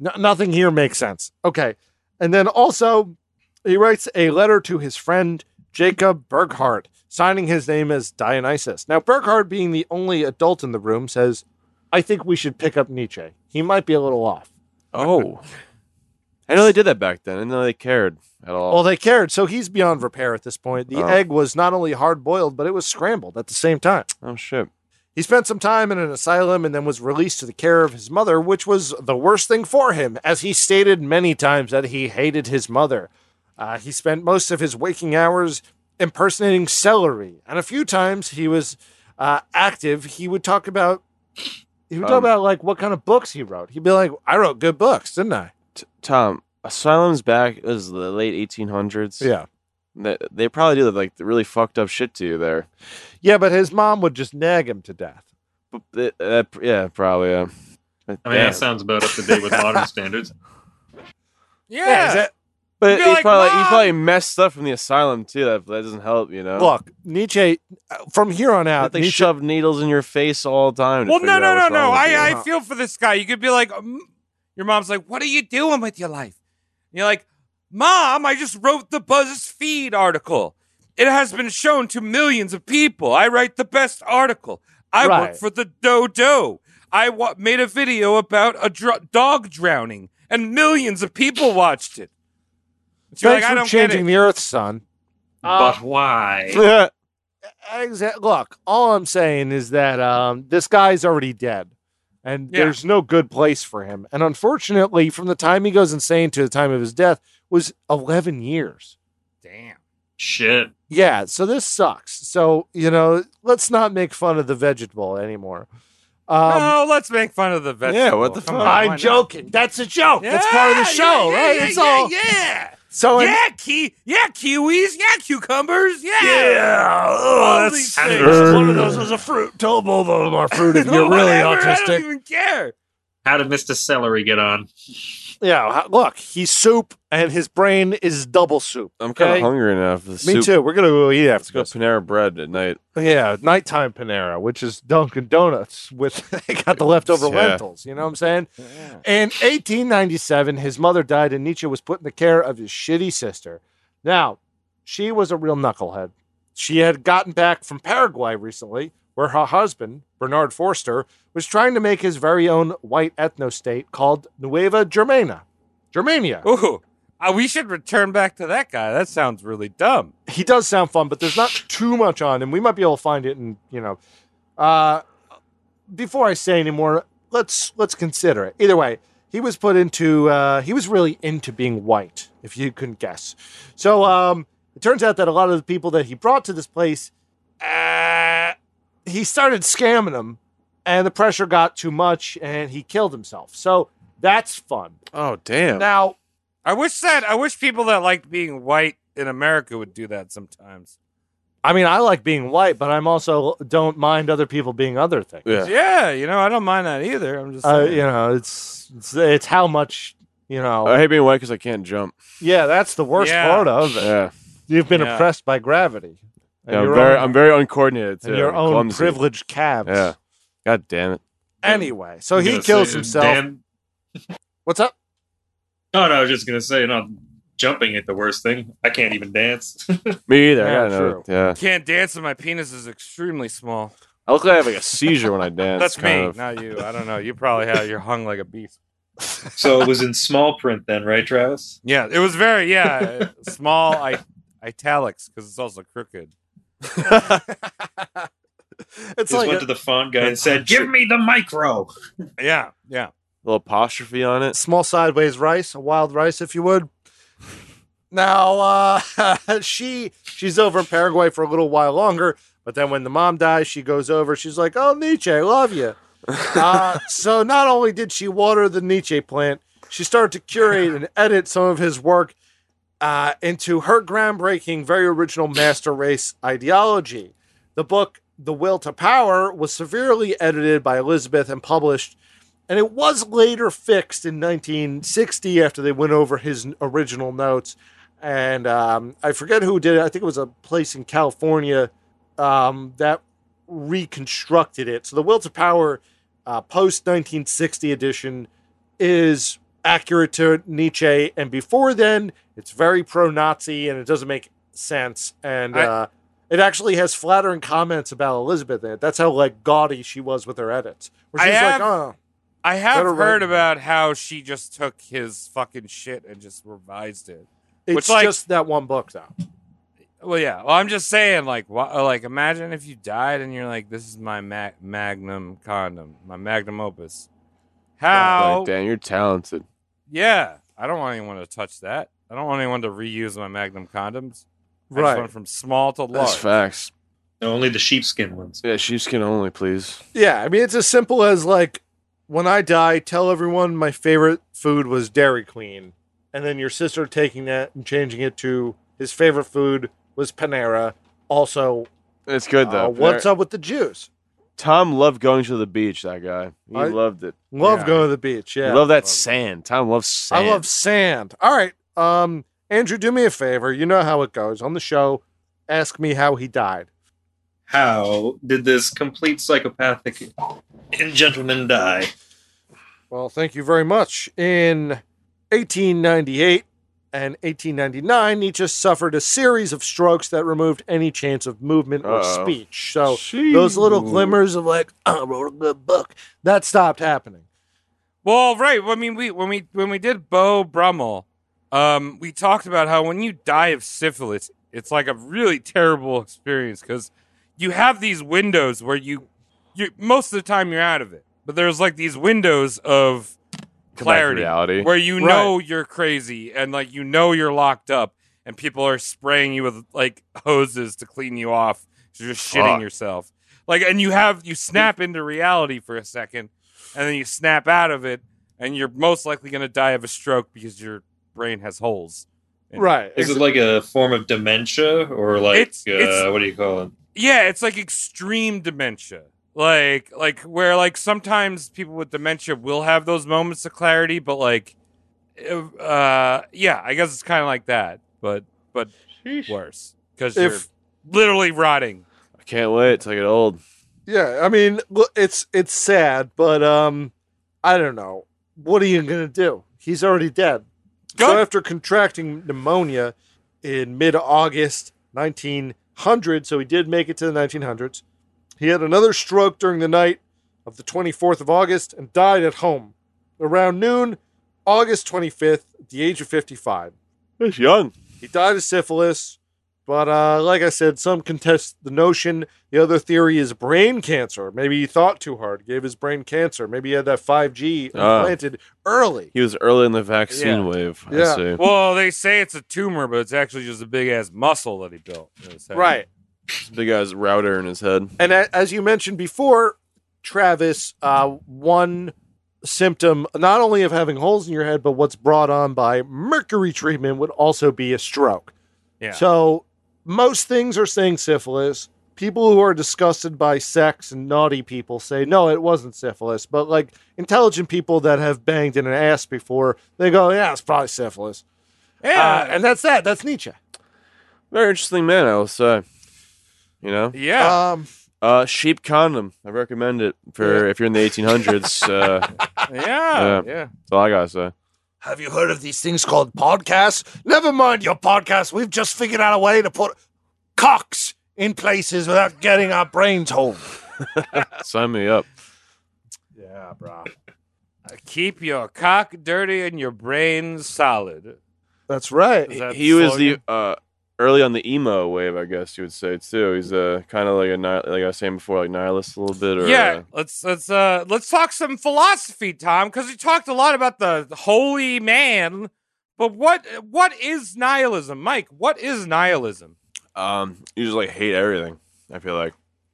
n- nothing here makes sense. Okay. And then also, he writes a letter to his friend Jacob Burghardt, signing his name as Dionysus. Now, Burghardt, being the only adult in the room, says, "I think we should pick up Nietzsche. He might be a little off." Oh. I know they did that back then. I didn't know they cared at all. Well, they cared, so he's beyond repair at this point. The Oh. egg was not only hard boiled, but it was scrambled at the same time. oh shit. He spent some time in an asylum and then was released to the care of his mother, which was the worst thing for him, as he stated many times that he hated his mother. Uh, he spent most of his waking hours impersonating celery, and a few times he was uh, active. He would talk about he would talk Um, about like what kind of books he wrote. He'd be like, "I wrote good books, didn't I?" Tom, Asylum's back it was the late 1800s. Yeah. They, they probably do like the really fucked up shit to you there. Yeah, but his mom would just nag him to death. But th- that, yeah, probably. Yeah. But, I mean, yeah. that sounds about up to date with modern standards. Yeah. is that- But You'd be he like, probably "Mom!" he probably messed up from the asylum too. That, that doesn't help, you know. look, Nietzsche. uh, From here on That out, they Nietzsche- shove needles in your face all the time. to well, figure no, out no, no, what's no. wrong with you. I, I feel for this guy. You could be like, um, your mom's like, what are you doing with your life? And you're like, Mom, I just wrote the BuzzFeed article. It has been shown to millions of people. I write the best article. I work Right. for the Dodo. I wa- made a video about a dr- dog drowning, and millions of people watched it. So you're like, thanks I for don't get changing it. the Earth, son. Uh, Uh, but why? Yeah. Exa- Look, all I'm saying is that um, this guy's already dead, and Yeah. there's no good place for him. And unfortunately, from the time he goes insane to the time of his death was 11 years. Damn. Shit. Yeah, so this sucks. So you know, let's not make fun of the vegetable anymore. Um, no, Oh, let's make fun of the vegetable. Yeah, what the Come fuck? on, why I'm not? joking. That's a joke. That's Yeah, part of the show, yeah, yeah, right? Yeah, it's yeah, all yeah. so. in- yeah, ki- yeah, kiwis, yeah, cucumbers, yeah. Oh, All that's these things. one Mm. of those was a fruit. Tell both of them are fruit if No, you're really whatever, I don't autistic. even care. How did Mr. Celery get on? Yeah, ho- look, he's soup, and his brain is double soup. I'm kind of okay? hungry now. For the Me soup. too. We're gonna go eat Let's after go this. Panera Bread at night. Yeah, nighttime Panera, which is Dunkin' Donuts, with they got the leftover Yeah. lentils. You know what I'm saying? In 1897, his mother died, and Nietzsche was put in the care of his shitty sister. Now, she was a real knucklehead. She had gotten back from Paraguay recently, where her husband, Bernard Forster, was trying to make his very own white ethno state called Nueva Germania. Germania. Ooh, uh, we should return back to that guy. That sounds really dumb. he does sound fun, but there's not too much on him. We might be able to find it, and you know, uh, before I say any more, let's let's consider it. Either way, he was put into uh, he was really into being white, if you couldn't guess. So um, it turns out that a lot of the people that he brought to this place, uh, he started scamming them, and the pressure got too much, and he killed himself. So that's fun. Oh damn! Now I wish that I wish people that liked being white in America would do that sometimes. I mean, I like being white, but I'm also don't mind other people being other things. yeah. Yeah, you know, I don't mind that either. I'm just Uh, saying. you know, it's, it's it's how much you know. I hate being white because I can't jump. yeah, that's the worst Yeah. part of it. Yeah, You've been Yeah. oppressed by gravity. And Yeah, I'm your very, own, I'm very uncoordinated too. and your I'm own clumsy. privileged calves. Yeah. God damn it! Anyway, so I'm Oh, he gonna kills say, himself. Damn. What's up? Oh no, I was just gonna say, no, jumping ain't the worst thing. I can't even dance. Me Yeah, either. I gotta know. true. Yeah. can't dance and my penis is extremely small. I look like I have like a seizure when I dance. That's, kind me, of. not you. I don't know. You probably have you're hung like a beast. So it was in small print then, right, Travis? Yeah, it was very yeah uh, small I- italics because it's also crooked. It's Just like went a to the font guy and said, "Give me the micro." Yeah, yeah. Little apostrophe on it. small sideways rice, a wild rice, if you would. Now uh, she she's over in Paraguay for a little while longer, but then when the mom dies, she goes over. She's like, "Oh Nietzsche, love you." uh, so not only did she water the Nietzsche plant, she started to curate and edit some of his work uh, into her groundbreaking, very original master race ideology. The book "The Will to Power" was severely edited by Elizabeth and published, and it was later fixed in 1960 after they went over his original notes. And um, I forget who did it. I think it was a place in California um, that reconstructed it. So the Will to Power uh, post 1960 edition is accurate to Nietzsche, and before then, it's very pro Nazi and it doesn't make sense. And I- uh, it actually has flattering comments about Elizabeth in it. That's how like gaudy she was with her edits. Where I she's have- like, oh, I have Better heard write- about how she just took his fucking shit and just revised it. it's Which, like- just that one book though. Well, yeah. Well, I'm just saying, like, wha- like, imagine if you died and you're like, "This is my ma- magnum condom, my magnum opus." How? Like, damn, you're talented. yeah, I don't want anyone to touch that. I don't want anyone to reuse my magnum condoms. I just Right. want from small to large. That's facts. No, only the sheepskin ones. Yeah, sheepskin only, please. Yeah, I mean, it's as simple as like when I die, tell everyone my favorite food was Dairy Queen, and then your sister taking that and changing it to his favorite food was Panera. Also, It's good though. uh, what's Panera- up with the Jews? Tom loved going to the beach. That guy, he I loved it. Love going to the beach. Yeah, He loved that sand. Tom loves sand. I love sand. All right, um, Andrew, do me a favor. You know how it goes on the show. Ask me how he died. How did this complete psychopathic gentleman die? Well, thank you very much. In 1898 and 1899, Nietzsche suffered a series of strokes that removed any chance of movement or Uh-oh. speech. So those little glimmers of like, I wrote a good book, that stopped happening. Well, right. I mean, we when we when we did Bo Brummel, um, we talked about how when you die of syphilis, it's like a really terrible experience because you have these windows where you, you most of the time you're out of it, but there's like these windows of Come back to clarity reality. where you know you're crazy and like you know you're locked up and people are spraying you with like hoses to clean you off. You're just shitting Fuck. yourself. Like, and you have you snap into reality for a second, and then you snap out of it, and you're most likely going to die of a stroke because your brain has holes. Yeah. Right. Is it like a form of dementia or like It's- uh, it's- what do you call it? Yeah, it's like extreme dementia. Like like where like sometimes people with dementia will have those moments of clarity, but like uh yeah, I guess it's kind of like that, but but worse cuz you're If- literally rotting. I can't wait till I get old. Yeah, I mean, l- it's it's sad, but um, I don't know. What are you gonna do? He's already dead. So Good. after contracting pneumonia in mid-August 1900, so he did make it to the 1900s. He had another stroke during the night of the 24th of August and died at home around noon, August 25th, at the age of 55. He's young. He died of syphilis, but uh, like I said, some contest the notion. The other theory is brain cancer. Maybe he thought too hard, gave his brain cancer. Maybe he had that 5G Ah. implanted early. He was early in the vaccine Yeah. wave. I Yeah. see. Well, they say it's a tumor, but it's actually just a big ass muscle that he built. in his head. Right. This big guy's router in his head. And a- as you mentioned before, Travis, uh, one symptom not only of having holes in your head, but what's brought on by mercury treatment would also be a stroke. Yeah. So most things are saying syphilis. People who are disgusted by sex and naughty people say, no, it wasn't syphilis. But like intelligent people that have banged in an ass before, they go, yeah, it's probably syphilis. Uh, yeah. and that's that. That's Nietzsche. Very interesting man, I will say. You know, yeah. Um, uh, sheep condom. I recommend it for if you're in the 1800s. uh, that's yeah. yeah. Yeah. all I gotta say. Have you heard of these things called podcasts? Never mind your podcasts. We've just figured out a way to put cocks in places without getting our brains home. Sign me up. Yeah, bro. Keep your cock dirty and your brain solid. That's right. Is that he was the slogan? uh, early on the emo wave, I guess you would say too. He's uh, kind of like a ni- like I was saying before, like nihilist a little bit. Or, yeah, uh, let's let's uh let's talk some philosophy, Tom, because you talked a lot about the holy man. But what what is nihilism, Mike? What is nihilism? um, you just like hate everything. I feel like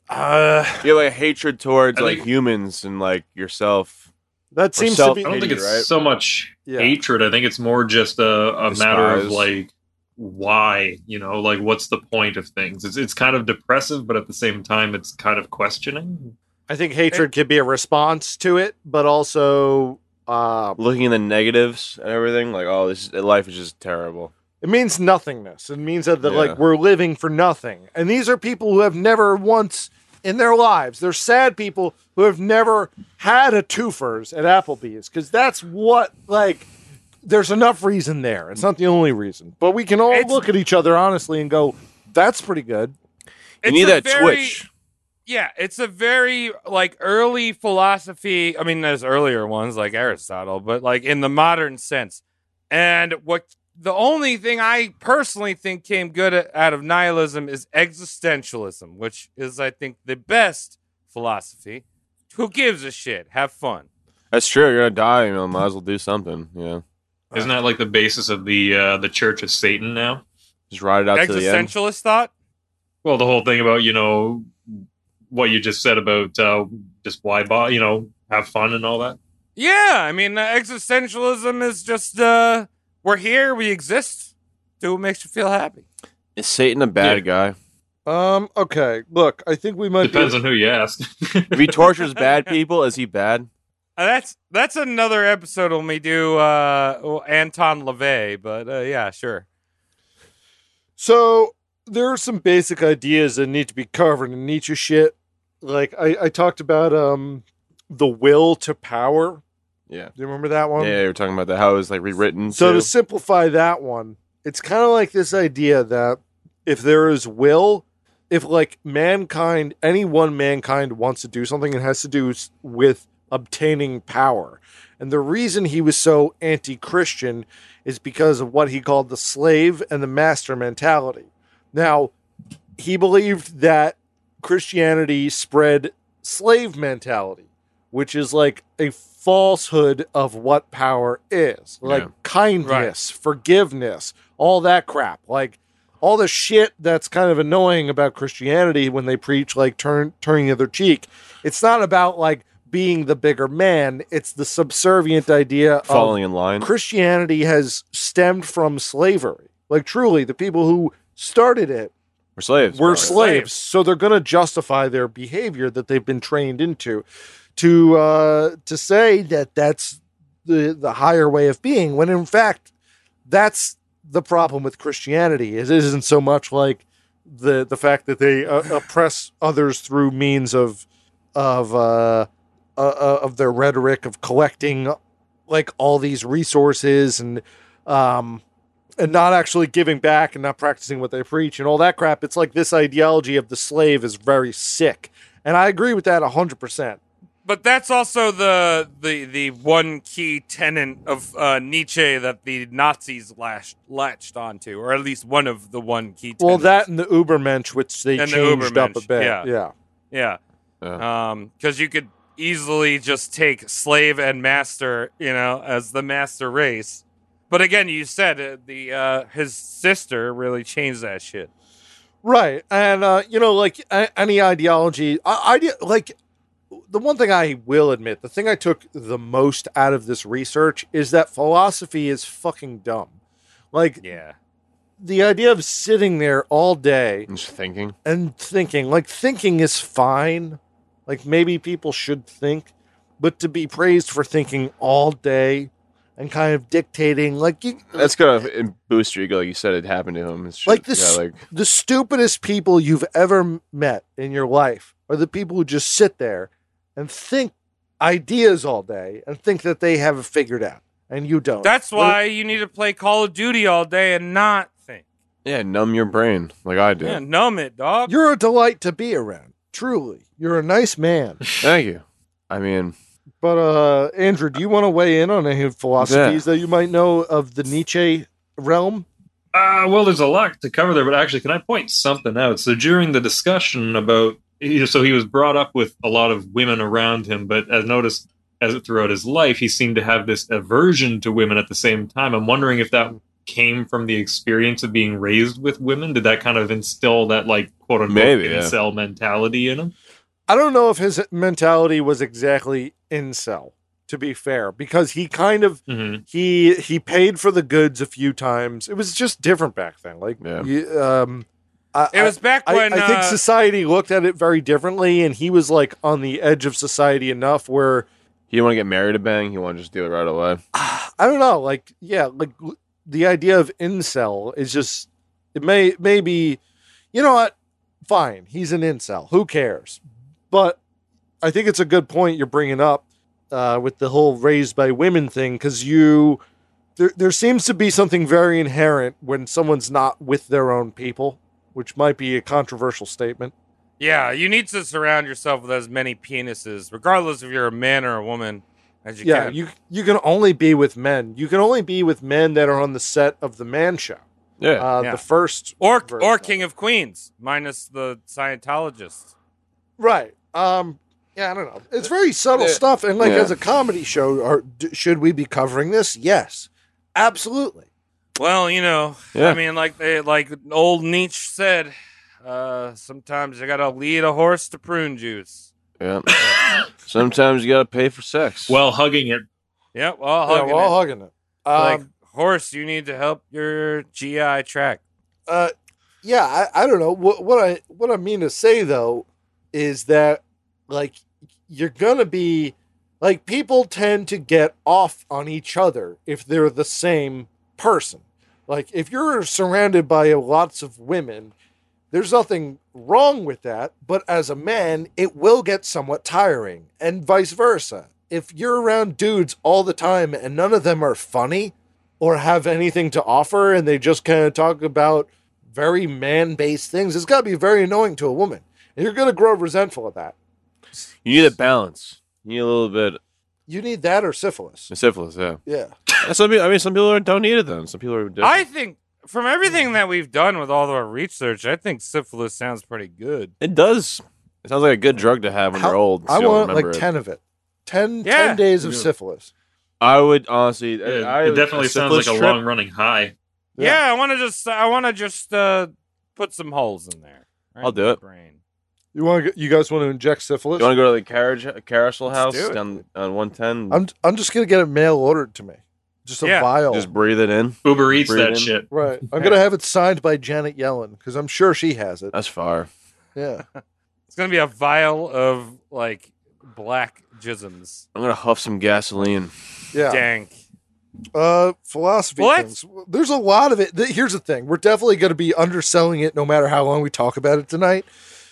Uh, you have like hatred towards I like think- humans and like yourself. that Or seems to self- I be. don't think it's Right. so much Yeah. hatred. I think it's more just a, a matter of Despise. like why, you know, like what's the point of things? It's it's kind of depressive, but at the same time, it's kind of questioning. I think hatred could be a response to it, but also uh, Looking at the negatives and everything, like oh, this life is just terrible. it means nothingness. It means that the, Yeah. like we're living for nothing. And these are people who have never once in their lives. They're sad people who have never had a twofers at Applebee's because that's what like. There's enough reason there. It's not the only reason, but we can all It's- look at each other honestly and go, "That's pretty good." You It's need a that very- twitch. Yeah, it's a very like early philosophy. I mean, there's earlier ones like Aristotle, but like in the modern sense. And what the only thing I personally think came good a- out of nihilism is existentialism, which is, I think, the best philosophy. Who gives a shit? Have fun. That's true. You're gonna die. You know, might as well do something. You know, Isn't that like the basis of the uh, the Church of Satan now? just ride it out to the end. Existentialist thought? Well, the whole thing about you know what you just said about uh, just why, bo- you know, have fun and all that. Yeah, I mean, uh, existentialism is just uh, we're here, we exist. Do what makes you feel happy. Is Satan a bad guy? Um. Okay. Look, I think we might Depends be on who you ask. If he tortures bad people, is he bad? Uh, that's that's another episode when we do uh, well, Anton LaVey, but uh, yeah, sure. So there are some basic ideas that need to be covered in Nietzsche shit. Like I, I talked about um the will to power. Yeah. Do you remember that one? yeah, you were talking about that. How it was like rewritten. So too. to simplify that one, it's kind of like this idea that if there is will, if like mankind, any one mankind wants to do something, it has to do s- with obtaining power. And the reason he was so anti-Christian is because of what he called the slave and the master mentality. Now, he believed that Christianity spread slave mentality, which is like a falsehood of what power is like Yeah. kindness, forgiveness, all that crap. Like all the shit that's kind of annoying about Christianity when they preach like turn turning the other cheek. It's not about like being the bigger man. It's the subservient uh, idea of falling in line. Christianity has stemmed from slavery. Like truly, the people who started it We're slaves. were probably. slaves, so they're going to justify their behavior that they've been trained into. To uh, to say that that's the the higher way of being, when in fact that's the problem with Christianity. It isn't so much like the the fact that they uh, oppress others through means of of uh, uh, uh, of their rhetoric of collecting like all these resources and um, and not actually giving back and not practicing what they preach and all that crap. It's like this ideology of the slave is very sick, and I agree with that hundred percent. But that's also the the the one key tenet of uh, Nietzsche that the Nazis lashed, latched onto, or at least one of the one key. Tenets. Well, that and the Ubermensch, which they And the changed up a Ubermensch, bit. yeah. yeah. yeah, Yeah. Um 'cause because you could easily just take slave and master, you know, as the master race. But again, you said uh, the uh, his sister really changed that shit. Right. And, uh, you know, like a- any ideology, I, I di- like the one thing I will admit, the thing I took the most out of this research is that philosophy is fucking dumb. Like Yeah, the idea of sitting there all day I'm just thinking. and thinking, like thinking is fine. Like maybe people should think, but to be praised for thinking all day and kind of dictating, like, you, That's gonna boost your ego. Like you said, it happened to him. It's just- Like this- Yeah, like the stupidest people you've ever m- met in your life are the people who just sit there and think ideas all day and think that they have it figured out and you don't. that's Well, why you need to play Call of Duty all day and not think. yeah, numb your brain like I do. Yeah, numb it, dog. You're a delight to be around. Truly. You're a nice man. Thank you. I mean, But uh Andrew, do you want to weigh in on any philosophies that you might know of the Nietzsche realm? Uh, well, there's a lot to cover there, but actually, can I point something out? So during the discussion about, he- so he was brought up with a lot of women around him, but as noticed as throughout his life, he seemed to have this aversion to women at the same time. I'm wondering if that came from the experience of being raised with women. Did that kind of instill that like quote unquote Maybe, yeah. incel mentality in him? I don't know if his mentality was exactly incel, to be fair, because he kind of hmm he he paid for the goods a few times. It was just different back then. Like, Yeah. you- um, I, It was back I, I- when I think uh, society looked at it very differently, and he was like on the edge of society enough where he didn't want to get married to bang. He wanted to just do it right away. ah, I don't know. Like, yeah, like l- the idea of incel is just it may maybe you know what? Fine, he's an incel. Who cares? But I think it's a good point you're bringing up uh, with the whole raised by women thing because you there there seems to be something very inherent when someone's not with their own people, which might be a controversial statement. yeah, you need to surround yourself with as many penises, regardless if you're a man or a woman, as you yeah, can. you you can only be with men. You can only be with men that are on the set of the Man Show. Yeah, Uh, Yeah. The first or version or of it. King of Queens, minus the Scientologists. Right. Um. Yeah, I don't know. It's very subtle Yeah. stuff, and like Yeah. as a comedy show, are, d- should we be covering this? Yes, absolutely. Well, you know, Yeah. I mean, like they, like uh, old Nietzsche said, uh, sometimes you gotta lead a horse to prune juice. Yeah. Sometimes you got to pay for sex. While hugging it. Yeah, while Yeah, hugging while it. hugging it. like, Um, horse, you need to help your GI tract. uh, yeah, I, I don't know what what I what I mean to say though is that like you're gonna be like people tend to get off on each other if they're the same person. Like if you're surrounded by lots of women, there's nothing wrong with that. But as a man, it will get somewhat tiring, and vice versa. If you're around dudes all the time and none of them are funny, or have anything to offer and they just kind of talk about very man based things, it's got to be very annoying to a woman. And you're going to grow resentful of that. You need a balance. You need a little bit You need that or syphilis. of syphilis, yeah. Yeah. And some people, I mean, some people are- don't need it, though. and Some people are. different. I think from everything that we've done with all of our research, I think syphilis sounds pretty good. It does. It sounds like a good drug to have when How- you're old. so I you don't want like remember it. 10 of it. 10, 10 Yeah. days of syphilis. I would honestly. It, I, it definitely sounds like a syphilis trip- long running high. Yeah, Yeah. I want to just I want to just uh, put some holes in there. Right I'll in do my it. Brain. You want you guys want to inject syphilis? You want to go to the carriage uh, carousel house do it. down on one ten? I'm I'm just going to get it mail ordered to me. Just a Yeah. vial. Just breathe it in. Uber eats Breathe that in. shit. right. I'm going to have it signed by Janet Yellen because I'm sure she has it. That's far. Yeah. It's gonna be a vial of like black jisms. I'm gonna huff some gasoline. Yeah. Dank. Uh, philosophy. What? things. There's a lot of it. Th- Here's the thing: we're definitely going to be underselling it, no matter how long we talk about it tonight.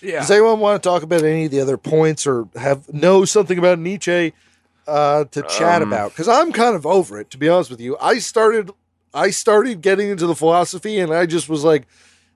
Yeah. Does anyone want to talk about any of the other points or have know something about Nietzsche uh, to chat Um. about? Because I'm kind of over it, to be honest with you. I started, I started getting into the philosophy, and I just was like,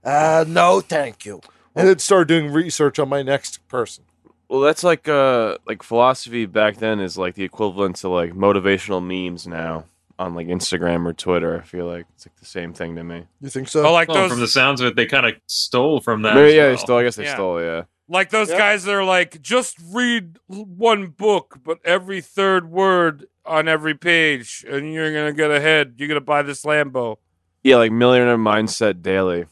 uh, "No, thank you." And then started doing research on my next person. Well, that's like uh like philosophy back then is like the equivalent to like motivational memes now on like Instagram or Twitter. I feel like it's like the same thing to me. You think Oh, so? like Well, those from the sounds of it, they kind of stole from that. Maybe, as yeah, they well. stole. I guess they Yeah. stole. Yeah. like those Yeah. guys that are like just read l- one book, but every third word on every page, and you're gonna get ahead. You're gonna buy this Lambo. Yeah, like millionaire mindset daily.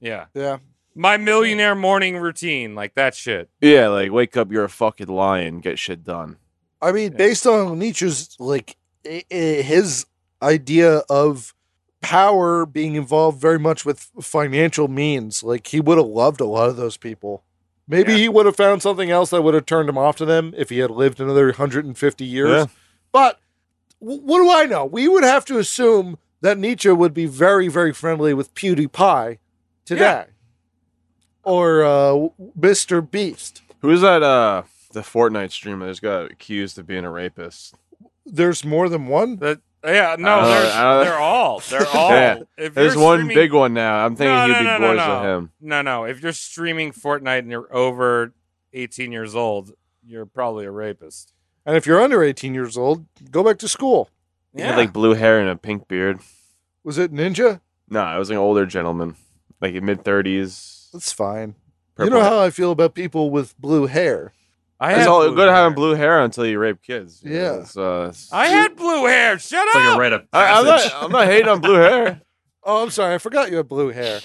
Yeah. yeah. My millionaire morning routine, like that shit. Yeah, like wake up, you're a fucking lion, get shit done. I mean, based on Nietzsche's like i- i- his idea of power being involved very much with financial means, like he would have loved a lot of those people. Maybe he would have found something else that would have turned him off to them if he had lived another 150 years. Yeah. But w- what do I know? We would have to assume that Nietzsche would be very, very friendly with PewDiePie today, or uh, w- Mr. Beast. Who's that uh the Fortnite streamer that's got accused of being a rapist? There's more than one. That yeah, no, Uh, they're uh, they're all they're all. Yeah. If There's you're one streaming- big one now. I'm thinking No, he'd no, be no, no, boys no. with him. No, no. If you're streaming Fortnite and you're over 18 years old, you're probably a rapist. And if you're under 18 years old, go back to school. He had like blue hair and a pink beard. Was it Ninja? No, I was an older gentleman, like mid thirties. That's fine. Purple. You know how I feel about people with blue hair. I it's had all blue good having hair. blue hair until you rape kids. you know, Yeah. it's, uh, it's- I had blue hair. Shut It's like up. a rite of I, am passage. not. I'm not hating on blue hair. Oh, I'm sorry. I forgot you had blue hair.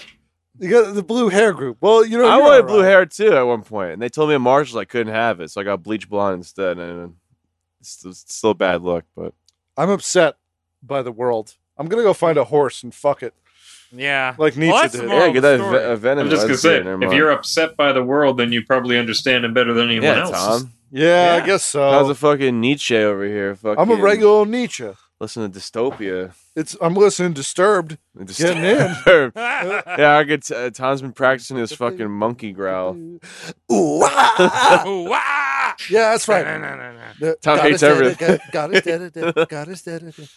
You got the blue hair group. Well, you know, I you're wanted all blue right. hair too at one point, and they told me in Marshalls I couldn't have it, so I got bleach blonde instead, and it's, it's still a bad look. But I'm upset by the world. I'm going to go find a horse and fuck it. yeah. Like Nietzsche that's did. the moral yeah, of get the that story. ve- venom. I'm just gonna say, if you're upset by the world, then you probably understand it better than anyone yeah, else. Tom, Yeah, Yeah. I guess how's so. a fucking Nietzsche over here? Fucking, Oh. I'm a regular old Nietzsche. Listen to Dystopia. It's I'm listening disturbed. Getting in. Disturbed. yeah, I could. t- uh, Tom's been practicing his fucking monkey growl. Ooh, ah. Ooh, wah! yeah, that's right. Na-na-na-na. Tom Got hates us dead, everything. got- Got us dead, dead, got us dead, dead.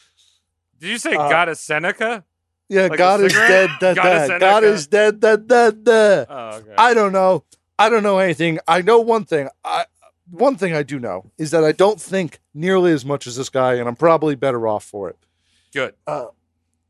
Did you say Uh, God of Seneca? Yeah, Like a God is cigarette? dead, dead, God is dead. God Seneca. is dead, dead, dead, dead. Oh, okay. I don't know. I don't know anything. I know one thing. I one thing I do know is that I don't think nearly as much as this guy, and I'm probably better off for it. Good.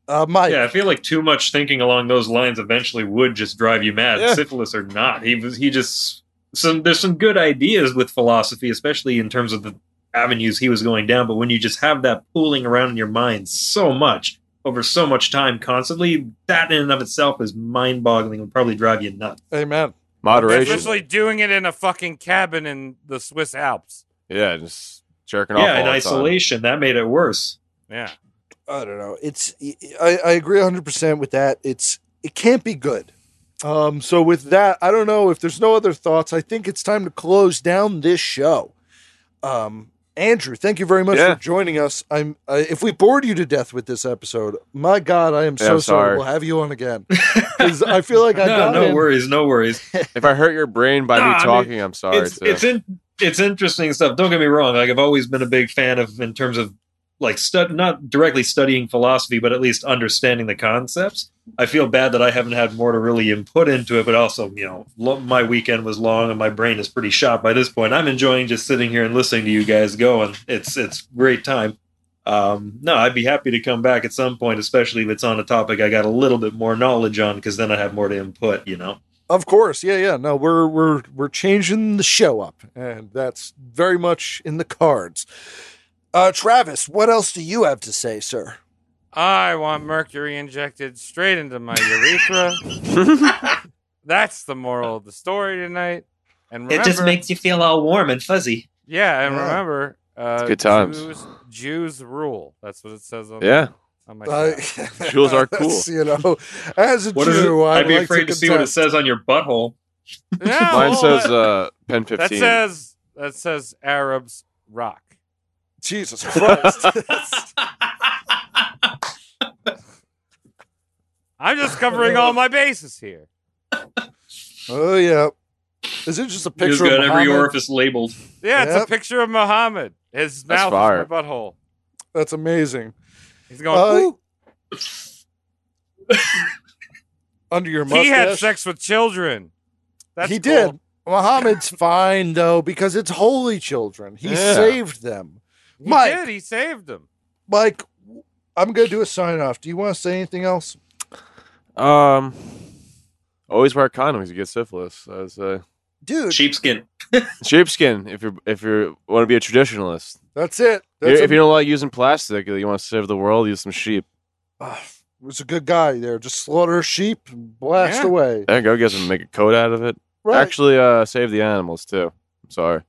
Uh, Mike, Yeah, I feel like too much thinking along those lines eventually would just drive you mad, Yeah. syphilis or not. He was he just some there's some good ideas with philosophy, especially in terms of the avenues he was going down. But when you just have that pooling around in your mind so much over so much time constantly, that in and of itself is mind boggling. Would probably drive you nuts. amen. Moderation. Especially doing it in a fucking cabin in the Swiss Alps. Yeah, just jerking off. yeah, in all the time. isolation that made it worse. Yeah. I don't know. It's I, I agree 100% with that. It's it can't be good. Um so with that, I don't know if there's no other thoughts. I think it's time to close down this show. Um Andrew, thank you very much Yeah. for joining us. I'm uh, if we bored you to death with this episode, my god, I am so sorry. I'm sorry. We'll have you on again. 'Cause I feel like I No, got no in. worries, no worries. If I hurt your brain by No, I me mean, talking, I am sorry. it's too. it's in, it's interesting stuff. Don't get me wrong. Like I've always been a big fan of in terms of like stud not directly studying philosophy, but at least understanding the concepts. I feel bad that I haven't had more to really input into it, but also you know lo- my weekend was long and my brain is pretty shot by this point. I'm enjoying just sitting here and listening to you guys go, and it's it's great time. Um, no, I'd be happy to come back at some point, especially if it's on a topic I got a little bit more knowledge on, because then I have more to input. You know. Of course, yeah, yeah. No, we're we're we're changing the show up, and that's very much in the cards. Uh, Travis, what else do you have to say, sir? I want mercury injected straight into my urethra. That's the moral of the story tonight. And remember, It just makes you feel all warm and fuzzy. yeah, and Yeah. remember, uh, good times. Jews, Jews rule. That's what it says on yeah. on my. Uh, shirt. Jewels are cool. that's, You know, as a What is it? Jew, I'd I'd be like afraid to see what it contest- says on your butthole. yeah, Mine well, says that- uh, pen that fifteen. says that says Arabs rock. Jesus Christ! I'm just covering all my bases here. oh yeah, is it just a You've picture got of every Muhammad? orifice labeled. Yeah, it's Yep. a picture of Muhammad. His That's mouth fire. is my butthole. That's amazing. He's going. Uh, "Ooh." Under your mustache, he had sex with children. That's he cool. did. Muhammad's fine though because it's holy children. He Yeah. saved them. He Mike. did. He saved them. Mike, I'm gonna do a sign off. Do you want to say anything else? Um, always wear condoms. You get syphilis. I would say. Dude, Sheepskin. Sheepskin. If you're if you want to be a traditionalist, that's it. That's if a, you don't like using plastic, you want to save the world, use some sheep. Ah, was a good guy there. Just slaughter a sheep and blast Yeah. away. There you go. Guys, make a coat out of it. Right. Actually, uh, save the animals too. I'm sorry.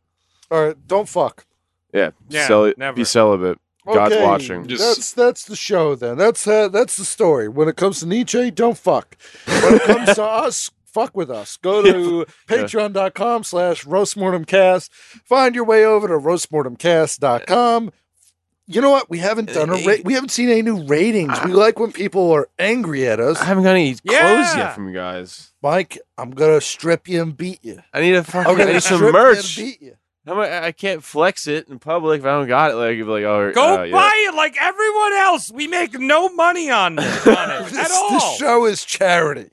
All right, don't fuck. Yeah. Yeah, Celi- never. Be celibate. God's Okay, watching. Just- That's that's the show then. That's uh, that's the story. When it comes to Nietzsche, don't fuck. When it comes to us, fuck with us. Go to patreon.com slash roastmortemcast. Find your way over to roastmortemcast.com. You know what? We haven't done a ra- we haven't seen any new ratings. We like when people are angry at us. I haven't got any clothes Yeah. yet from you guys. Mike, I'm gonna strip you and beat you. I need a fucking. I'm I gonna need some strip merch. You and beat you. How am I, I can't flex it in public if I don't got it. Like, you'd be like, oh, Go uh, yeah. buy it like everyone else. We make no money on this, on it This, at this all. show is charity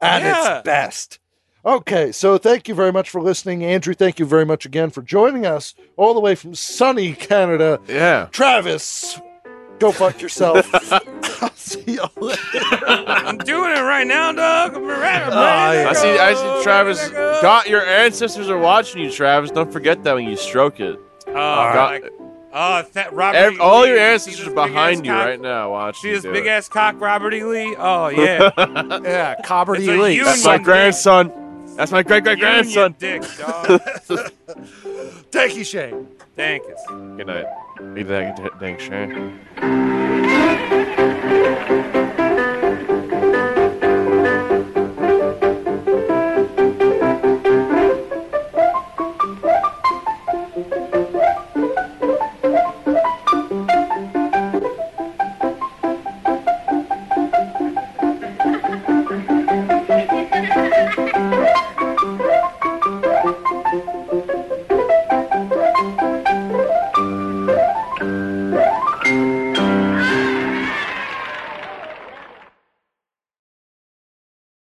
at Yeah. its best. Okay, so thank you very much for listening, Andrew. Thank you very much again for joining us all the way from sunny Canada. Yeah. Travis, go fuck yourself. I'll see y'all later. I'm doing it right now, dog. I'm ready. I'm Ah, ready to yeah. I see. I go, see. Travis, ready to go. God, your ancestors are watching you, Travis. Don't forget that when you stroke it. Oh, God. like, oh that Robert. Ev- E. all Lee, your see ancestors this are big-ass behind you cock- right now watching. See you this do big it. ass cock, Robert E. Lee. Oh yeah, Yeah, Cobberty It's a Lee. you That's my Union grandson. That's my great great grandson. You and your dick, dog. Thank you, Shane. Thank you. Good night. Be that. Thanks, Sharon. Thank